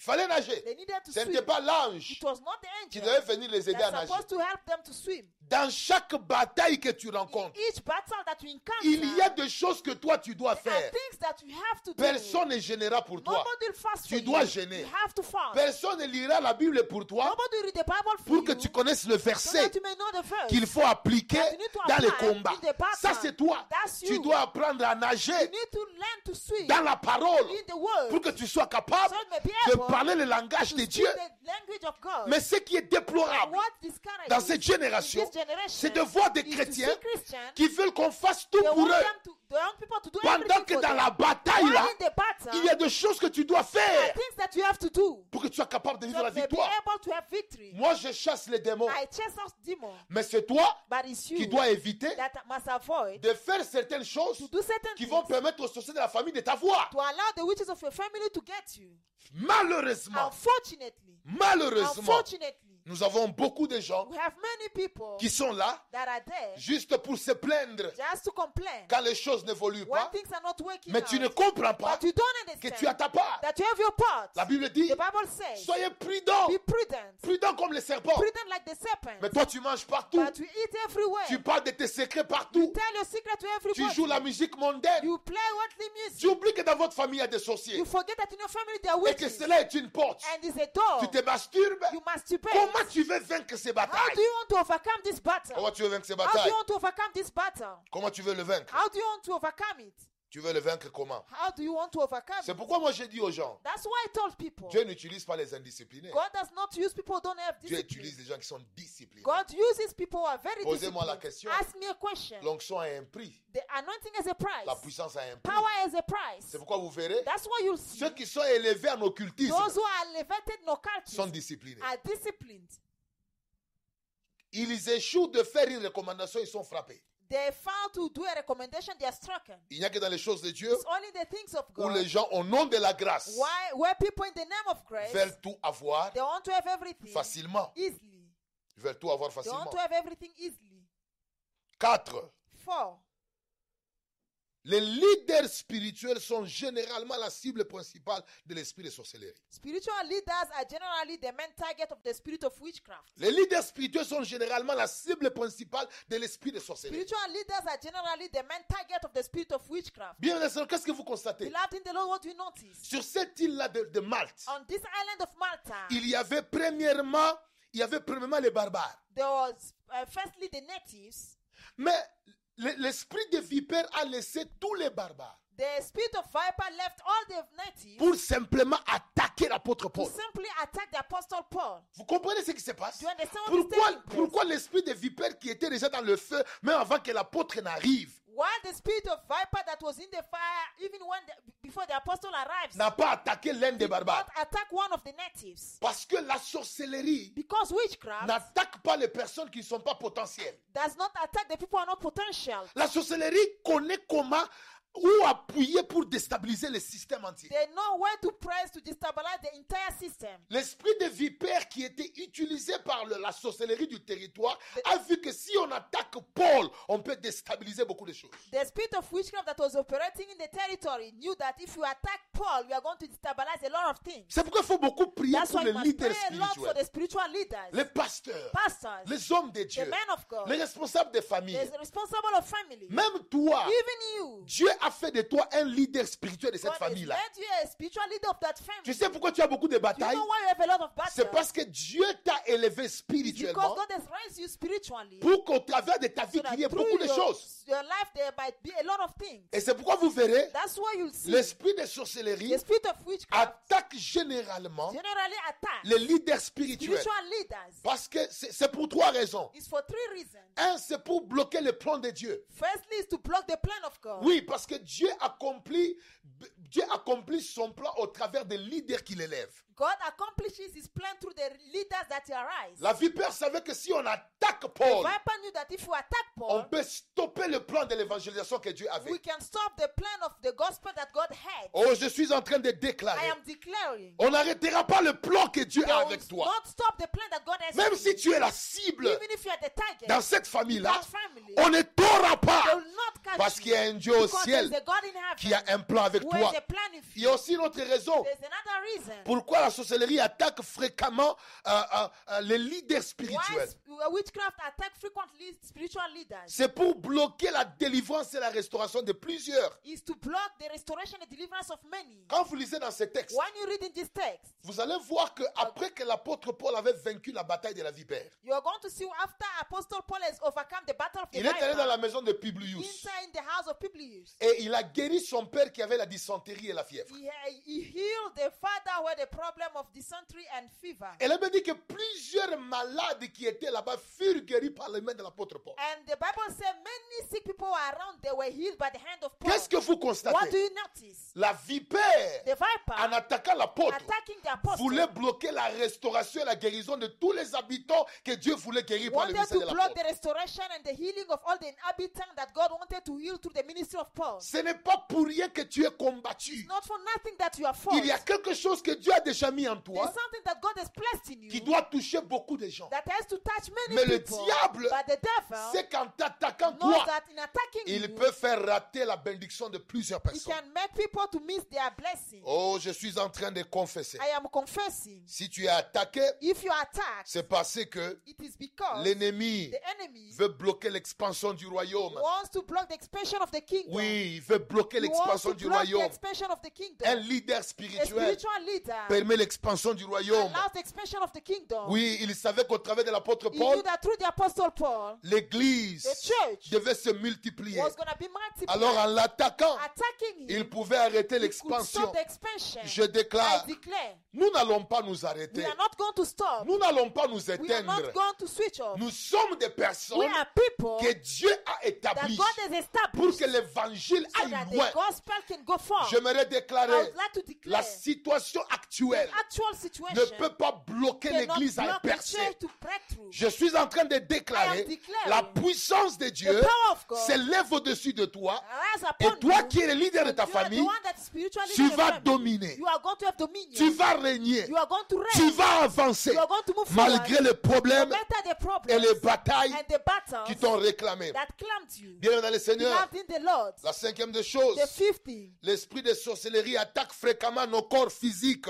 [SPEAKER 2] Il fallait nager.
[SPEAKER 3] They needed to
[SPEAKER 2] Ce
[SPEAKER 3] swim.
[SPEAKER 2] n'était pas l'ange
[SPEAKER 3] It was not the
[SPEAKER 2] qui
[SPEAKER 3] angel
[SPEAKER 2] devait venir les aider à
[SPEAKER 3] that's
[SPEAKER 2] nager.
[SPEAKER 3] supposed to help them to swim.
[SPEAKER 2] Dans chaque bataille que tu
[SPEAKER 3] In
[SPEAKER 2] rencontres,
[SPEAKER 3] each battle that you encounter,
[SPEAKER 2] il y a des choses que toi tu dois
[SPEAKER 3] there are
[SPEAKER 2] faire.
[SPEAKER 3] things that you have to do.
[SPEAKER 2] Personne ne gênera pour toi.
[SPEAKER 3] Nobody will fast
[SPEAKER 2] Tu
[SPEAKER 3] for
[SPEAKER 2] dois
[SPEAKER 3] you.
[SPEAKER 2] gêner.
[SPEAKER 3] You have to fast.
[SPEAKER 2] Personne ne lira la Bible pour toi
[SPEAKER 3] Nobody will read the Bible for
[SPEAKER 2] pour que
[SPEAKER 3] you
[SPEAKER 2] tu connaisses le
[SPEAKER 3] so
[SPEAKER 2] verset
[SPEAKER 3] that you may know the verse.
[SPEAKER 2] qu'il faut appliquer
[SPEAKER 3] That you need to
[SPEAKER 2] dans les
[SPEAKER 3] apply
[SPEAKER 2] combats.
[SPEAKER 3] in the battle.
[SPEAKER 2] Ça, c'est toi.
[SPEAKER 3] That's
[SPEAKER 2] Tu
[SPEAKER 3] you.
[SPEAKER 2] dois apprendre à
[SPEAKER 3] You
[SPEAKER 2] nager
[SPEAKER 3] need to learn to swim
[SPEAKER 2] dans la parole
[SPEAKER 3] in the word
[SPEAKER 2] pour que tu sois capable
[SPEAKER 3] so you may be
[SPEAKER 2] de
[SPEAKER 3] able
[SPEAKER 2] parler le langage
[SPEAKER 3] to
[SPEAKER 2] de
[SPEAKER 3] speak
[SPEAKER 2] Dieu.
[SPEAKER 3] the language of God.
[SPEAKER 2] Mais ce qui est déplorable
[SPEAKER 3] What discourages
[SPEAKER 2] dans cette
[SPEAKER 3] in
[SPEAKER 2] génération,
[SPEAKER 3] this generation
[SPEAKER 2] c'est de voir des
[SPEAKER 3] is to
[SPEAKER 2] chrétiens
[SPEAKER 3] see Christians
[SPEAKER 2] qui veulent qu'on fasse tout
[SPEAKER 3] They
[SPEAKER 2] pour
[SPEAKER 3] want
[SPEAKER 2] eux.
[SPEAKER 3] them to, they want people to do
[SPEAKER 2] Pendant
[SPEAKER 3] everything
[SPEAKER 2] que
[SPEAKER 3] for
[SPEAKER 2] dans
[SPEAKER 3] them.
[SPEAKER 2] la bataille,
[SPEAKER 3] While
[SPEAKER 2] là,
[SPEAKER 3] in the Ah, battle,
[SPEAKER 2] il y a des choses que tu dois
[SPEAKER 3] there are
[SPEAKER 2] faire
[SPEAKER 3] things that you have to do
[SPEAKER 2] pour que tu sois capable de
[SPEAKER 3] so
[SPEAKER 2] vivre la
[SPEAKER 3] you may be
[SPEAKER 2] victoire.
[SPEAKER 3] able to have victory.
[SPEAKER 2] Moi, je chasse les démons,
[SPEAKER 3] I chase out demon,
[SPEAKER 2] mais c'est toi
[SPEAKER 3] but it's you
[SPEAKER 2] qui dois éviter
[SPEAKER 3] that must avoid
[SPEAKER 2] de faire certaines choses
[SPEAKER 3] to do certain
[SPEAKER 2] qui
[SPEAKER 3] things
[SPEAKER 2] vont permettre aux sorciers de la famille de t'avoir.
[SPEAKER 3] to allow the witches of your family to get you.
[SPEAKER 2] Malheureusement,
[SPEAKER 3] Unfortunately,
[SPEAKER 2] malheureusement,
[SPEAKER 3] unfortunately,
[SPEAKER 2] nous avons beaucoup de gens
[SPEAKER 3] we have many people
[SPEAKER 2] qui sont là
[SPEAKER 3] that are there
[SPEAKER 2] juste pour se plaindre
[SPEAKER 3] just to complain
[SPEAKER 2] quand les choses n'évoluent
[SPEAKER 3] when
[SPEAKER 2] pas,
[SPEAKER 3] things are not working
[SPEAKER 2] mais tu ne
[SPEAKER 3] out.
[SPEAKER 2] comprends pas
[SPEAKER 3] But you don't
[SPEAKER 2] que
[SPEAKER 3] understand
[SPEAKER 2] tu as ta part.
[SPEAKER 3] that you have your part.
[SPEAKER 2] La Bible dit,
[SPEAKER 3] the Bible says,
[SPEAKER 2] soyez prudents,
[SPEAKER 3] be prudent,
[SPEAKER 2] prudents comme les serpents.
[SPEAKER 3] prudent like the serpent.
[SPEAKER 2] Mais toi, tu manges partout,
[SPEAKER 3] But you eat everywhere.
[SPEAKER 2] tu parles de tes secrets
[SPEAKER 3] you
[SPEAKER 2] partout,
[SPEAKER 3] tell your secret to
[SPEAKER 2] tu
[SPEAKER 3] everybody.
[SPEAKER 2] joues la musique mondaine,
[SPEAKER 3] You play worldly music.
[SPEAKER 2] tu oublies que dans votre famille, il y a des sorciers
[SPEAKER 3] You forget that in your family there are
[SPEAKER 2] et que
[SPEAKER 3] witches.
[SPEAKER 2] cela est une porte.
[SPEAKER 3] And it's a door.
[SPEAKER 2] Tu te masturbes.
[SPEAKER 3] You masturbate.
[SPEAKER 2] Comment tu veux vaincre ces
[SPEAKER 3] How do
[SPEAKER 2] batailles
[SPEAKER 3] you want to overcome this battle?
[SPEAKER 2] Comment tu veux vaincre ces
[SPEAKER 3] How do
[SPEAKER 2] batailles
[SPEAKER 3] you want to overcome this battle?
[SPEAKER 2] Comment tu veux le vaincre
[SPEAKER 3] How do you want to overcome it?
[SPEAKER 2] Tu veux le vaincre comment
[SPEAKER 3] How do you want to overcome?
[SPEAKER 2] C'est
[SPEAKER 3] it?
[SPEAKER 2] pourquoi moi j'ai dit aux gens,
[SPEAKER 3] That's why I told people
[SPEAKER 2] Dieu n'utilise pas les indisciplinés.
[SPEAKER 3] God does not use people who don't have
[SPEAKER 2] Dieu
[SPEAKER 3] discipline.
[SPEAKER 2] utilise les gens qui sont disciplinés.
[SPEAKER 3] God uses people who are very
[SPEAKER 2] Posez-moi la
[SPEAKER 3] disciplined.
[SPEAKER 2] question.
[SPEAKER 3] Ask me a question.
[SPEAKER 2] L'onction a un prix.
[SPEAKER 3] The anointing is a
[SPEAKER 2] La
[SPEAKER 3] price.
[SPEAKER 2] puissance a un prix.
[SPEAKER 3] Power is a price.
[SPEAKER 2] C'est pourquoi vous verrez,
[SPEAKER 3] That's why you'll see.
[SPEAKER 2] ceux qui sont élevés en occultisme
[SPEAKER 3] Those who are elevated in
[SPEAKER 2] sont
[SPEAKER 3] occultism
[SPEAKER 2] disciplinés.
[SPEAKER 3] are disciplined.
[SPEAKER 2] Ils échouent de faire une recommandation, ils sont frappés.
[SPEAKER 3] They fail to do a recommendation, they are stricken.
[SPEAKER 2] Il n'y a que dans les choses de Dieu
[SPEAKER 3] It's only the things of
[SPEAKER 2] où
[SPEAKER 3] oh God.
[SPEAKER 2] les gens, au nom de la grâce,
[SPEAKER 3] Why, where people in the name of grace,
[SPEAKER 2] veulent tout avoir
[SPEAKER 3] they want to have everything
[SPEAKER 2] facilement.
[SPEAKER 3] easily.
[SPEAKER 2] Ils veulent tout avoir
[SPEAKER 3] They
[SPEAKER 2] facilement.
[SPEAKER 3] want to have everything easily.
[SPEAKER 2] Quatre,
[SPEAKER 3] Four.
[SPEAKER 2] les leaders spirituels sont généralement la cible principale de l'esprit de sorcellerie.
[SPEAKER 3] Spiritual leaders are generally the main target of the spirit of witchcraft.
[SPEAKER 2] Les leaders spirituels sont généralement la cible principale de l'esprit de sorcellerie.
[SPEAKER 3] Spiritual leaders are generally the main target of the spirit of witchcraft.
[SPEAKER 2] Bien, les sœurs, qu'est-ce que vous constatez
[SPEAKER 3] Beloved in the Lord, what do you notice?
[SPEAKER 2] Sur cette île-là de, de Malte,
[SPEAKER 3] On this island of Malta,
[SPEAKER 2] il y avait premièrement, il y avait premièrement les barbares.
[SPEAKER 3] there was uh, firstly the natives.
[SPEAKER 2] Mais le- l'esprit de vipère a laissé tous les barbares
[SPEAKER 3] The spirit of viper left all the natives
[SPEAKER 2] pour simplement attaquer l'apôtre
[SPEAKER 3] to
[SPEAKER 2] Paul.
[SPEAKER 3] simply attack the apostle Paul.
[SPEAKER 2] Vous comprenez ce qui se passe
[SPEAKER 3] Do you understand what is
[SPEAKER 2] Pourquoi,
[SPEAKER 3] taking place?
[SPEAKER 2] pourquoi l'esprit de vipère qui était déjà dans le feu, même avant que l'apôtre n'arrive,
[SPEAKER 3] While the spirit of viper that was in the fire, even when the, before the apostle arrives,
[SPEAKER 2] n'a pas attaqué l'un des barbares
[SPEAKER 3] not attack one of the natives.
[SPEAKER 2] Parce que la sorcellerie
[SPEAKER 3] Because witchcraft
[SPEAKER 2] n'attaque pas les personnes qui ne sont pas potentielles.
[SPEAKER 3] does not attack the people who are not potential.
[SPEAKER 2] La sorcellerie connaît comment ou appuyer pour déstabiliser le système entier.
[SPEAKER 3] They know where to press to destabilize the entire system.
[SPEAKER 2] L'esprit de vipère qui était utilisé par le- la sorcellerie du territoire a vu que si on attaque Paul, on peut déstabiliser beaucoup de choses.
[SPEAKER 3] The spirit of witchcraft that was operating in the territory knew that if you attack Paul, you are going to destabilize a lot of things.
[SPEAKER 2] C'est pourquoi il faut beaucoup prier
[SPEAKER 3] That's
[SPEAKER 2] pour
[SPEAKER 3] why
[SPEAKER 2] les
[SPEAKER 3] you must pray
[SPEAKER 2] leaders
[SPEAKER 3] a lot for
[SPEAKER 2] spirituels,
[SPEAKER 3] the spiritual leaders,
[SPEAKER 2] les pasteurs,
[SPEAKER 3] pastors,
[SPEAKER 2] les hommes de Dieu,
[SPEAKER 3] the men of God,
[SPEAKER 2] les responsables des familles.
[SPEAKER 3] the responsible of family,
[SPEAKER 2] Même toi,
[SPEAKER 3] even you.
[SPEAKER 2] Dieu a fait de toi un leader spirituel de cette
[SPEAKER 3] God has made
[SPEAKER 2] famille-là.
[SPEAKER 3] you a spiritual leader of that family.
[SPEAKER 2] Tu sais pourquoi tu as beaucoup de
[SPEAKER 3] Do you
[SPEAKER 2] batailles
[SPEAKER 3] know why you have a lot of
[SPEAKER 2] C'est
[SPEAKER 3] battles?
[SPEAKER 2] parce que Dieu t'a élevé
[SPEAKER 3] It's because
[SPEAKER 2] spirituellement
[SPEAKER 3] God has raised you spiritually.
[SPEAKER 2] pour qu'au travers de ta vie,
[SPEAKER 3] so
[SPEAKER 2] qu'il
[SPEAKER 3] that
[SPEAKER 2] y ait
[SPEAKER 3] through
[SPEAKER 2] beaucoup de
[SPEAKER 3] your,
[SPEAKER 2] choses.
[SPEAKER 3] your life there might be a lot of things.
[SPEAKER 2] Et c'est pourquoi vous verrez,
[SPEAKER 3] That's why you'll see
[SPEAKER 2] l'esprit de sorcellerie
[SPEAKER 3] the spirit of witchcraft
[SPEAKER 2] attaque généralement
[SPEAKER 3] generally attack
[SPEAKER 2] les leaders spirituels.
[SPEAKER 3] spiritual leaders.
[SPEAKER 2] Parce que c'est c'est pour trois raisons.
[SPEAKER 3] It's for three reasons.
[SPEAKER 2] Un, c'est pour bloquer le plan de Dieu.
[SPEAKER 3] Firstly, is to block the plan of God.
[SPEAKER 2] Oui, parce que Dieu accomplit, Dieu accomplit son plan au travers des leaders qu'il élève.
[SPEAKER 3] God accomplishes his plan through the leaders that he arise.
[SPEAKER 2] La vipère savait que si on attaque
[SPEAKER 3] The
[SPEAKER 2] Paul,
[SPEAKER 3] viper knew that if you attack
[SPEAKER 2] on
[SPEAKER 3] Paul,
[SPEAKER 2] peut stopper le plan de l'évangélisation que Dieu
[SPEAKER 3] we
[SPEAKER 2] avait.
[SPEAKER 3] can stop the plan of the gospel that God had.
[SPEAKER 2] Oh, je suis en train de
[SPEAKER 3] I
[SPEAKER 2] déclarer.
[SPEAKER 3] am declaring.
[SPEAKER 2] On n'arrêtera pas le plan que Dieu
[SPEAKER 3] They
[SPEAKER 2] a
[SPEAKER 3] will
[SPEAKER 2] avec toi.
[SPEAKER 3] Not stop the plan that God has
[SPEAKER 2] Même
[SPEAKER 3] for
[SPEAKER 2] si
[SPEAKER 3] you.
[SPEAKER 2] tu es la cible
[SPEAKER 3] Even if you are the target,
[SPEAKER 2] dans cette famille-là,
[SPEAKER 3] that family,
[SPEAKER 2] on ne t'aura
[SPEAKER 3] they
[SPEAKER 2] pas.
[SPEAKER 3] will not catch
[SPEAKER 2] Parce
[SPEAKER 3] you.
[SPEAKER 2] qu'il y a un Dieu au
[SPEAKER 3] Because there is
[SPEAKER 2] ciel
[SPEAKER 3] a God in heaven
[SPEAKER 2] qui a un plan avec
[SPEAKER 3] who has
[SPEAKER 2] toi.
[SPEAKER 3] a plan with
[SPEAKER 2] Il y a
[SPEAKER 3] you.
[SPEAKER 2] aussi une autre raison
[SPEAKER 3] There's another reason.
[SPEAKER 2] pourquoi la sorcellerie attaque fréquemment euh, euh, euh, les leaders
[SPEAKER 3] Why
[SPEAKER 2] spirituels.
[SPEAKER 3] s- witchcraft attack frequently spiritual leaders
[SPEAKER 2] C'est pour bloquer la délivrance et la restauration de plusieurs.
[SPEAKER 3] is to block the restoration and deliverance of many.
[SPEAKER 2] Quand vous lisez dans ces textes,
[SPEAKER 3] When you read in this text,
[SPEAKER 2] vous allez voir que après que l'apôtre Paul avait vaincu la bataille de la vipère,
[SPEAKER 3] you are going to see after Apostle Paul has overcome the battle of the
[SPEAKER 2] il est allé dans
[SPEAKER 3] Bible,
[SPEAKER 2] la maison de Publius
[SPEAKER 3] inside in the house of Publius,
[SPEAKER 2] et il a guéri son père qui avait la dysenterie et la fièvre.
[SPEAKER 3] he, eh, he healed the father who had a problem of dysentery and fever.
[SPEAKER 2] Elle avait dit que plusieurs malades qui étaient là-bas furent guéris par les mains de l'apôtre Paul.
[SPEAKER 3] And the Bible said many sick people were around, they were healed by the hand of Paul.
[SPEAKER 2] Qu'est-ce que vous
[SPEAKER 3] What do
[SPEAKER 2] constatez
[SPEAKER 3] you notice?
[SPEAKER 2] La
[SPEAKER 3] The
[SPEAKER 2] vipère, en
[SPEAKER 3] viper
[SPEAKER 2] attaquant l'apôtre,
[SPEAKER 3] attacking the apostle
[SPEAKER 2] voulait bloquer la restauration et la guérison de tous les habitants que Dieu voulait guérir par le
[SPEAKER 3] wanted
[SPEAKER 2] ministère
[SPEAKER 3] to
[SPEAKER 2] de
[SPEAKER 3] block
[SPEAKER 2] l'apôtre.
[SPEAKER 3] the restoration and the healing of all the inhabitants that God wanted to heal through the ministry of Paul.
[SPEAKER 2] Ce n'est pas pour rien que tu es combattu.
[SPEAKER 3] Not for nothing that you are for.
[SPEAKER 2] Il y a quelque chose que Dieu a déjà mis en
[SPEAKER 3] There's
[SPEAKER 2] toi
[SPEAKER 3] something that God has placed in you
[SPEAKER 2] qui doit toucher beaucoup de gens.
[SPEAKER 3] that has to touch many
[SPEAKER 2] Mais le
[SPEAKER 3] people.
[SPEAKER 2] diable
[SPEAKER 3] but the devil
[SPEAKER 2] C'est qu'en t'attaquant
[SPEAKER 3] knows
[SPEAKER 2] toi,
[SPEAKER 3] that in attacking
[SPEAKER 2] il
[SPEAKER 3] you,
[SPEAKER 2] peut faire rater la bénédiction de plusieurs
[SPEAKER 3] he
[SPEAKER 2] personnes.
[SPEAKER 3] can make people to miss their blessing.
[SPEAKER 2] Oh, je suis en train de confesser.
[SPEAKER 3] I am confessing.
[SPEAKER 2] Si tu es attaqué,
[SPEAKER 3] If you attack,
[SPEAKER 2] c'est parce que
[SPEAKER 3] it is because
[SPEAKER 2] l'ennemi
[SPEAKER 3] the enemy
[SPEAKER 2] veut bloquer l'expansion du royaume.
[SPEAKER 3] wants to block the expansion of the kingdom.
[SPEAKER 2] Oui, il veut bloquer
[SPEAKER 3] He wants
[SPEAKER 2] l'expansion
[SPEAKER 3] to
[SPEAKER 2] du
[SPEAKER 3] block the
[SPEAKER 2] royaume.
[SPEAKER 3] expansion of the kingdom.
[SPEAKER 2] Un leader
[SPEAKER 3] a
[SPEAKER 2] spirituel
[SPEAKER 3] spiritual leader
[SPEAKER 2] permet l'expansion du royaume.
[SPEAKER 3] allows the expansion of the kingdom.
[SPEAKER 2] Oui, il savait qu'au travers de l'apôtre
[SPEAKER 3] He
[SPEAKER 2] Paul,
[SPEAKER 3] knew that through the apostle Paul,
[SPEAKER 2] l'église
[SPEAKER 3] the church
[SPEAKER 2] devait se multiplier.
[SPEAKER 3] was going to be multiplied.
[SPEAKER 2] Alors en l'attaquant,
[SPEAKER 3] attacking him,
[SPEAKER 2] il pouvait arrêter
[SPEAKER 3] he could
[SPEAKER 2] l'expansion.
[SPEAKER 3] stop the expansion.
[SPEAKER 2] Je
[SPEAKER 3] I
[SPEAKER 2] déclare,
[SPEAKER 3] declare,
[SPEAKER 2] nous n'allons pas nous
[SPEAKER 3] we
[SPEAKER 2] arrêter.
[SPEAKER 3] are not going to stop.
[SPEAKER 2] Nous n'allons pas nous
[SPEAKER 3] we are
[SPEAKER 2] éteindre.
[SPEAKER 3] not going to switch off.
[SPEAKER 2] Nous sommes des
[SPEAKER 3] we
[SPEAKER 2] personnes
[SPEAKER 3] are people
[SPEAKER 2] que Dieu a
[SPEAKER 3] that
[SPEAKER 2] établies
[SPEAKER 3] God has
[SPEAKER 2] pour
[SPEAKER 3] established
[SPEAKER 2] que l'évangile
[SPEAKER 3] so that
[SPEAKER 2] aille
[SPEAKER 3] the
[SPEAKER 2] loin.
[SPEAKER 3] gospel can go forth.
[SPEAKER 2] J'aimerais
[SPEAKER 3] I
[SPEAKER 2] déclarer
[SPEAKER 3] would like to
[SPEAKER 2] la
[SPEAKER 3] declare
[SPEAKER 2] situation actuelle
[SPEAKER 3] the actual
[SPEAKER 2] ne
[SPEAKER 3] situation
[SPEAKER 2] peut pas bloquer
[SPEAKER 3] cannot
[SPEAKER 2] l'église à
[SPEAKER 3] block the
[SPEAKER 2] percer.
[SPEAKER 3] church to break through.
[SPEAKER 2] Je suis en train de
[SPEAKER 3] I
[SPEAKER 2] déclarer
[SPEAKER 3] am declaring
[SPEAKER 2] la puissance de Dieu
[SPEAKER 3] the power of God
[SPEAKER 2] s'élève au-dessus de toi
[SPEAKER 3] Arise
[SPEAKER 2] et
[SPEAKER 3] upon
[SPEAKER 2] toi
[SPEAKER 3] you,
[SPEAKER 2] qui es le leader de
[SPEAKER 3] and
[SPEAKER 2] ta
[SPEAKER 3] you are the
[SPEAKER 2] famille,
[SPEAKER 3] one that spiritually
[SPEAKER 2] tu
[SPEAKER 3] is your
[SPEAKER 2] vas
[SPEAKER 3] family.
[SPEAKER 2] dominer.
[SPEAKER 3] You are going to have dominion.
[SPEAKER 2] tu vas régner,
[SPEAKER 3] you are going to
[SPEAKER 2] tu
[SPEAKER 3] reign.
[SPEAKER 2] vas avancer
[SPEAKER 3] you are going to move
[SPEAKER 2] malgré
[SPEAKER 3] forward,
[SPEAKER 2] les problèmes
[SPEAKER 3] no matter the
[SPEAKER 2] et
[SPEAKER 3] problems
[SPEAKER 2] les batailles
[SPEAKER 3] and the battles
[SPEAKER 2] qui t'ont réclamé.
[SPEAKER 3] that clamped you.
[SPEAKER 2] Bien dans le Seigneur,
[SPEAKER 3] Loved in the Lord.
[SPEAKER 2] la cinquième des choses,
[SPEAKER 3] The fifth thing,
[SPEAKER 2] l'esprit de sorcellerie attaque fréquemment nos corps physiques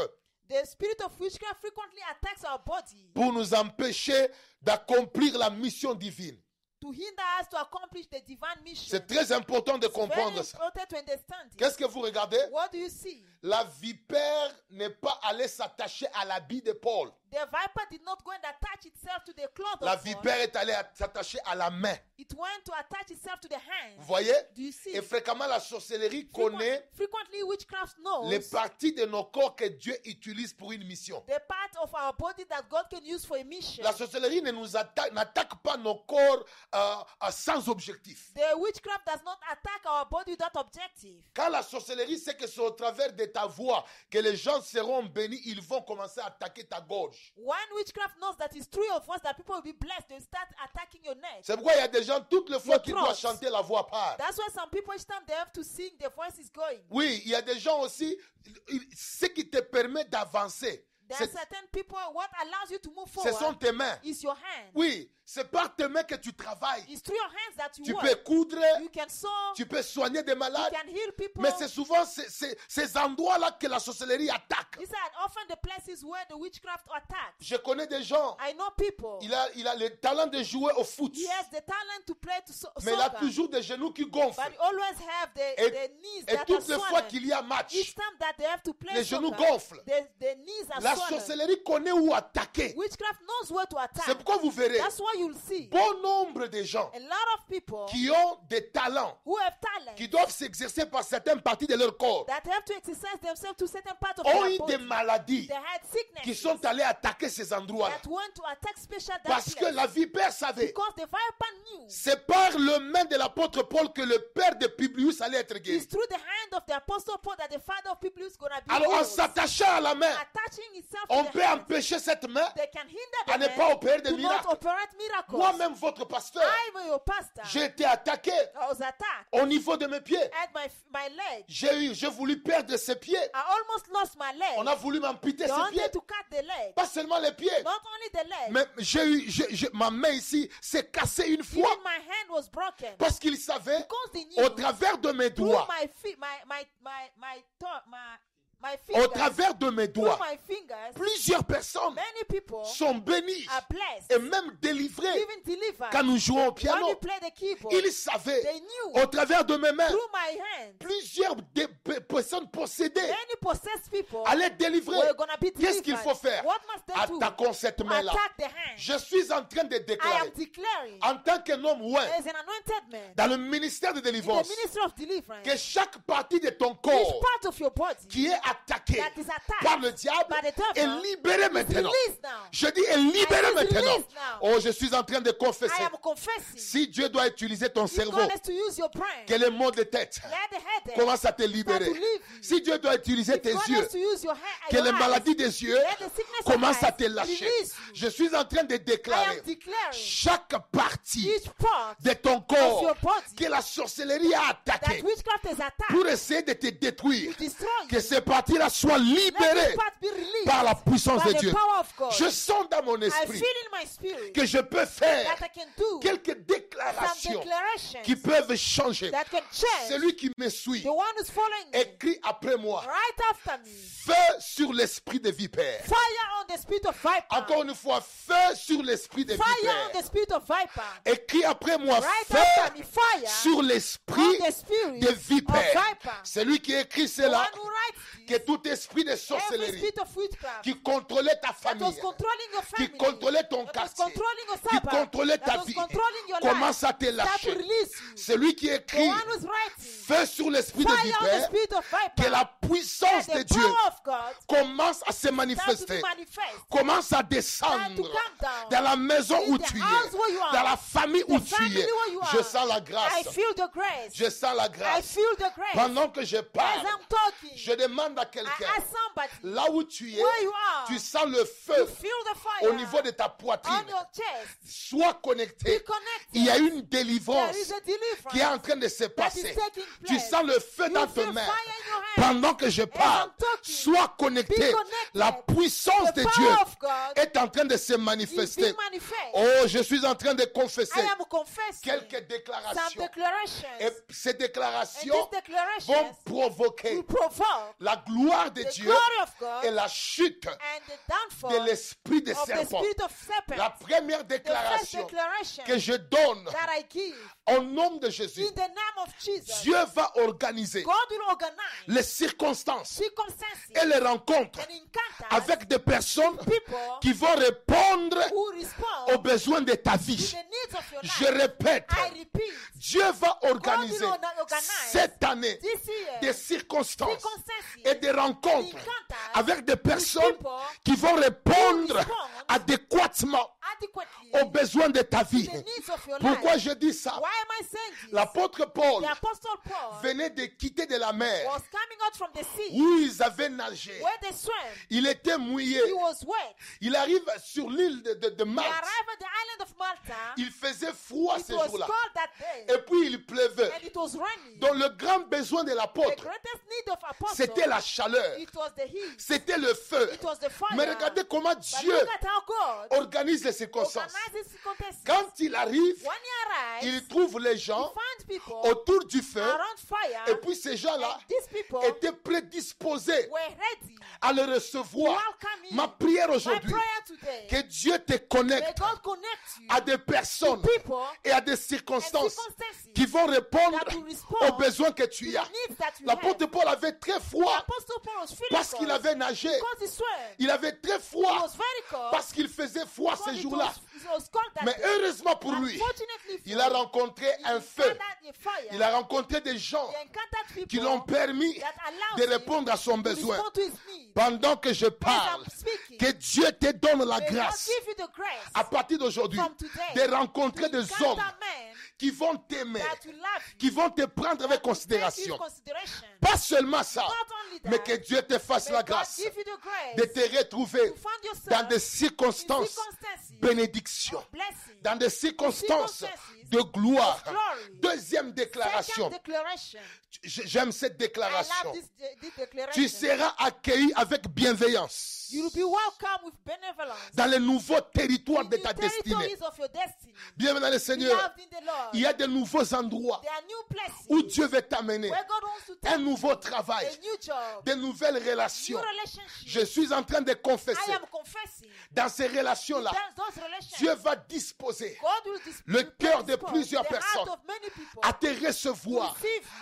[SPEAKER 3] the spirit of witchcraft frequently attacks our body
[SPEAKER 2] pour nous empêcher d'accomplir la mission divine.
[SPEAKER 3] to hinder us to accomplish the divine mission.
[SPEAKER 2] C'est très important de
[SPEAKER 3] Very
[SPEAKER 2] comprendre ça.
[SPEAKER 3] important to understand it.
[SPEAKER 2] Qu'est-ce que vous regardez
[SPEAKER 3] What do you see?
[SPEAKER 2] La vipère n'est pas allée s'attacher à l'habit de Paul.
[SPEAKER 3] The viper did not go and attach itself to the cloth
[SPEAKER 2] La
[SPEAKER 3] of God.
[SPEAKER 2] vipère est allée à- s'attacher à la main.
[SPEAKER 3] It went to attach itself to the hand.
[SPEAKER 2] Vous voyez
[SPEAKER 3] Do you see?
[SPEAKER 2] Et fréquemment, la sorcellerie
[SPEAKER 3] Frequent-
[SPEAKER 2] connaît
[SPEAKER 3] frequently witchcraft knows
[SPEAKER 2] les parties de nos corps que Dieu utilise pour une mission.
[SPEAKER 3] the part of our body that God can use for a mission.
[SPEAKER 2] La sorcellerie ne nous attaque, n'attaque pas nos corps euh, euh, sans objectif.
[SPEAKER 3] The witchcraft does not attack our body without objective.
[SPEAKER 2] Quand la sorcellerie sait que c'est au travers de ta voix que les gens seront bénis, ils vont commencer à attaquer ta gorge.
[SPEAKER 3] One witchcraft knows that it's three of us that people will be blessed. They start attacking your neck.
[SPEAKER 2] C'est pourquoi il y a des gens toutes les fois
[SPEAKER 3] Your
[SPEAKER 2] qui doivent
[SPEAKER 3] throat.
[SPEAKER 2] chanter la voix part.
[SPEAKER 3] That's why some people each time they have to sing, their voice is going.
[SPEAKER 2] Oui, il y a des gens aussi, il- il- ce qui te permet d'avancer,
[SPEAKER 3] There are
[SPEAKER 2] c'est-
[SPEAKER 3] certain people. What allows you to move
[SPEAKER 2] ce sont
[SPEAKER 3] forward
[SPEAKER 2] tes mains.
[SPEAKER 3] is your hand.
[SPEAKER 2] Oui, c'est par tes mains que tu travailles.
[SPEAKER 3] It's through your hands that you
[SPEAKER 2] Tu
[SPEAKER 3] work.
[SPEAKER 2] peux coudre,
[SPEAKER 3] You can sow.
[SPEAKER 2] tu peux soigner des
[SPEAKER 3] you
[SPEAKER 2] malades,
[SPEAKER 3] can heal people.
[SPEAKER 2] mais c'est souvent ces, ces- ces endroits-là que la sorcellerie attaque.
[SPEAKER 3] These are often the places where the witchcraft attacks.
[SPEAKER 2] Je connais des gens,
[SPEAKER 3] I know people.
[SPEAKER 2] il a, il a le talent de jouer au foot,
[SPEAKER 3] He has the talent to play to so-
[SPEAKER 2] mais il a
[SPEAKER 3] soccer, oh,
[SPEAKER 2] toujours des genoux qui
[SPEAKER 3] but
[SPEAKER 2] gonflent.
[SPEAKER 3] he always have the,
[SPEAKER 2] Et,
[SPEAKER 3] the knees
[SPEAKER 2] et
[SPEAKER 3] that are
[SPEAKER 2] toutes les fois
[SPEAKER 3] swollen.
[SPEAKER 2] qu'il y a match,
[SPEAKER 3] Each time that they have to play
[SPEAKER 2] les
[SPEAKER 3] soccer,
[SPEAKER 2] genoux gonflent.
[SPEAKER 3] The, the knees
[SPEAKER 2] la
[SPEAKER 3] are swollen.
[SPEAKER 2] sorcellerie connaît où attaquer.
[SPEAKER 3] Witchcraft knows where to attack.
[SPEAKER 2] C'est pourquoi vous verrez
[SPEAKER 3] That's why you'll see
[SPEAKER 2] bon nombre de gens
[SPEAKER 3] a lot of people
[SPEAKER 2] qui ont des talents
[SPEAKER 3] who have talent
[SPEAKER 2] qui doivent s'exercer par certaines parties de leur corps
[SPEAKER 3] that have to exercise themselves to certain part of
[SPEAKER 2] ont
[SPEAKER 3] their
[SPEAKER 2] eu
[SPEAKER 3] body.
[SPEAKER 2] des maladies
[SPEAKER 3] They had
[SPEAKER 2] qui
[SPEAKER 3] sickness
[SPEAKER 2] sont allées attaquer ces endroits-là.
[SPEAKER 3] that want to attack special that
[SPEAKER 2] Parce que
[SPEAKER 3] place.
[SPEAKER 2] la vipère savait,
[SPEAKER 3] because the viper knew
[SPEAKER 2] c'est par le main de l'apôtre Paul que le père de Publius allait être
[SPEAKER 3] it's
[SPEAKER 2] guéri.
[SPEAKER 3] through the hand of the apostle Paul that the father of people is going to be
[SPEAKER 2] Alors en
[SPEAKER 3] healed.
[SPEAKER 2] s'attachant à la main,
[SPEAKER 3] attaching itself
[SPEAKER 2] on
[SPEAKER 3] to the
[SPEAKER 2] peut
[SPEAKER 3] hand.
[SPEAKER 2] empêcher cette main.
[SPEAKER 3] They can hinder the
[SPEAKER 2] à ne
[SPEAKER 3] man
[SPEAKER 2] pas opérer des
[SPEAKER 3] to not
[SPEAKER 2] miracles.
[SPEAKER 3] operate miracles.
[SPEAKER 2] Moi-même, votre pasteur,
[SPEAKER 3] I am your pastor.
[SPEAKER 2] j'ai été attaqué
[SPEAKER 3] I was attacked
[SPEAKER 2] au niveau de mes pieds.
[SPEAKER 3] at my, my leg.
[SPEAKER 2] J'ai eu, j'ai voulu perdre ses pieds.
[SPEAKER 3] I almost lost my leg.
[SPEAKER 2] On a voulu m'amputer
[SPEAKER 3] they
[SPEAKER 2] ses
[SPEAKER 3] wanted
[SPEAKER 2] pieds.
[SPEAKER 3] to cut the leg.
[SPEAKER 2] Pas seulement les pieds,
[SPEAKER 3] Not only the leg,
[SPEAKER 2] mais j'ai eu, j'ai- j'ai- ma main ici s'est cassée une fois.
[SPEAKER 3] even my hand was broken.
[SPEAKER 2] Parce qu'il savait,
[SPEAKER 3] Because they knew
[SPEAKER 2] au travers de mes
[SPEAKER 3] through
[SPEAKER 2] doigts,
[SPEAKER 3] my feet, my my my my toe, my my
[SPEAKER 2] au
[SPEAKER 3] fingers,
[SPEAKER 2] travers de mes
[SPEAKER 3] through
[SPEAKER 2] doigts,
[SPEAKER 3] my fingers,
[SPEAKER 2] plusieurs personnes
[SPEAKER 3] many people
[SPEAKER 2] sont bénies
[SPEAKER 3] are blessed,
[SPEAKER 2] et même délivrées
[SPEAKER 3] even delivered.
[SPEAKER 2] quand nous jouons au
[SPEAKER 3] When
[SPEAKER 2] piano.
[SPEAKER 3] you play the keyboard,
[SPEAKER 2] Il savait,
[SPEAKER 3] they knew
[SPEAKER 2] au travers de mes mains,
[SPEAKER 3] through my hand,
[SPEAKER 2] plusieurs dé- pe- personnes possédées
[SPEAKER 3] many possessed people
[SPEAKER 2] allaient délivrer.
[SPEAKER 3] were gonna be
[SPEAKER 2] Qu'est-ce qu'il
[SPEAKER 3] delivered.
[SPEAKER 2] faut faire
[SPEAKER 3] What must they do?
[SPEAKER 2] Attaquons cette main-là.
[SPEAKER 3] attack the hand.
[SPEAKER 2] Je suis en train de
[SPEAKER 3] I am
[SPEAKER 2] déclarer,
[SPEAKER 3] declaring
[SPEAKER 2] en tant qu'un homme ouin,
[SPEAKER 3] as an anointed man
[SPEAKER 2] dans le ministère de
[SPEAKER 3] in the
[SPEAKER 2] délivrance,
[SPEAKER 3] ministry of deliverance,
[SPEAKER 2] que chaque partie de ton
[SPEAKER 3] each
[SPEAKER 2] corps
[SPEAKER 3] part of your body
[SPEAKER 2] qui est attaqué
[SPEAKER 3] That is attacked
[SPEAKER 2] par le diable
[SPEAKER 3] by the
[SPEAKER 2] est
[SPEAKER 3] devil
[SPEAKER 2] libéré
[SPEAKER 3] is
[SPEAKER 2] maintenant.
[SPEAKER 3] released now.
[SPEAKER 2] Je dis est libéré
[SPEAKER 3] is
[SPEAKER 2] maintenant.
[SPEAKER 3] released now.
[SPEAKER 2] Oh, je suis en train de
[SPEAKER 3] I
[SPEAKER 2] confesser.
[SPEAKER 3] am confessing.
[SPEAKER 2] Si Dieu doit utiliser ton
[SPEAKER 3] If
[SPEAKER 2] cerveau,
[SPEAKER 3] God has to use your brain.
[SPEAKER 2] que les maux de tête
[SPEAKER 3] Let the headache
[SPEAKER 2] commencent à te
[SPEAKER 3] start to
[SPEAKER 2] libérer.
[SPEAKER 3] leave you.
[SPEAKER 2] Si Dieu doit utiliser
[SPEAKER 3] If
[SPEAKER 2] tes
[SPEAKER 3] God
[SPEAKER 2] yeux,
[SPEAKER 3] has to use your he-
[SPEAKER 2] que
[SPEAKER 3] your
[SPEAKER 2] les
[SPEAKER 3] eyes,
[SPEAKER 2] maladies des yeux
[SPEAKER 3] let the sickness of
[SPEAKER 2] commencent à te
[SPEAKER 3] eyes
[SPEAKER 2] lâcher.
[SPEAKER 3] release you.
[SPEAKER 2] Je suis en train de
[SPEAKER 3] I
[SPEAKER 2] déclarer
[SPEAKER 3] am declaring
[SPEAKER 2] chaque partie
[SPEAKER 3] each part
[SPEAKER 2] de ton
[SPEAKER 3] of
[SPEAKER 2] corps
[SPEAKER 3] your body
[SPEAKER 2] que la sorcellerie a
[SPEAKER 3] that
[SPEAKER 2] attaqué
[SPEAKER 3] witchcraft is
[SPEAKER 2] pour
[SPEAKER 3] attacked
[SPEAKER 2] essayer de te détruire.
[SPEAKER 3] to destroy
[SPEAKER 2] Que
[SPEAKER 3] you.
[SPEAKER 2] ces parties-là soient
[SPEAKER 3] Let this
[SPEAKER 2] libérées
[SPEAKER 3] part be released
[SPEAKER 2] par la puissance
[SPEAKER 3] by
[SPEAKER 2] de
[SPEAKER 3] the
[SPEAKER 2] Dieu.
[SPEAKER 3] power of God.
[SPEAKER 2] Je sens dans mon
[SPEAKER 3] I feel
[SPEAKER 2] esprit
[SPEAKER 3] in my spirit
[SPEAKER 2] que je peux faire
[SPEAKER 3] that I can do
[SPEAKER 2] quelques
[SPEAKER 3] some
[SPEAKER 2] déclarations qui
[SPEAKER 3] declarations
[SPEAKER 2] peuvent changer.
[SPEAKER 3] that can change.
[SPEAKER 2] Celui qui me suit,
[SPEAKER 3] The one who's following me,
[SPEAKER 2] écrit après moi,
[SPEAKER 3] right after me.
[SPEAKER 2] feu sur l'esprit des vipères.
[SPEAKER 3] Fire on the spirit of viper.
[SPEAKER 2] Encore une fois, feu sur l'esprit des
[SPEAKER 3] Fire on the
[SPEAKER 2] vipères.
[SPEAKER 3] spirit of viper.
[SPEAKER 2] Écrit après moi,
[SPEAKER 3] Right after me,
[SPEAKER 2] feu
[SPEAKER 3] fire
[SPEAKER 2] sur
[SPEAKER 3] on
[SPEAKER 2] l'esprit
[SPEAKER 3] the spirit
[SPEAKER 2] des
[SPEAKER 3] of viper.
[SPEAKER 2] vipères. Celui qui écrit
[SPEAKER 3] The one
[SPEAKER 2] cela,
[SPEAKER 3] who writes
[SPEAKER 2] que
[SPEAKER 3] this,
[SPEAKER 2] tout esprit de
[SPEAKER 3] every
[SPEAKER 2] sorcellerie
[SPEAKER 3] spirit of witchcraft
[SPEAKER 2] qui contrôlait ta
[SPEAKER 3] that was
[SPEAKER 2] famille,
[SPEAKER 3] controlling your
[SPEAKER 2] qui
[SPEAKER 3] family,
[SPEAKER 2] contrôlait ton
[SPEAKER 3] that was
[SPEAKER 2] quartier,
[SPEAKER 3] controlling your
[SPEAKER 2] qui
[SPEAKER 3] Sabbath,
[SPEAKER 2] contrôlait
[SPEAKER 3] that
[SPEAKER 2] ta
[SPEAKER 3] was
[SPEAKER 2] vie,
[SPEAKER 3] controlling your life,
[SPEAKER 2] commence à te
[SPEAKER 3] that will
[SPEAKER 2] lâcher.
[SPEAKER 3] release you.
[SPEAKER 2] Celui qui
[SPEAKER 3] The
[SPEAKER 2] écrit
[SPEAKER 3] one who's writing,
[SPEAKER 2] feu sur l'esprit de
[SPEAKER 3] fire on the
[SPEAKER 2] vipère,
[SPEAKER 3] spirit of
[SPEAKER 2] que
[SPEAKER 3] viper,
[SPEAKER 2] la
[SPEAKER 3] that
[SPEAKER 2] puissance hein? de
[SPEAKER 3] the
[SPEAKER 2] Dieu
[SPEAKER 3] power of God
[SPEAKER 2] commence à se
[SPEAKER 3] starts to
[SPEAKER 2] manifester,
[SPEAKER 3] manifest.
[SPEAKER 2] commence à
[SPEAKER 3] Start to
[SPEAKER 2] descendre
[SPEAKER 3] come down.
[SPEAKER 2] dans la maison
[SPEAKER 3] In
[SPEAKER 2] où
[SPEAKER 3] the
[SPEAKER 2] tu
[SPEAKER 3] house where you
[SPEAKER 2] es,
[SPEAKER 3] are,
[SPEAKER 2] dans la famille
[SPEAKER 3] the
[SPEAKER 2] où tu
[SPEAKER 3] family
[SPEAKER 2] es.
[SPEAKER 3] where you
[SPEAKER 2] Je
[SPEAKER 3] are.
[SPEAKER 2] sens la
[SPEAKER 3] I
[SPEAKER 2] grâce,
[SPEAKER 3] feel the grace.
[SPEAKER 2] je sens la
[SPEAKER 3] I
[SPEAKER 2] grâce.
[SPEAKER 3] feel the grace.
[SPEAKER 2] Pendant que je
[SPEAKER 3] As
[SPEAKER 2] parle,
[SPEAKER 3] I'm talking,
[SPEAKER 2] je demande à
[SPEAKER 3] I
[SPEAKER 2] quelqu'un,
[SPEAKER 3] ask somebody,
[SPEAKER 2] là où tu es,
[SPEAKER 3] Where you are,
[SPEAKER 2] tu sens le
[SPEAKER 3] you
[SPEAKER 2] feu
[SPEAKER 3] feel the fire
[SPEAKER 2] au niveau de ta poitrine.
[SPEAKER 3] on your chest.
[SPEAKER 2] Sois
[SPEAKER 3] Be
[SPEAKER 2] connecté. Il y a
[SPEAKER 3] connected.
[SPEAKER 2] une
[SPEAKER 3] There is
[SPEAKER 2] délivrance
[SPEAKER 3] a
[SPEAKER 2] qui est
[SPEAKER 3] deliverance.
[SPEAKER 2] en train de se passer.
[SPEAKER 3] taking
[SPEAKER 2] Tu
[SPEAKER 3] place.
[SPEAKER 2] sens le feu
[SPEAKER 3] You
[SPEAKER 2] dans
[SPEAKER 3] feel
[SPEAKER 2] tes mains.
[SPEAKER 3] fire in your hand.
[SPEAKER 2] Pendant que je parle,
[SPEAKER 3] I'm talking,
[SPEAKER 2] sois connecté.
[SPEAKER 3] connected.
[SPEAKER 2] La puissance
[SPEAKER 3] The
[SPEAKER 2] de
[SPEAKER 3] power
[SPEAKER 2] Dieu
[SPEAKER 3] of God
[SPEAKER 2] est en train de se
[SPEAKER 3] It's
[SPEAKER 2] manifester.
[SPEAKER 3] being manifest.
[SPEAKER 2] Oh, je suis en train de
[SPEAKER 3] I
[SPEAKER 2] confesser
[SPEAKER 3] am confessing
[SPEAKER 2] quelques
[SPEAKER 3] some
[SPEAKER 2] déclarations. Et
[SPEAKER 3] declarations.
[SPEAKER 2] ces
[SPEAKER 3] And
[SPEAKER 2] déclarations
[SPEAKER 3] these declarations
[SPEAKER 2] vont provoquer
[SPEAKER 3] will provoke
[SPEAKER 2] la gloire de
[SPEAKER 3] the
[SPEAKER 2] Dieu
[SPEAKER 3] glory of God
[SPEAKER 2] et
[SPEAKER 3] and
[SPEAKER 2] la chute
[SPEAKER 3] the downfall
[SPEAKER 2] de
[SPEAKER 3] of
[SPEAKER 2] l'esprit des
[SPEAKER 3] the
[SPEAKER 2] serpents.
[SPEAKER 3] spirit of
[SPEAKER 2] La
[SPEAKER 3] serpent.
[SPEAKER 2] première
[SPEAKER 3] The first
[SPEAKER 2] déclaration
[SPEAKER 3] declaration
[SPEAKER 2] que je donne
[SPEAKER 3] that I give
[SPEAKER 2] au nom de Jésus,
[SPEAKER 3] in the name of Jesus,
[SPEAKER 2] Dieu va organiser
[SPEAKER 3] God will organize
[SPEAKER 2] les circonstances
[SPEAKER 3] circumstances
[SPEAKER 2] et les rencontres
[SPEAKER 3] and encounters
[SPEAKER 2] avec des personnes
[SPEAKER 3] people
[SPEAKER 2] qui vont répondre
[SPEAKER 3] who respond
[SPEAKER 2] aux besoins de ta
[SPEAKER 3] to
[SPEAKER 2] vie.
[SPEAKER 3] the needs of your
[SPEAKER 2] Je
[SPEAKER 3] life.
[SPEAKER 2] répète,
[SPEAKER 3] I repeat,
[SPEAKER 2] Dieu va organiser
[SPEAKER 3] God will organize
[SPEAKER 2] cette année
[SPEAKER 3] this year,
[SPEAKER 2] des circonstances
[SPEAKER 3] circumstances
[SPEAKER 2] et des rencontres
[SPEAKER 3] encounters
[SPEAKER 2] avec des personnes
[SPEAKER 3] people
[SPEAKER 2] qui vont répondre
[SPEAKER 3] respond
[SPEAKER 2] adéquatement
[SPEAKER 3] adequately
[SPEAKER 2] aux besoins de ta vie.
[SPEAKER 3] to the needs of your
[SPEAKER 2] Pourquoi
[SPEAKER 3] life.
[SPEAKER 2] je dis ça
[SPEAKER 3] Why am I saying this?
[SPEAKER 2] L'apôtre Paul
[SPEAKER 3] The apostle Paul
[SPEAKER 2] venait de quitter de la mer
[SPEAKER 3] was coming out from the sea
[SPEAKER 2] où ils avaient nagé.
[SPEAKER 3] where they swam.
[SPEAKER 2] Il était mouillé.
[SPEAKER 3] He was wet.
[SPEAKER 2] Il arrive sur l'île de, de- de
[SPEAKER 3] They
[SPEAKER 2] Malte.
[SPEAKER 3] arrived at the island of Malta.
[SPEAKER 2] hein. Il faisait froid
[SPEAKER 3] It
[SPEAKER 2] ce
[SPEAKER 3] was
[SPEAKER 2] jour-là.
[SPEAKER 3] cold that day,
[SPEAKER 2] Et puis il pleuvait.
[SPEAKER 3] and it was raining.
[SPEAKER 2] Donc le grand besoin de
[SPEAKER 3] The
[SPEAKER 2] l'apôtre,
[SPEAKER 3] greatest need of apostles,
[SPEAKER 2] c'était la chaleur.
[SPEAKER 3] it was the heat,
[SPEAKER 2] C'était le feu.
[SPEAKER 3] it was the fire.
[SPEAKER 2] Mais regardez comment
[SPEAKER 3] But
[SPEAKER 2] Dieu
[SPEAKER 3] look at how God
[SPEAKER 2] Bah, organise les circonstances.
[SPEAKER 3] organizes circumstances.
[SPEAKER 2] Quand il arrive,
[SPEAKER 3] When he arrives,
[SPEAKER 2] il trouve les
[SPEAKER 3] he
[SPEAKER 2] gens
[SPEAKER 3] finds people
[SPEAKER 2] autour du feu.
[SPEAKER 3] around fire,
[SPEAKER 2] hein, Et puis ces gens-là
[SPEAKER 3] and these people
[SPEAKER 2] étaient prédisposés
[SPEAKER 3] were ready.
[SPEAKER 2] à le recevoir.
[SPEAKER 3] Welcome him.
[SPEAKER 2] Ma prière
[SPEAKER 3] My
[SPEAKER 2] aujourd'hui,
[SPEAKER 3] prayer today,
[SPEAKER 2] que Dieu te
[SPEAKER 3] may
[SPEAKER 2] connecte
[SPEAKER 3] God connect you
[SPEAKER 2] à des personnes
[SPEAKER 3] people
[SPEAKER 2] et à des
[SPEAKER 3] and
[SPEAKER 2] circonstances
[SPEAKER 3] circumstances
[SPEAKER 2] qui vont répondre
[SPEAKER 3] that will respond
[SPEAKER 2] aux besoins que tu as.
[SPEAKER 3] the needs that you
[SPEAKER 2] L'apôtre
[SPEAKER 3] have.
[SPEAKER 2] Paul avait très
[SPEAKER 3] The
[SPEAKER 2] froid
[SPEAKER 3] apostle Paul was feeling
[SPEAKER 2] parce qu'il
[SPEAKER 3] cold
[SPEAKER 2] avait nagé.
[SPEAKER 3] because he swam.
[SPEAKER 2] Il avait très
[SPEAKER 3] He
[SPEAKER 2] froid
[SPEAKER 3] was very cold
[SPEAKER 2] parce qu'il faisait froid
[SPEAKER 3] because
[SPEAKER 2] ce
[SPEAKER 3] it
[SPEAKER 2] jour-là.
[SPEAKER 3] was- it was cold that
[SPEAKER 2] Mais
[SPEAKER 3] day.
[SPEAKER 2] heureusement pour lui,
[SPEAKER 3] Unfortunately for
[SPEAKER 2] il a
[SPEAKER 3] him,
[SPEAKER 2] rencontré
[SPEAKER 3] he
[SPEAKER 2] un feu.
[SPEAKER 3] encountered a fire.
[SPEAKER 2] Il a rencontré des gens
[SPEAKER 3] He encountered people
[SPEAKER 2] qui l'ont permis
[SPEAKER 3] that allowed
[SPEAKER 2] de
[SPEAKER 3] him
[SPEAKER 2] répondre à son
[SPEAKER 3] to
[SPEAKER 2] besoin.
[SPEAKER 3] respond to his needs.
[SPEAKER 2] Pendant que je parle,
[SPEAKER 3] I'm speaking,
[SPEAKER 2] que Dieu te donne la
[SPEAKER 3] May God
[SPEAKER 2] grâce
[SPEAKER 3] give you the grace
[SPEAKER 2] à partir d'aujourd'hui
[SPEAKER 3] from today
[SPEAKER 2] de rencontrer des
[SPEAKER 3] encounter
[SPEAKER 2] hommes
[SPEAKER 3] men
[SPEAKER 2] qui vont t'aimer,
[SPEAKER 3] that will love you,
[SPEAKER 2] qui vont te prendre avec
[SPEAKER 3] take you in
[SPEAKER 2] considération.
[SPEAKER 3] consideration.
[SPEAKER 2] Pas seulement ça,
[SPEAKER 3] Not only that,
[SPEAKER 2] mais que Dieu te fasse
[SPEAKER 3] May
[SPEAKER 2] la
[SPEAKER 3] God
[SPEAKER 2] grâce
[SPEAKER 3] give you the grace
[SPEAKER 2] de te retrouver
[SPEAKER 3] to find yourself
[SPEAKER 2] dans des
[SPEAKER 3] in
[SPEAKER 2] circonstances
[SPEAKER 3] circumstances
[SPEAKER 2] bénédiction,
[SPEAKER 3] of blessing.
[SPEAKER 2] dans des circonstances
[SPEAKER 3] Circumstances
[SPEAKER 2] de gloire.
[SPEAKER 3] of glory.
[SPEAKER 2] Deuxième
[SPEAKER 3] Second
[SPEAKER 2] déclaration,
[SPEAKER 3] declaration.
[SPEAKER 2] J- j'aime cette
[SPEAKER 3] I
[SPEAKER 2] déclaration.
[SPEAKER 3] love this, this
[SPEAKER 2] Tu
[SPEAKER 3] declaration.
[SPEAKER 2] seras accueilli avec bienveillance
[SPEAKER 3] You will be welcome with benevolence
[SPEAKER 2] dans les nouveaux territoires
[SPEAKER 3] in
[SPEAKER 2] de
[SPEAKER 3] the
[SPEAKER 2] ta destinée.
[SPEAKER 3] territories of your destiny.
[SPEAKER 2] Bienvenue dans le Seigneur.
[SPEAKER 3] Beloved in the Lord,
[SPEAKER 2] Il y a de nouveaux endroits
[SPEAKER 3] there are new places
[SPEAKER 2] où Dieu veut t'amener.
[SPEAKER 3] where God wants to
[SPEAKER 2] Un
[SPEAKER 3] take
[SPEAKER 2] nouveau travail,
[SPEAKER 3] a new job,
[SPEAKER 2] de nouvelles
[SPEAKER 3] new
[SPEAKER 2] relations. Je
[SPEAKER 3] relationship.
[SPEAKER 2] suis en train de confesser.
[SPEAKER 3] I am confessing
[SPEAKER 2] Dans ces relations-là,
[SPEAKER 3] that those relations,
[SPEAKER 2] Dieu va disposer
[SPEAKER 3] God will dis-
[SPEAKER 2] le
[SPEAKER 3] will
[SPEAKER 2] cœur de
[SPEAKER 3] predispose
[SPEAKER 2] plusieurs
[SPEAKER 3] the heart
[SPEAKER 2] personnes
[SPEAKER 3] of many people
[SPEAKER 2] à te recevoir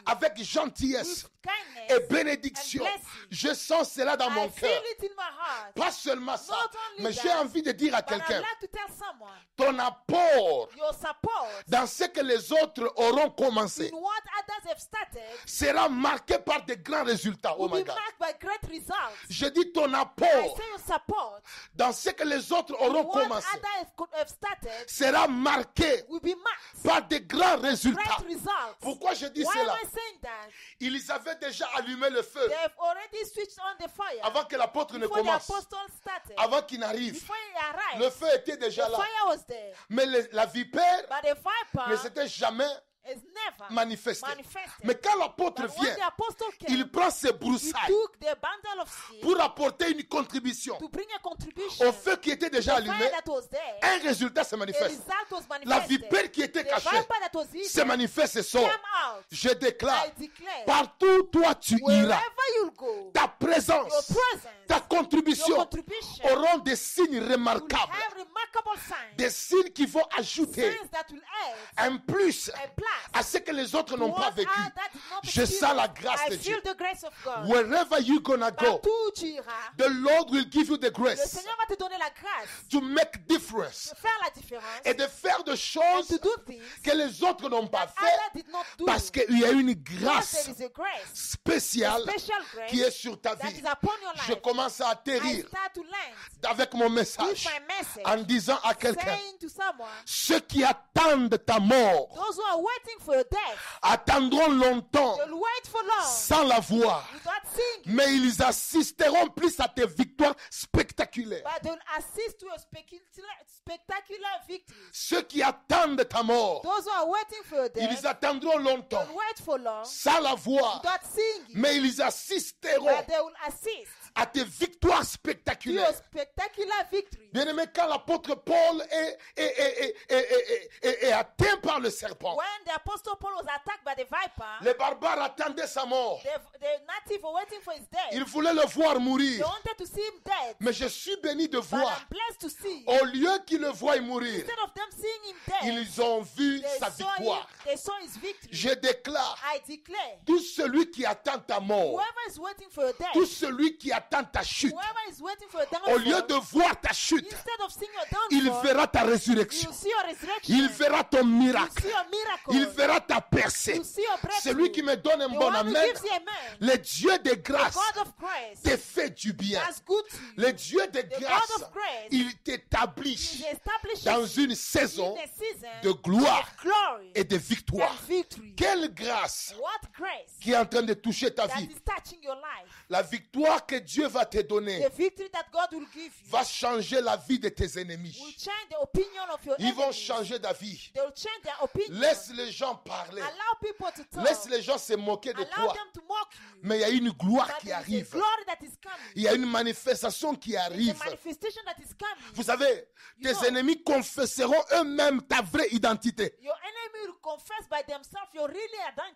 [SPEAKER 2] avec gentillesse
[SPEAKER 3] with kindness
[SPEAKER 2] et bénédiction.
[SPEAKER 3] and blessing.
[SPEAKER 2] Je sens cela dans
[SPEAKER 3] I
[SPEAKER 2] mon
[SPEAKER 3] feel
[SPEAKER 2] cœur.
[SPEAKER 3] it in my heart.
[SPEAKER 2] Pas seulement ça,
[SPEAKER 3] Not only
[SPEAKER 2] mais
[SPEAKER 3] that,
[SPEAKER 2] j'ai envie de dire à
[SPEAKER 3] But I'd
[SPEAKER 2] quelqu'un,
[SPEAKER 3] like to tell someone
[SPEAKER 2] ton apport
[SPEAKER 3] your support
[SPEAKER 2] dans ce que les autres auront commencé
[SPEAKER 3] in what others have started
[SPEAKER 2] sera marqué par de grands résultats. Oh
[SPEAKER 3] will
[SPEAKER 2] my
[SPEAKER 3] be
[SPEAKER 2] God.
[SPEAKER 3] marked by great results.
[SPEAKER 2] Je dis ton
[SPEAKER 3] I
[SPEAKER 2] apport
[SPEAKER 3] say your support
[SPEAKER 2] dans ce que les autres
[SPEAKER 3] in
[SPEAKER 2] auront
[SPEAKER 3] what
[SPEAKER 2] commencé
[SPEAKER 3] others have, co- have started
[SPEAKER 2] sera marqué
[SPEAKER 3] will be marked
[SPEAKER 2] par de grands
[SPEAKER 3] great
[SPEAKER 2] résultats.
[SPEAKER 3] results.
[SPEAKER 2] Pourquoi je dis
[SPEAKER 3] Why am
[SPEAKER 2] cela
[SPEAKER 3] I saying that?
[SPEAKER 2] Ils avaient déjà allumé le feu
[SPEAKER 3] They have already switched on the fire
[SPEAKER 2] avant que l'apôtre ne
[SPEAKER 3] before the
[SPEAKER 2] commence,
[SPEAKER 3] apostle started.
[SPEAKER 2] avant qu'il n'arrive.
[SPEAKER 3] before he arrived,
[SPEAKER 2] Le feu était
[SPEAKER 3] the
[SPEAKER 2] déjà là.
[SPEAKER 3] fire was there.
[SPEAKER 2] Mais le- la vipère
[SPEAKER 3] But the viper
[SPEAKER 2] ne s'était jamais
[SPEAKER 3] is never
[SPEAKER 2] manifesté.
[SPEAKER 3] manifested.
[SPEAKER 2] Mais quand l'apôtre
[SPEAKER 3] But when
[SPEAKER 2] vient,
[SPEAKER 3] the apostle came,
[SPEAKER 2] il prend ses
[SPEAKER 3] he
[SPEAKER 2] broussailles
[SPEAKER 3] took the bundle of seed
[SPEAKER 2] pour apporter une contribution
[SPEAKER 3] to bring a contribution.
[SPEAKER 2] au feu qui était déjà
[SPEAKER 3] The
[SPEAKER 2] allumé.
[SPEAKER 3] fire that was there,
[SPEAKER 2] Un résultat se
[SPEAKER 3] the
[SPEAKER 2] manifeste.
[SPEAKER 3] result was
[SPEAKER 2] La
[SPEAKER 3] manifested.
[SPEAKER 2] vipère qui était
[SPEAKER 3] the
[SPEAKER 2] cachée
[SPEAKER 3] viper that was
[SPEAKER 2] se
[SPEAKER 3] hidden
[SPEAKER 2] manifeste et sort.
[SPEAKER 3] came out.
[SPEAKER 2] Je déclare,
[SPEAKER 3] I declare,
[SPEAKER 2] partout où toi tu
[SPEAKER 3] wherever
[SPEAKER 2] iras,
[SPEAKER 3] you go,
[SPEAKER 2] ta présence,
[SPEAKER 3] your presence,
[SPEAKER 2] ta
[SPEAKER 3] your
[SPEAKER 2] contribution
[SPEAKER 3] contribution
[SPEAKER 2] auront des signes
[SPEAKER 3] will
[SPEAKER 2] remarquables,
[SPEAKER 3] have remarkable signs,
[SPEAKER 2] des signes qui vont ajouter
[SPEAKER 3] signs that will add
[SPEAKER 2] un plus
[SPEAKER 3] a plus
[SPEAKER 2] à ce que les autres n'ont
[SPEAKER 3] to
[SPEAKER 2] pas
[SPEAKER 3] what
[SPEAKER 2] vécu.
[SPEAKER 3] are that did not
[SPEAKER 2] Je sens
[SPEAKER 3] experience.
[SPEAKER 2] la grâce
[SPEAKER 3] I
[SPEAKER 2] de
[SPEAKER 3] feel
[SPEAKER 2] Dieu.
[SPEAKER 3] the grace of God.
[SPEAKER 2] Wherever you gonna go,
[SPEAKER 3] Partout où tu iras,
[SPEAKER 2] the Lord will give you the
[SPEAKER 3] le
[SPEAKER 2] grace
[SPEAKER 3] Seigneur va te donner la grâce
[SPEAKER 2] to make difference
[SPEAKER 3] de faire la différence
[SPEAKER 2] et de faire des
[SPEAKER 3] and to
[SPEAKER 2] choses
[SPEAKER 3] do things
[SPEAKER 2] que les autres n'ont pas
[SPEAKER 3] that
[SPEAKER 2] fait
[SPEAKER 3] others did not do.
[SPEAKER 2] parce qu'il y a une
[SPEAKER 3] Because
[SPEAKER 2] grâce
[SPEAKER 3] there is a grace,
[SPEAKER 2] spéciale
[SPEAKER 3] special
[SPEAKER 2] qui est
[SPEAKER 3] grace
[SPEAKER 2] sur ta
[SPEAKER 3] that
[SPEAKER 2] vie.
[SPEAKER 3] is upon your
[SPEAKER 2] Je
[SPEAKER 3] life.
[SPEAKER 2] commence à
[SPEAKER 3] I
[SPEAKER 2] atterrir
[SPEAKER 3] start to land
[SPEAKER 2] avec mon
[SPEAKER 3] with
[SPEAKER 2] message
[SPEAKER 3] my message
[SPEAKER 2] en disant à quelqu'un,
[SPEAKER 3] saying to someone,
[SPEAKER 2] ceux qui attendent ta mort
[SPEAKER 3] those who are waiting for your death,
[SPEAKER 2] attendront longtemps
[SPEAKER 3] they'll wait for long
[SPEAKER 2] sans la voir,
[SPEAKER 3] without seeing,
[SPEAKER 2] mais ils assisteront plus à tes victoires spectaculaires.
[SPEAKER 3] but they'll assist to a spectacular, spectacular victory.
[SPEAKER 2] Ceux qui attendent ta mort,
[SPEAKER 3] Those who are waiting for your death,
[SPEAKER 2] ils attendront longtemps
[SPEAKER 3] they'll wait for long
[SPEAKER 2] sans la voir,
[SPEAKER 3] without seeing, it,
[SPEAKER 2] mais ils assisteront
[SPEAKER 3] but they will assist
[SPEAKER 2] à tes victoires
[SPEAKER 3] to your
[SPEAKER 2] spectaculaires.
[SPEAKER 3] spectacular victory.
[SPEAKER 2] Bien aimé, quand l'apôtre Paul est, est- est- est- est- est- est- est atteint par le serpent,
[SPEAKER 3] When the apostle Paul was attacked by the viper,
[SPEAKER 2] les barbares attendaient sa mort.
[SPEAKER 3] the, the native were waiting for his
[SPEAKER 2] Ils
[SPEAKER 3] death.
[SPEAKER 2] voulaient le voir
[SPEAKER 3] They
[SPEAKER 2] mourir.
[SPEAKER 3] wanted to see him dead,
[SPEAKER 2] Mais je suis béni de
[SPEAKER 3] but I'm
[SPEAKER 2] voir,
[SPEAKER 3] blessed to see.
[SPEAKER 2] au lieu qu'ils le voient mourir,
[SPEAKER 3] Instead of them seeing him dead,
[SPEAKER 2] ils ont vu sa
[SPEAKER 3] they saw, him,
[SPEAKER 2] victoire.
[SPEAKER 3] they saw his victory.
[SPEAKER 2] Je déclare,
[SPEAKER 3] I declare,
[SPEAKER 2] tout celui qui attend ta mort,
[SPEAKER 3] whoever is waiting for your
[SPEAKER 2] tout
[SPEAKER 3] death,
[SPEAKER 2] celui qui attend ta chute,
[SPEAKER 3] whoever is waiting for your
[SPEAKER 2] au lieu
[SPEAKER 3] downfall,
[SPEAKER 2] de voir ta chute,
[SPEAKER 3] instead of seeing your
[SPEAKER 2] il
[SPEAKER 3] downfall,
[SPEAKER 2] verra ta
[SPEAKER 3] you
[SPEAKER 2] résurrection.
[SPEAKER 3] see your resurrection.
[SPEAKER 2] Il verra ton
[SPEAKER 3] You
[SPEAKER 2] miracle.
[SPEAKER 3] see your miracle.
[SPEAKER 2] Il verra ta percée.
[SPEAKER 3] You see your breakthrough.
[SPEAKER 2] Celui qui me donne un
[SPEAKER 3] the
[SPEAKER 2] bon
[SPEAKER 3] one who
[SPEAKER 2] amen,
[SPEAKER 3] gives you a man,
[SPEAKER 2] le Dieu de grâce
[SPEAKER 3] God of grace,
[SPEAKER 2] te fait du bien.
[SPEAKER 3] that's good to you.
[SPEAKER 2] Le Dieu de
[SPEAKER 3] God
[SPEAKER 2] grâce,
[SPEAKER 3] of grace,
[SPEAKER 2] il t'établit
[SPEAKER 3] He establishes
[SPEAKER 2] dans
[SPEAKER 3] you
[SPEAKER 2] une saison
[SPEAKER 3] in a season
[SPEAKER 2] de gloire
[SPEAKER 3] of glory
[SPEAKER 2] et de
[SPEAKER 3] and
[SPEAKER 2] victoire.
[SPEAKER 3] victory.
[SPEAKER 2] Quelle grâce
[SPEAKER 3] What grace
[SPEAKER 2] qui est en train de toucher ta
[SPEAKER 3] that
[SPEAKER 2] vie.
[SPEAKER 3] is touching your life,
[SPEAKER 2] La victoire que Dieu va te donner
[SPEAKER 3] the victory that God will give you,
[SPEAKER 2] va changer la vie de tes
[SPEAKER 3] will
[SPEAKER 2] ennemis.
[SPEAKER 3] change the opinion of your
[SPEAKER 2] Ils vont
[SPEAKER 3] enemies.
[SPEAKER 2] changer d'avis.
[SPEAKER 3] They will change their opinion.
[SPEAKER 2] Laisse les gens parler.
[SPEAKER 3] Allow people to talk.
[SPEAKER 2] Laisse les gens se moquer de
[SPEAKER 3] Allow
[SPEAKER 2] toi.
[SPEAKER 3] them to mock you.
[SPEAKER 2] Mais il y a une gloire
[SPEAKER 3] But
[SPEAKER 2] qui
[SPEAKER 3] there is a
[SPEAKER 2] arrive.
[SPEAKER 3] glory that is coming.
[SPEAKER 2] Il y a une manifestation qui
[SPEAKER 3] There's
[SPEAKER 2] arrive.
[SPEAKER 3] a manifestation that is
[SPEAKER 2] Vous
[SPEAKER 3] coming.
[SPEAKER 2] savez,
[SPEAKER 3] You
[SPEAKER 2] tes
[SPEAKER 3] know.
[SPEAKER 2] ennemis confesseront eux-mêmes ta vraie identité.
[SPEAKER 3] Your enemy will confess by themselves your really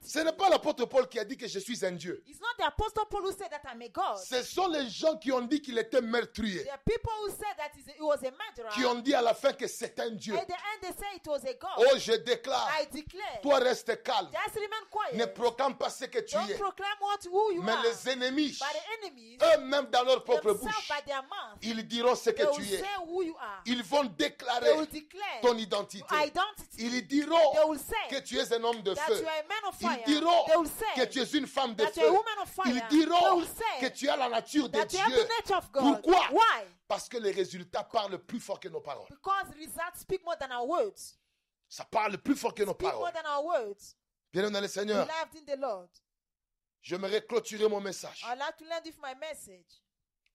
[SPEAKER 2] Ce
[SPEAKER 3] identity.
[SPEAKER 2] n'est pas l'apôtre Paul qui a dit que je suis un Dieu.
[SPEAKER 3] It's not the apostle Paul who said that I'm a God.
[SPEAKER 2] Ce sont les gens qui ont dit qu'il était meurtrier,
[SPEAKER 3] There are people who said that he's- he was a murderer.
[SPEAKER 2] qui ont dit à la fin que c'est un Dieu.
[SPEAKER 3] At the end, they say it was a God.
[SPEAKER 2] Oh, je déclare,
[SPEAKER 3] I declare.
[SPEAKER 2] toi reste calme.
[SPEAKER 3] Just remain
[SPEAKER 2] Ne
[SPEAKER 3] quiet.
[SPEAKER 2] proclame pas ce que tu
[SPEAKER 3] Don't
[SPEAKER 2] es.
[SPEAKER 3] proclaim what who you
[SPEAKER 2] Mais
[SPEAKER 3] are.
[SPEAKER 2] les
[SPEAKER 3] But
[SPEAKER 2] ennemis,
[SPEAKER 3] the enemies
[SPEAKER 2] eux-mêmes dans leur propre
[SPEAKER 3] themselves
[SPEAKER 2] bouche,
[SPEAKER 3] by their mouth,
[SPEAKER 2] ils diront ce
[SPEAKER 3] they
[SPEAKER 2] que
[SPEAKER 3] will
[SPEAKER 2] tu es.
[SPEAKER 3] say who you are.
[SPEAKER 2] Ils vont
[SPEAKER 3] They will
[SPEAKER 2] déclarer
[SPEAKER 3] declare
[SPEAKER 2] ton
[SPEAKER 3] your
[SPEAKER 2] identité.
[SPEAKER 3] identity.
[SPEAKER 2] Ils
[SPEAKER 3] They
[SPEAKER 2] diront
[SPEAKER 3] will say
[SPEAKER 2] que tu es un homme de
[SPEAKER 3] that
[SPEAKER 2] feu.
[SPEAKER 3] you are a man of fire.
[SPEAKER 2] Ils diront
[SPEAKER 3] They will say
[SPEAKER 2] que tu es une femme de
[SPEAKER 3] that you are a
[SPEAKER 2] feu.
[SPEAKER 3] woman of fire.
[SPEAKER 2] Ils
[SPEAKER 3] They
[SPEAKER 2] diront
[SPEAKER 3] will say
[SPEAKER 2] que tu as la nature de
[SPEAKER 3] that you have
[SPEAKER 2] Dieu.
[SPEAKER 3] the nature of God.
[SPEAKER 2] Pourquoi
[SPEAKER 3] Why?
[SPEAKER 2] Parce que les résultats parlent plus fort que nos paroles.
[SPEAKER 3] Because results speak more than our words.
[SPEAKER 2] Ça parle plus fort que nos
[SPEAKER 3] Speak more
[SPEAKER 2] paroles.
[SPEAKER 3] than our words.
[SPEAKER 2] Bien dans le Seigneur,
[SPEAKER 3] Loved in the Lord.
[SPEAKER 2] j'aimerais clôturer mon message.
[SPEAKER 3] I'd like to learn with my message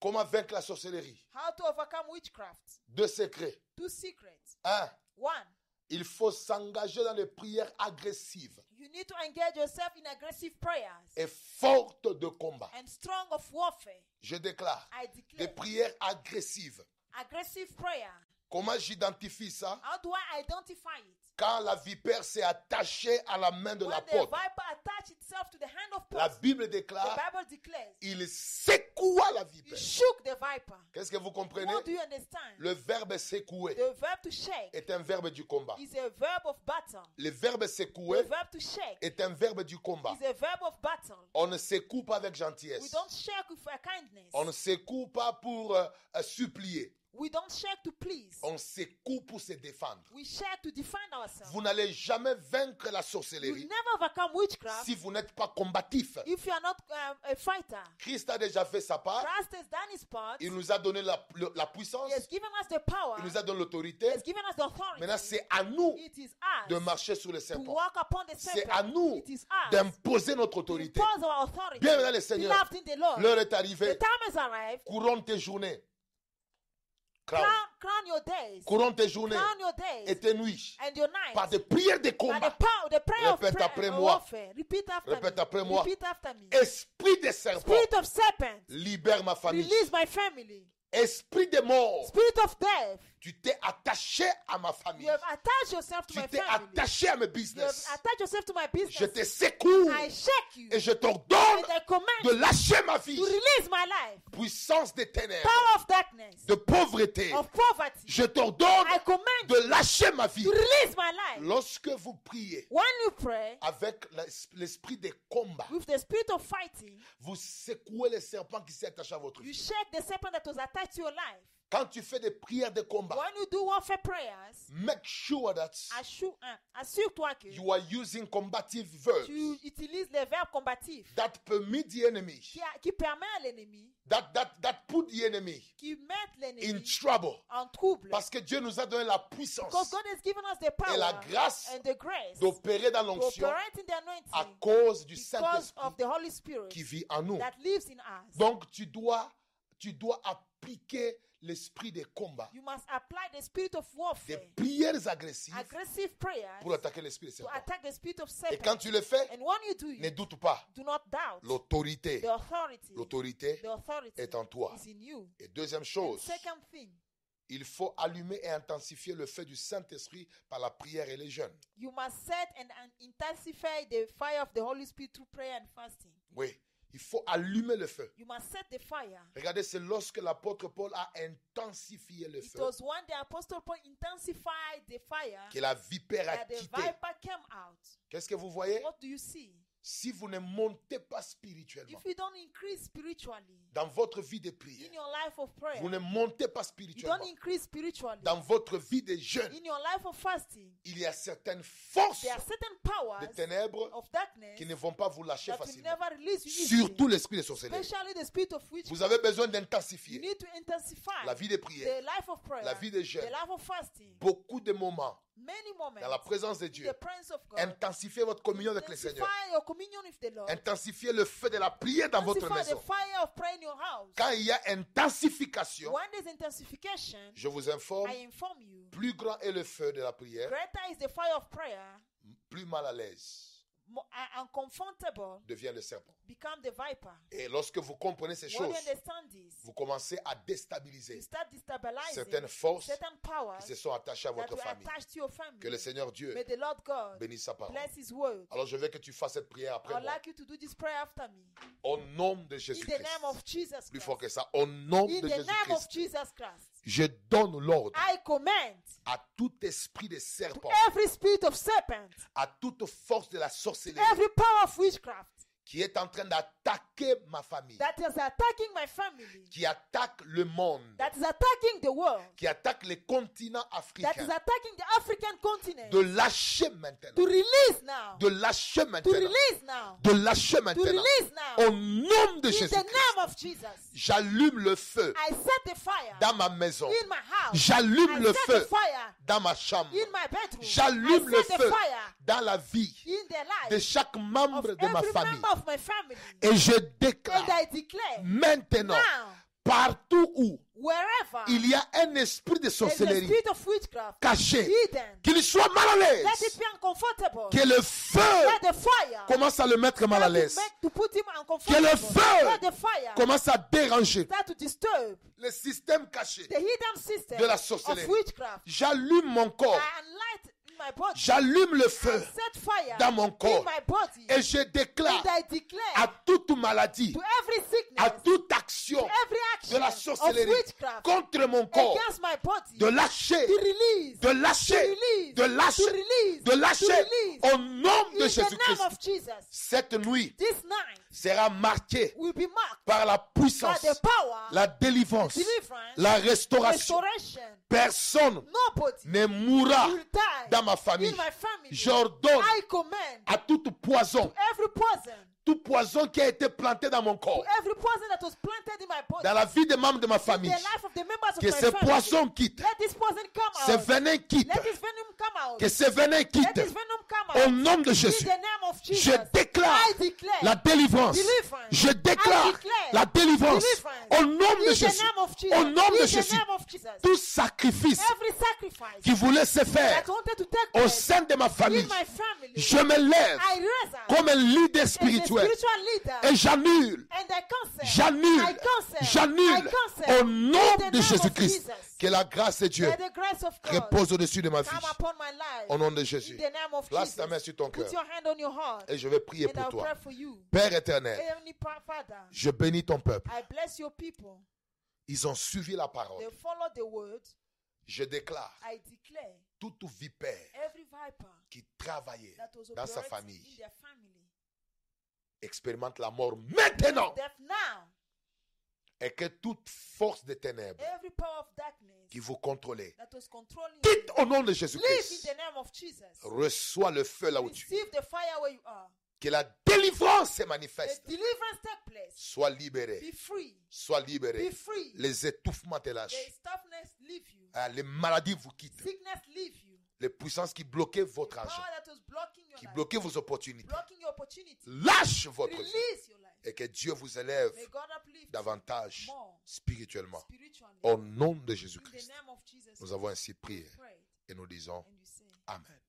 [SPEAKER 2] Comment vaincre la sorcellerie
[SPEAKER 3] how to overcome witchcraft.
[SPEAKER 2] Deux secrets.
[SPEAKER 3] Two secrets.
[SPEAKER 2] Un,
[SPEAKER 3] One,
[SPEAKER 2] il faut s'engager dans les prières agressives
[SPEAKER 3] you need to engage yourself in aggressive prayers
[SPEAKER 2] et fortes de combat.
[SPEAKER 3] and strong of warfare.
[SPEAKER 2] Je déclare,
[SPEAKER 3] I
[SPEAKER 2] les
[SPEAKER 3] declare
[SPEAKER 2] prières agressives.
[SPEAKER 3] aggressive prayer.
[SPEAKER 2] Comment j'identifie ça
[SPEAKER 3] How do I identify it?
[SPEAKER 2] Quand la vipère s'est attachée à la main de
[SPEAKER 3] When the
[SPEAKER 2] l'apôtre,
[SPEAKER 3] viper attached itself to the hand of
[SPEAKER 2] la
[SPEAKER 3] Paul,
[SPEAKER 2] Bible
[SPEAKER 3] the
[SPEAKER 2] déclare
[SPEAKER 3] Bible declares,
[SPEAKER 2] il secoua la
[SPEAKER 3] he
[SPEAKER 2] vipère.
[SPEAKER 3] shook the viper.
[SPEAKER 2] Qu'est-ce que vous comprenez
[SPEAKER 3] What do you understand?
[SPEAKER 2] Le verbe secouer
[SPEAKER 3] The verb to shake
[SPEAKER 2] est un verbe du combat.
[SPEAKER 3] is a verb of battle.
[SPEAKER 2] Le verbe
[SPEAKER 3] The
[SPEAKER 2] secouer
[SPEAKER 3] verb to shake
[SPEAKER 2] est un verbe du combat.
[SPEAKER 3] is a verb of battle.
[SPEAKER 2] On ne secoue pas avec
[SPEAKER 3] We
[SPEAKER 2] gentillesse.
[SPEAKER 3] don't shake with uh, kindness.
[SPEAKER 2] On ne secoue pas pour euh, euh, supplier.
[SPEAKER 3] We don't shake to please.
[SPEAKER 2] On secoue pour se défendre.
[SPEAKER 3] We share to defend ourselves.
[SPEAKER 2] Vous n'allez jamais vaincre la
[SPEAKER 3] You
[SPEAKER 2] sorcellerie
[SPEAKER 3] never overcome witchcraft
[SPEAKER 2] si vous n'êtes pas combatif.
[SPEAKER 3] if you are not um, a fighter.
[SPEAKER 2] Christ a déjà fait sa part.
[SPEAKER 3] Christ has done his part.
[SPEAKER 2] Il nous a donné la, le- la puissance.
[SPEAKER 3] He has given us the power.
[SPEAKER 2] Il nous a
[SPEAKER 3] He
[SPEAKER 2] donné l'autorité.
[SPEAKER 3] has given us the authority.
[SPEAKER 2] Maintenant, c'est à nous
[SPEAKER 3] It is
[SPEAKER 2] de
[SPEAKER 3] us
[SPEAKER 2] marcher sur les
[SPEAKER 3] to
[SPEAKER 2] serpents.
[SPEAKER 3] walk upon the
[SPEAKER 2] C'est
[SPEAKER 3] serpent.
[SPEAKER 2] à nous
[SPEAKER 3] It is us to
[SPEAKER 2] d'imposer notre autorité.
[SPEAKER 3] impose our authority.
[SPEAKER 2] Bienvenue dans le Seigneur.
[SPEAKER 3] Beloved in the Lord.
[SPEAKER 2] L'heure est
[SPEAKER 3] The
[SPEAKER 2] arrivée.
[SPEAKER 3] time has arrived.
[SPEAKER 2] Couronne tes journées Crown.
[SPEAKER 3] Crown, crown your days.
[SPEAKER 2] Couronne tes journées
[SPEAKER 3] Crown your
[SPEAKER 2] et
[SPEAKER 3] days
[SPEAKER 2] tes nuits
[SPEAKER 3] and your
[SPEAKER 2] par
[SPEAKER 3] nights.
[SPEAKER 2] des prières de
[SPEAKER 3] By the
[SPEAKER 2] combat.
[SPEAKER 3] power, the prayer of
[SPEAKER 2] Répète
[SPEAKER 3] prayer
[SPEAKER 2] après
[SPEAKER 3] and
[SPEAKER 2] moi.
[SPEAKER 3] warfare. Repeat after
[SPEAKER 2] Répète
[SPEAKER 3] me.
[SPEAKER 2] après moi.
[SPEAKER 3] Repeat after me.
[SPEAKER 2] Esprit de serpent,
[SPEAKER 3] Spirit of serpent,
[SPEAKER 2] libère ma famille.
[SPEAKER 3] release my family.
[SPEAKER 2] Esprit de mort,
[SPEAKER 3] Spirit of death,
[SPEAKER 2] tu t'es attaché à ma
[SPEAKER 3] you
[SPEAKER 2] famille.
[SPEAKER 3] have attached yourself to
[SPEAKER 2] Tu
[SPEAKER 3] my
[SPEAKER 2] t'es
[SPEAKER 3] family.
[SPEAKER 2] attaché à mes
[SPEAKER 3] You have
[SPEAKER 2] business.
[SPEAKER 3] attached yourself to my
[SPEAKER 2] Je
[SPEAKER 3] business.
[SPEAKER 2] te secoue
[SPEAKER 3] I shake you
[SPEAKER 2] et je
[SPEAKER 3] and
[SPEAKER 2] t'ordonne
[SPEAKER 3] I
[SPEAKER 2] de
[SPEAKER 3] command
[SPEAKER 2] lâcher ma vie.
[SPEAKER 3] to release my life.
[SPEAKER 2] Puissance des ténèbres,
[SPEAKER 3] Power of darkness,
[SPEAKER 2] de pauvreté,
[SPEAKER 3] of poverty,
[SPEAKER 2] je t'ordonne
[SPEAKER 3] I command
[SPEAKER 2] de lâcher ma vie.
[SPEAKER 3] to release my life.
[SPEAKER 2] Lorsque vous priez
[SPEAKER 3] When you pray
[SPEAKER 2] avec l'es- l'esprit des combats,
[SPEAKER 3] with the spirit of fighting,
[SPEAKER 2] vous secouez les serpents qui s'est attaché à votre
[SPEAKER 3] you
[SPEAKER 2] vie.
[SPEAKER 3] shake the serpent that was attached to your life.
[SPEAKER 2] Quand tu fais des prières de combat,
[SPEAKER 3] When you do warfare prayers,
[SPEAKER 2] make sure that
[SPEAKER 3] assure- hein, assure-toi que
[SPEAKER 2] you are using combative verbs
[SPEAKER 3] tu utilises les verbes combatifs
[SPEAKER 2] that permit the enemy,
[SPEAKER 3] qui, a- qui permet à l'ennemi,
[SPEAKER 2] that, that, that put the enemy
[SPEAKER 3] qui
[SPEAKER 2] in
[SPEAKER 3] mettent l'ennemi
[SPEAKER 2] trouble.
[SPEAKER 3] en trouble.
[SPEAKER 2] Parce que Dieu nous a donné la
[SPEAKER 3] Because
[SPEAKER 2] puissance
[SPEAKER 3] God has given us the power
[SPEAKER 2] et la grâce
[SPEAKER 3] and the grace to
[SPEAKER 2] d'opérer dans l'onction
[SPEAKER 3] operate in the
[SPEAKER 2] à
[SPEAKER 3] anointing
[SPEAKER 2] cause du
[SPEAKER 3] because of
[SPEAKER 2] Saint-Esprit
[SPEAKER 3] the Holy Spirit
[SPEAKER 2] qui vit en nous.
[SPEAKER 3] that lives in us.
[SPEAKER 2] Donc tu dois, tu dois appliquer l'esprit des combats,
[SPEAKER 3] You must apply the spirit of
[SPEAKER 2] des
[SPEAKER 3] warfare,
[SPEAKER 2] prières agressives
[SPEAKER 3] aggressive prayers
[SPEAKER 2] pour attaquer l'esprit des
[SPEAKER 3] to
[SPEAKER 2] serpents.
[SPEAKER 3] attack the spirit of
[SPEAKER 2] Et quand
[SPEAKER 3] Satan.
[SPEAKER 2] tu le fais,
[SPEAKER 3] And when you do
[SPEAKER 2] ne
[SPEAKER 3] it,
[SPEAKER 2] doute pas,
[SPEAKER 3] do not doubt
[SPEAKER 2] l'autorité,
[SPEAKER 3] the authority.
[SPEAKER 2] l'autorité.
[SPEAKER 3] The authority
[SPEAKER 2] est en toi.
[SPEAKER 3] is in you.
[SPEAKER 2] Et deuxième
[SPEAKER 3] And
[SPEAKER 2] chose,
[SPEAKER 3] second thing,
[SPEAKER 2] il faut allumer et intensifier le feu du Saint-Esprit par la prière et les jeûnes.
[SPEAKER 3] you must set and, and intensify the fire of the Holy Spirit through prayer and fasting.
[SPEAKER 2] Oui, il faut allumer le feu.
[SPEAKER 3] You must set the fire.
[SPEAKER 2] Regardez, c'est lorsque l'apôtre Paul a intensifié le
[SPEAKER 3] It
[SPEAKER 2] feu
[SPEAKER 3] was when the apostle Paul intensified the fire
[SPEAKER 2] que la vipère a
[SPEAKER 3] that the
[SPEAKER 2] quitté.
[SPEAKER 3] viper came out.
[SPEAKER 2] Qu'est-ce que vous voyez
[SPEAKER 3] What do you see?
[SPEAKER 2] Si vous ne montez pas
[SPEAKER 3] If
[SPEAKER 2] spirituellement
[SPEAKER 3] you don't increase spiritually
[SPEAKER 2] dans votre vie de
[SPEAKER 3] in
[SPEAKER 2] prière,
[SPEAKER 3] your life of
[SPEAKER 2] vous ne
[SPEAKER 3] prayer,
[SPEAKER 2] montez pas
[SPEAKER 3] you don't
[SPEAKER 2] spirituellement
[SPEAKER 3] increase spiritually
[SPEAKER 2] dans votre vie de jeûne,
[SPEAKER 3] in your life of fasting,
[SPEAKER 2] il y a certaines forces
[SPEAKER 3] there are certain
[SPEAKER 2] de
[SPEAKER 3] powers
[SPEAKER 2] ténèbres
[SPEAKER 3] of darkness
[SPEAKER 2] qui ne vont pas vous lâcher
[SPEAKER 3] that will
[SPEAKER 2] facilement.
[SPEAKER 3] never release you easily,
[SPEAKER 2] Surtout l'esprit de sorcellerie.
[SPEAKER 3] especially the spirit of which
[SPEAKER 2] Vous avez besoin
[SPEAKER 3] you
[SPEAKER 2] d'intensifier
[SPEAKER 3] need to intensify
[SPEAKER 2] la vie de
[SPEAKER 3] the
[SPEAKER 2] prière,
[SPEAKER 3] life of prayer,
[SPEAKER 2] la vie de
[SPEAKER 3] the
[SPEAKER 2] jeûne.
[SPEAKER 3] life of fasting,
[SPEAKER 2] Beaucoup de moments
[SPEAKER 3] many moments
[SPEAKER 2] dans la présence de
[SPEAKER 3] in
[SPEAKER 2] Dieu.
[SPEAKER 3] the presence of God.
[SPEAKER 2] Intensifiez votre communion avec le Seigneur.
[SPEAKER 3] Intensify your communion with the Lord.
[SPEAKER 2] Intensifiez le feu de la prière dans votre
[SPEAKER 3] Intensify the
[SPEAKER 2] maison.
[SPEAKER 3] fire of prayer in your house.
[SPEAKER 2] Quand il y a intensification,
[SPEAKER 3] When there's intensification,
[SPEAKER 2] je vous informe,
[SPEAKER 3] I inform you,
[SPEAKER 2] plus grand est le feu de la prière,
[SPEAKER 3] greater is the fire of prayer,
[SPEAKER 2] plus mal à l'aise
[SPEAKER 3] more un- uncomfortable
[SPEAKER 2] devient le serpent.
[SPEAKER 3] become the viper.
[SPEAKER 2] Et lorsque vous comprenez ces
[SPEAKER 3] When
[SPEAKER 2] choses,
[SPEAKER 3] you understand this,
[SPEAKER 2] vous commencez à
[SPEAKER 3] you
[SPEAKER 2] déstabiliser
[SPEAKER 3] start destabilizing
[SPEAKER 2] certaines forces
[SPEAKER 3] certain powers
[SPEAKER 2] qui se sont attachées à
[SPEAKER 3] that
[SPEAKER 2] votre
[SPEAKER 3] will
[SPEAKER 2] famille.
[SPEAKER 3] attach to your family.
[SPEAKER 2] Que le Seigneur Dieu
[SPEAKER 3] May the Lord God
[SPEAKER 2] bénisse sa parole.
[SPEAKER 3] bless His word.
[SPEAKER 2] Alors je veux que tu fasses cette prière
[SPEAKER 3] I
[SPEAKER 2] après
[SPEAKER 3] would
[SPEAKER 2] moi.
[SPEAKER 3] like you to do this prayer after me.
[SPEAKER 2] Au nom de
[SPEAKER 3] In the name
[SPEAKER 2] Jésus-Christ.
[SPEAKER 3] of Jesus
[SPEAKER 2] Plus fort
[SPEAKER 3] Christ.
[SPEAKER 2] que ça. Au nom
[SPEAKER 3] In
[SPEAKER 2] de
[SPEAKER 3] the name of
[SPEAKER 2] Jésus-Christ.
[SPEAKER 3] Jesus Christ.
[SPEAKER 2] Je donne l'ordre
[SPEAKER 3] I command
[SPEAKER 2] à tout esprit de
[SPEAKER 3] to
[SPEAKER 2] serpent,
[SPEAKER 3] every spirit of serpent,
[SPEAKER 2] à toute force de la
[SPEAKER 3] to
[SPEAKER 2] sorcellerie
[SPEAKER 3] every power of witchcraft
[SPEAKER 2] qui est en train d'attaquer ma famille,
[SPEAKER 3] that is attacking my family,
[SPEAKER 2] qui attaque le monde,
[SPEAKER 3] that is attacking the world,
[SPEAKER 2] qui attaque les continents
[SPEAKER 3] that is
[SPEAKER 2] africains.
[SPEAKER 3] attacking the African continent,
[SPEAKER 2] De lâcher
[SPEAKER 3] to
[SPEAKER 2] maintenant.
[SPEAKER 3] release now,
[SPEAKER 2] De lâcher
[SPEAKER 3] to
[SPEAKER 2] maintenant.
[SPEAKER 3] release now,
[SPEAKER 2] De lâcher
[SPEAKER 3] to
[SPEAKER 2] maintenant.
[SPEAKER 3] release now.
[SPEAKER 2] Au nom de
[SPEAKER 3] In the
[SPEAKER 2] Jésus-Christ.
[SPEAKER 3] name of Jesus,
[SPEAKER 2] J'allume le feu
[SPEAKER 3] I set the fire
[SPEAKER 2] dans ma maison.
[SPEAKER 3] in my house.
[SPEAKER 2] J'allume
[SPEAKER 3] I
[SPEAKER 2] le
[SPEAKER 3] set the
[SPEAKER 2] feu
[SPEAKER 3] fire
[SPEAKER 2] dans ma chambre.
[SPEAKER 3] in my bedroom.
[SPEAKER 2] J'allume
[SPEAKER 3] I
[SPEAKER 2] le
[SPEAKER 3] set the
[SPEAKER 2] feu
[SPEAKER 3] fire
[SPEAKER 2] dans la vie
[SPEAKER 3] in the
[SPEAKER 2] de
[SPEAKER 3] life
[SPEAKER 2] chaque
[SPEAKER 3] of
[SPEAKER 2] membre de ma
[SPEAKER 3] every
[SPEAKER 2] famille.
[SPEAKER 3] member of my family.
[SPEAKER 2] Et je
[SPEAKER 3] And
[SPEAKER 2] déclare
[SPEAKER 3] I declare
[SPEAKER 2] maintenant,
[SPEAKER 3] now, Ah.
[SPEAKER 2] partout où
[SPEAKER 3] wherever
[SPEAKER 2] il y a un esprit de
[SPEAKER 3] there is a
[SPEAKER 2] sorcellerie
[SPEAKER 3] spirit of witchcraft
[SPEAKER 2] caché,
[SPEAKER 3] hidden,
[SPEAKER 2] qu'il soit mal à
[SPEAKER 3] Let it
[SPEAKER 2] l'aise,
[SPEAKER 3] be uncomfortable.
[SPEAKER 2] que le feu
[SPEAKER 3] Let the fire
[SPEAKER 2] commence à le mettre mal à
[SPEAKER 3] let it
[SPEAKER 2] l'aise,
[SPEAKER 3] make to put him uncomfortable.
[SPEAKER 2] Que le feu
[SPEAKER 3] Let the fire
[SPEAKER 2] commence à déranger
[SPEAKER 3] start to disturb
[SPEAKER 2] le système caché.
[SPEAKER 3] the hidden system
[SPEAKER 2] De la sorcellerie.
[SPEAKER 3] of witchcraft.
[SPEAKER 2] J'allume mon corps,
[SPEAKER 3] I unlight in my body.
[SPEAKER 2] j'allume le
[SPEAKER 3] I
[SPEAKER 2] feu
[SPEAKER 3] set fire
[SPEAKER 2] dans mon corps.
[SPEAKER 3] in my body.
[SPEAKER 2] et je déclare
[SPEAKER 3] and I declare
[SPEAKER 2] à toute maladie,
[SPEAKER 3] to every sickness,
[SPEAKER 2] à toute
[SPEAKER 3] to
[SPEAKER 2] action
[SPEAKER 3] every
[SPEAKER 2] de
[SPEAKER 3] action
[SPEAKER 2] la
[SPEAKER 3] of
[SPEAKER 2] sorcellerie
[SPEAKER 3] witchcraft
[SPEAKER 2] contre mon corps,
[SPEAKER 3] against my body
[SPEAKER 2] de lâcher,
[SPEAKER 3] to release,
[SPEAKER 2] de
[SPEAKER 3] to
[SPEAKER 2] lâcher,
[SPEAKER 3] release,
[SPEAKER 2] de
[SPEAKER 3] to
[SPEAKER 2] lâcher,
[SPEAKER 3] release,
[SPEAKER 2] de
[SPEAKER 3] to
[SPEAKER 2] lâcher
[SPEAKER 3] release.
[SPEAKER 2] au nom
[SPEAKER 3] in
[SPEAKER 2] de
[SPEAKER 3] the name
[SPEAKER 2] Jésus-Christ.
[SPEAKER 3] of Jesus,
[SPEAKER 2] Cette nuit
[SPEAKER 3] this night
[SPEAKER 2] sera marquée
[SPEAKER 3] will be marked
[SPEAKER 2] par la
[SPEAKER 3] by
[SPEAKER 2] puissance,
[SPEAKER 3] the power
[SPEAKER 2] la délivrance,
[SPEAKER 3] deliverance,
[SPEAKER 2] la restauration.
[SPEAKER 3] restoration.
[SPEAKER 2] Personne
[SPEAKER 3] Nobody
[SPEAKER 2] ne mourra
[SPEAKER 3] will die
[SPEAKER 2] dans ma famille.
[SPEAKER 3] in my family.
[SPEAKER 2] J'ordonne
[SPEAKER 3] I command
[SPEAKER 2] à tout poison,
[SPEAKER 3] every poison,
[SPEAKER 2] tout poison qui a été planté dans mon corps,
[SPEAKER 3] every poison that was planted in my body,
[SPEAKER 2] dans la vie des membres de ma
[SPEAKER 3] in the
[SPEAKER 2] famille,
[SPEAKER 3] life of the members of
[SPEAKER 2] que
[SPEAKER 3] my
[SPEAKER 2] ce
[SPEAKER 3] family.
[SPEAKER 2] poison quitte,
[SPEAKER 3] Let this poison come
[SPEAKER 2] ce
[SPEAKER 3] out.
[SPEAKER 2] venin quitte,
[SPEAKER 3] Let this venom come out.
[SPEAKER 2] que ce venin
[SPEAKER 3] Let
[SPEAKER 2] quitte
[SPEAKER 3] this venom come out.
[SPEAKER 2] au nom de
[SPEAKER 3] in
[SPEAKER 2] Jésus.
[SPEAKER 3] the name of Jesus,
[SPEAKER 4] Je déclare
[SPEAKER 3] I declare
[SPEAKER 4] la délivrance.
[SPEAKER 3] deliverance.
[SPEAKER 4] Je déclare
[SPEAKER 3] I declare
[SPEAKER 4] la délivrance.
[SPEAKER 3] deliverance.
[SPEAKER 4] Au nom de
[SPEAKER 3] In the
[SPEAKER 4] Jésus.
[SPEAKER 3] name of Jesus.
[SPEAKER 4] Au nom de
[SPEAKER 3] In the
[SPEAKER 4] Jésus.
[SPEAKER 3] name of Jesus.
[SPEAKER 4] Tout sacrifice
[SPEAKER 3] Every sacrifice
[SPEAKER 4] qui voulait se faire
[SPEAKER 3] that wanted to take
[SPEAKER 4] au
[SPEAKER 3] place
[SPEAKER 4] sein de ma famille,
[SPEAKER 3] in my family,
[SPEAKER 4] je me lève
[SPEAKER 3] I raise up
[SPEAKER 4] comme un leader
[SPEAKER 3] as a
[SPEAKER 4] spirituel
[SPEAKER 3] spiritual leader
[SPEAKER 4] et j'annule,
[SPEAKER 3] and I cancel. I
[SPEAKER 4] j'annule,
[SPEAKER 3] cancel. I
[SPEAKER 4] j'annule
[SPEAKER 3] cancel.
[SPEAKER 4] au
[SPEAKER 3] In
[SPEAKER 4] nom
[SPEAKER 3] the
[SPEAKER 4] de
[SPEAKER 3] name of
[SPEAKER 4] Jésus-Christ.
[SPEAKER 3] Jesus.
[SPEAKER 2] Que la grâce de Dieu
[SPEAKER 3] May the grace of God
[SPEAKER 2] repose au-dessus de ma vie.
[SPEAKER 3] come upon my life.
[SPEAKER 2] Au nom de
[SPEAKER 3] In
[SPEAKER 2] Jésus.
[SPEAKER 3] the name of
[SPEAKER 2] Place
[SPEAKER 3] Jesus.
[SPEAKER 2] ta main sur ton
[SPEAKER 3] Put
[SPEAKER 2] cœur
[SPEAKER 3] your hand on your heart.
[SPEAKER 2] et je vais prier
[SPEAKER 3] And
[SPEAKER 2] pour
[SPEAKER 3] I'll pray
[SPEAKER 2] toi.
[SPEAKER 3] for you.
[SPEAKER 2] Père éternel,
[SPEAKER 3] Heavenly Pa- Father,
[SPEAKER 2] je bénis ton peuple.
[SPEAKER 3] I bless your people.
[SPEAKER 2] Ils ont suivi la
[SPEAKER 3] They
[SPEAKER 2] parole.
[SPEAKER 3] follow the word.
[SPEAKER 2] Je déclare
[SPEAKER 3] I declare
[SPEAKER 2] toute vipère
[SPEAKER 3] every viper
[SPEAKER 2] qui travaillait
[SPEAKER 3] that was
[SPEAKER 2] dans sa
[SPEAKER 3] operating in
[SPEAKER 2] famille
[SPEAKER 3] their family.
[SPEAKER 2] expérimente la mort maintenant
[SPEAKER 3] Death now.
[SPEAKER 2] et que toute force des ténèbres
[SPEAKER 3] Every power of darkness
[SPEAKER 2] qui vous contrôlait,
[SPEAKER 3] that was controlling you.
[SPEAKER 2] quitte au nom de
[SPEAKER 3] Live in
[SPEAKER 2] Jésus-Christ.
[SPEAKER 3] the name of Jesus.
[SPEAKER 2] Reçois le feu là où tu es.
[SPEAKER 3] Receive the fire where you are.
[SPEAKER 2] Que la délivrance se
[SPEAKER 3] The
[SPEAKER 2] manifeste.
[SPEAKER 3] deliverance take place.
[SPEAKER 2] Sois
[SPEAKER 3] Be
[SPEAKER 2] libéré.
[SPEAKER 3] free.
[SPEAKER 2] Sois
[SPEAKER 3] Be
[SPEAKER 2] libéré.
[SPEAKER 3] free.
[SPEAKER 2] Les étouffements te
[SPEAKER 3] The
[SPEAKER 2] lâchent.
[SPEAKER 3] toughness leave you.
[SPEAKER 2] Ah, Les maladies vous quittent.
[SPEAKER 3] Sickness leave you.
[SPEAKER 2] Les puissances qui bloquaient
[SPEAKER 3] The
[SPEAKER 2] votre
[SPEAKER 3] power
[SPEAKER 2] argent,
[SPEAKER 3] that was blocking your
[SPEAKER 2] qui
[SPEAKER 3] life,
[SPEAKER 2] bloquaient vos opportunités,
[SPEAKER 3] blocking your opportunity.
[SPEAKER 2] lâche votre vie.
[SPEAKER 3] Release your life.
[SPEAKER 2] Et que Dieu vous élève
[SPEAKER 3] May God uplift you
[SPEAKER 2] davantage
[SPEAKER 3] more
[SPEAKER 2] spirituellement.
[SPEAKER 3] spiritually.
[SPEAKER 2] Au nom de
[SPEAKER 3] in the
[SPEAKER 2] Jésus-Christ.
[SPEAKER 3] name of Jesus.
[SPEAKER 2] Nous avons ainsi prié
[SPEAKER 3] Pray
[SPEAKER 2] et nous disons
[SPEAKER 3] and you say,
[SPEAKER 2] Amen.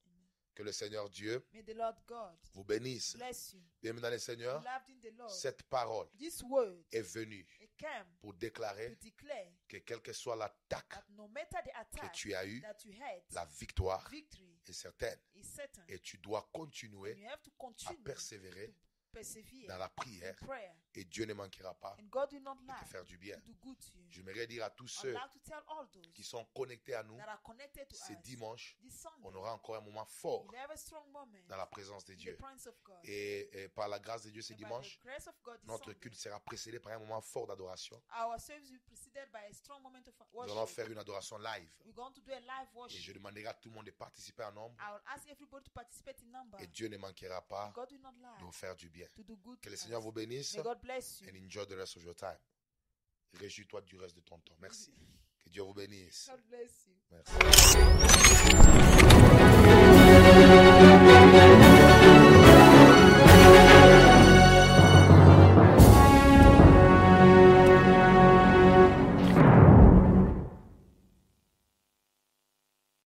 [SPEAKER 2] Que le Seigneur Dieu
[SPEAKER 3] May the Lord God
[SPEAKER 2] vous bénisse.
[SPEAKER 3] bless you.
[SPEAKER 2] Bienvenue dans le Seigneur.
[SPEAKER 3] Loved in the Lord.
[SPEAKER 2] Cette parole
[SPEAKER 3] This word
[SPEAKER 2] est venue
[SPEAKER 3] it came
[SPEAKER 2] pour
[SPEAKER 3] to
[SPEAKER 2] déclarer
[SPEAKER 3] declare
[SPEAKER 2] que quelle que soit l'attaque
[SPEAKER 3] that no matter the
[SPEAKER 2] Eh. que
[SPEAKER 3] attack
[SPEAKER 2] tu as eue,
[SPEAKER 3] that you had,
[SPEAKER 2] la Eh. victoire
[SPEAKER 3] victory
[SPEAKER 2] est certaine.
[SPEAKER 3] is certain.
[SPEAKER 2] Et tu dois
[SPEAKER 3] And
[SPEAKER 2] continuer
[SPEAKER 3] you have to
[SPEAKER 2] à
[SPEAKER 3] continue
[SPEAKER 2] persévérer
[SPEAKER 3] to persevere
[SPEAKER 2] dans la
[SPEAKER 3] in
[SPEAKER 2] prière.
[SPEAKER 3] prayer.
[SPEAKER 2] Et Dieu ne manquera pas
[SPEAKER 3] And God will not
[SPEAKER 2] de te
[SPEAKER 3] lie
[SPEAKER 2] faire du bien.
[SPEAKER 3] to do good to you.
[SPEAKER 2] J'aimerais dire à tous
[SPEAKER 3] I'd
[SPEAKER 2] ceux
[SPEAKER 3] like to tell all those
[SPEAKER 2] qui sont connectés à nous,
[SPEAKER 3] that are connected to us
[SPEAKER 2] ce dimanche,
[SPEAKER 3] this Sunday,
[SPEAKER 2] on aura encore un moment fort
[SPEAKER 3] we'll have a strong moment
[SPEAKER 2] dans la présence de
[SPEAKER 3] in the
[SPEAKER 2] Dieu.
[SPEAKER 3] presence of God.
[SPEAKER 2] Eh, Et, et par la grâce de Dieu ce
[SPEAKER 3] And by
[SPEAKER 2] dimanche,
[SPEAKER 3] the grace of God this
[SPEAKER 2] notre
[SPEAKER 3] Sunday,
[SPEAKER 2] culte sera précédé par un moment fort d'adoration.
[SPEAKER 3] our service will be preceded by a strong moment of
[SPEAKER 2] Nous
[SPEAKER 3] worship.
[SPEAKER 2] allons faire une adoration live.
[SPEAKER 3] We're going to do a live
[SPEAKER 2] Et
[SPEAKER 3] worship.
[SPEAKER 2] je demanderai à tout le monde de participer en nombre.
[SPEAKER 3] I will ask everybody to participate in number.
[SPEAKER 2] Et Dieu ne manquera pas
[SPEAKER 3] God will not lie
[SPEAKER 2] de vous faire du bien.
[SPEAKER 3] to do good.
[SPEAKER 2] Que
[SPEAKER 3] to
[SPEAKER 2] le
[SPEAKER 3] us.
[SPEAKER 2] Seigneur vous bénisse
[SPEAKER 3] May God bless you.
[SPEAKER 2] and enjoy the rest of your time. Réjouis-toi du reste de ton temps. Merci. Que Dieu vous bénisse.
[SPEAKER 3] God bless you.
[SPEAKER 2] Merci.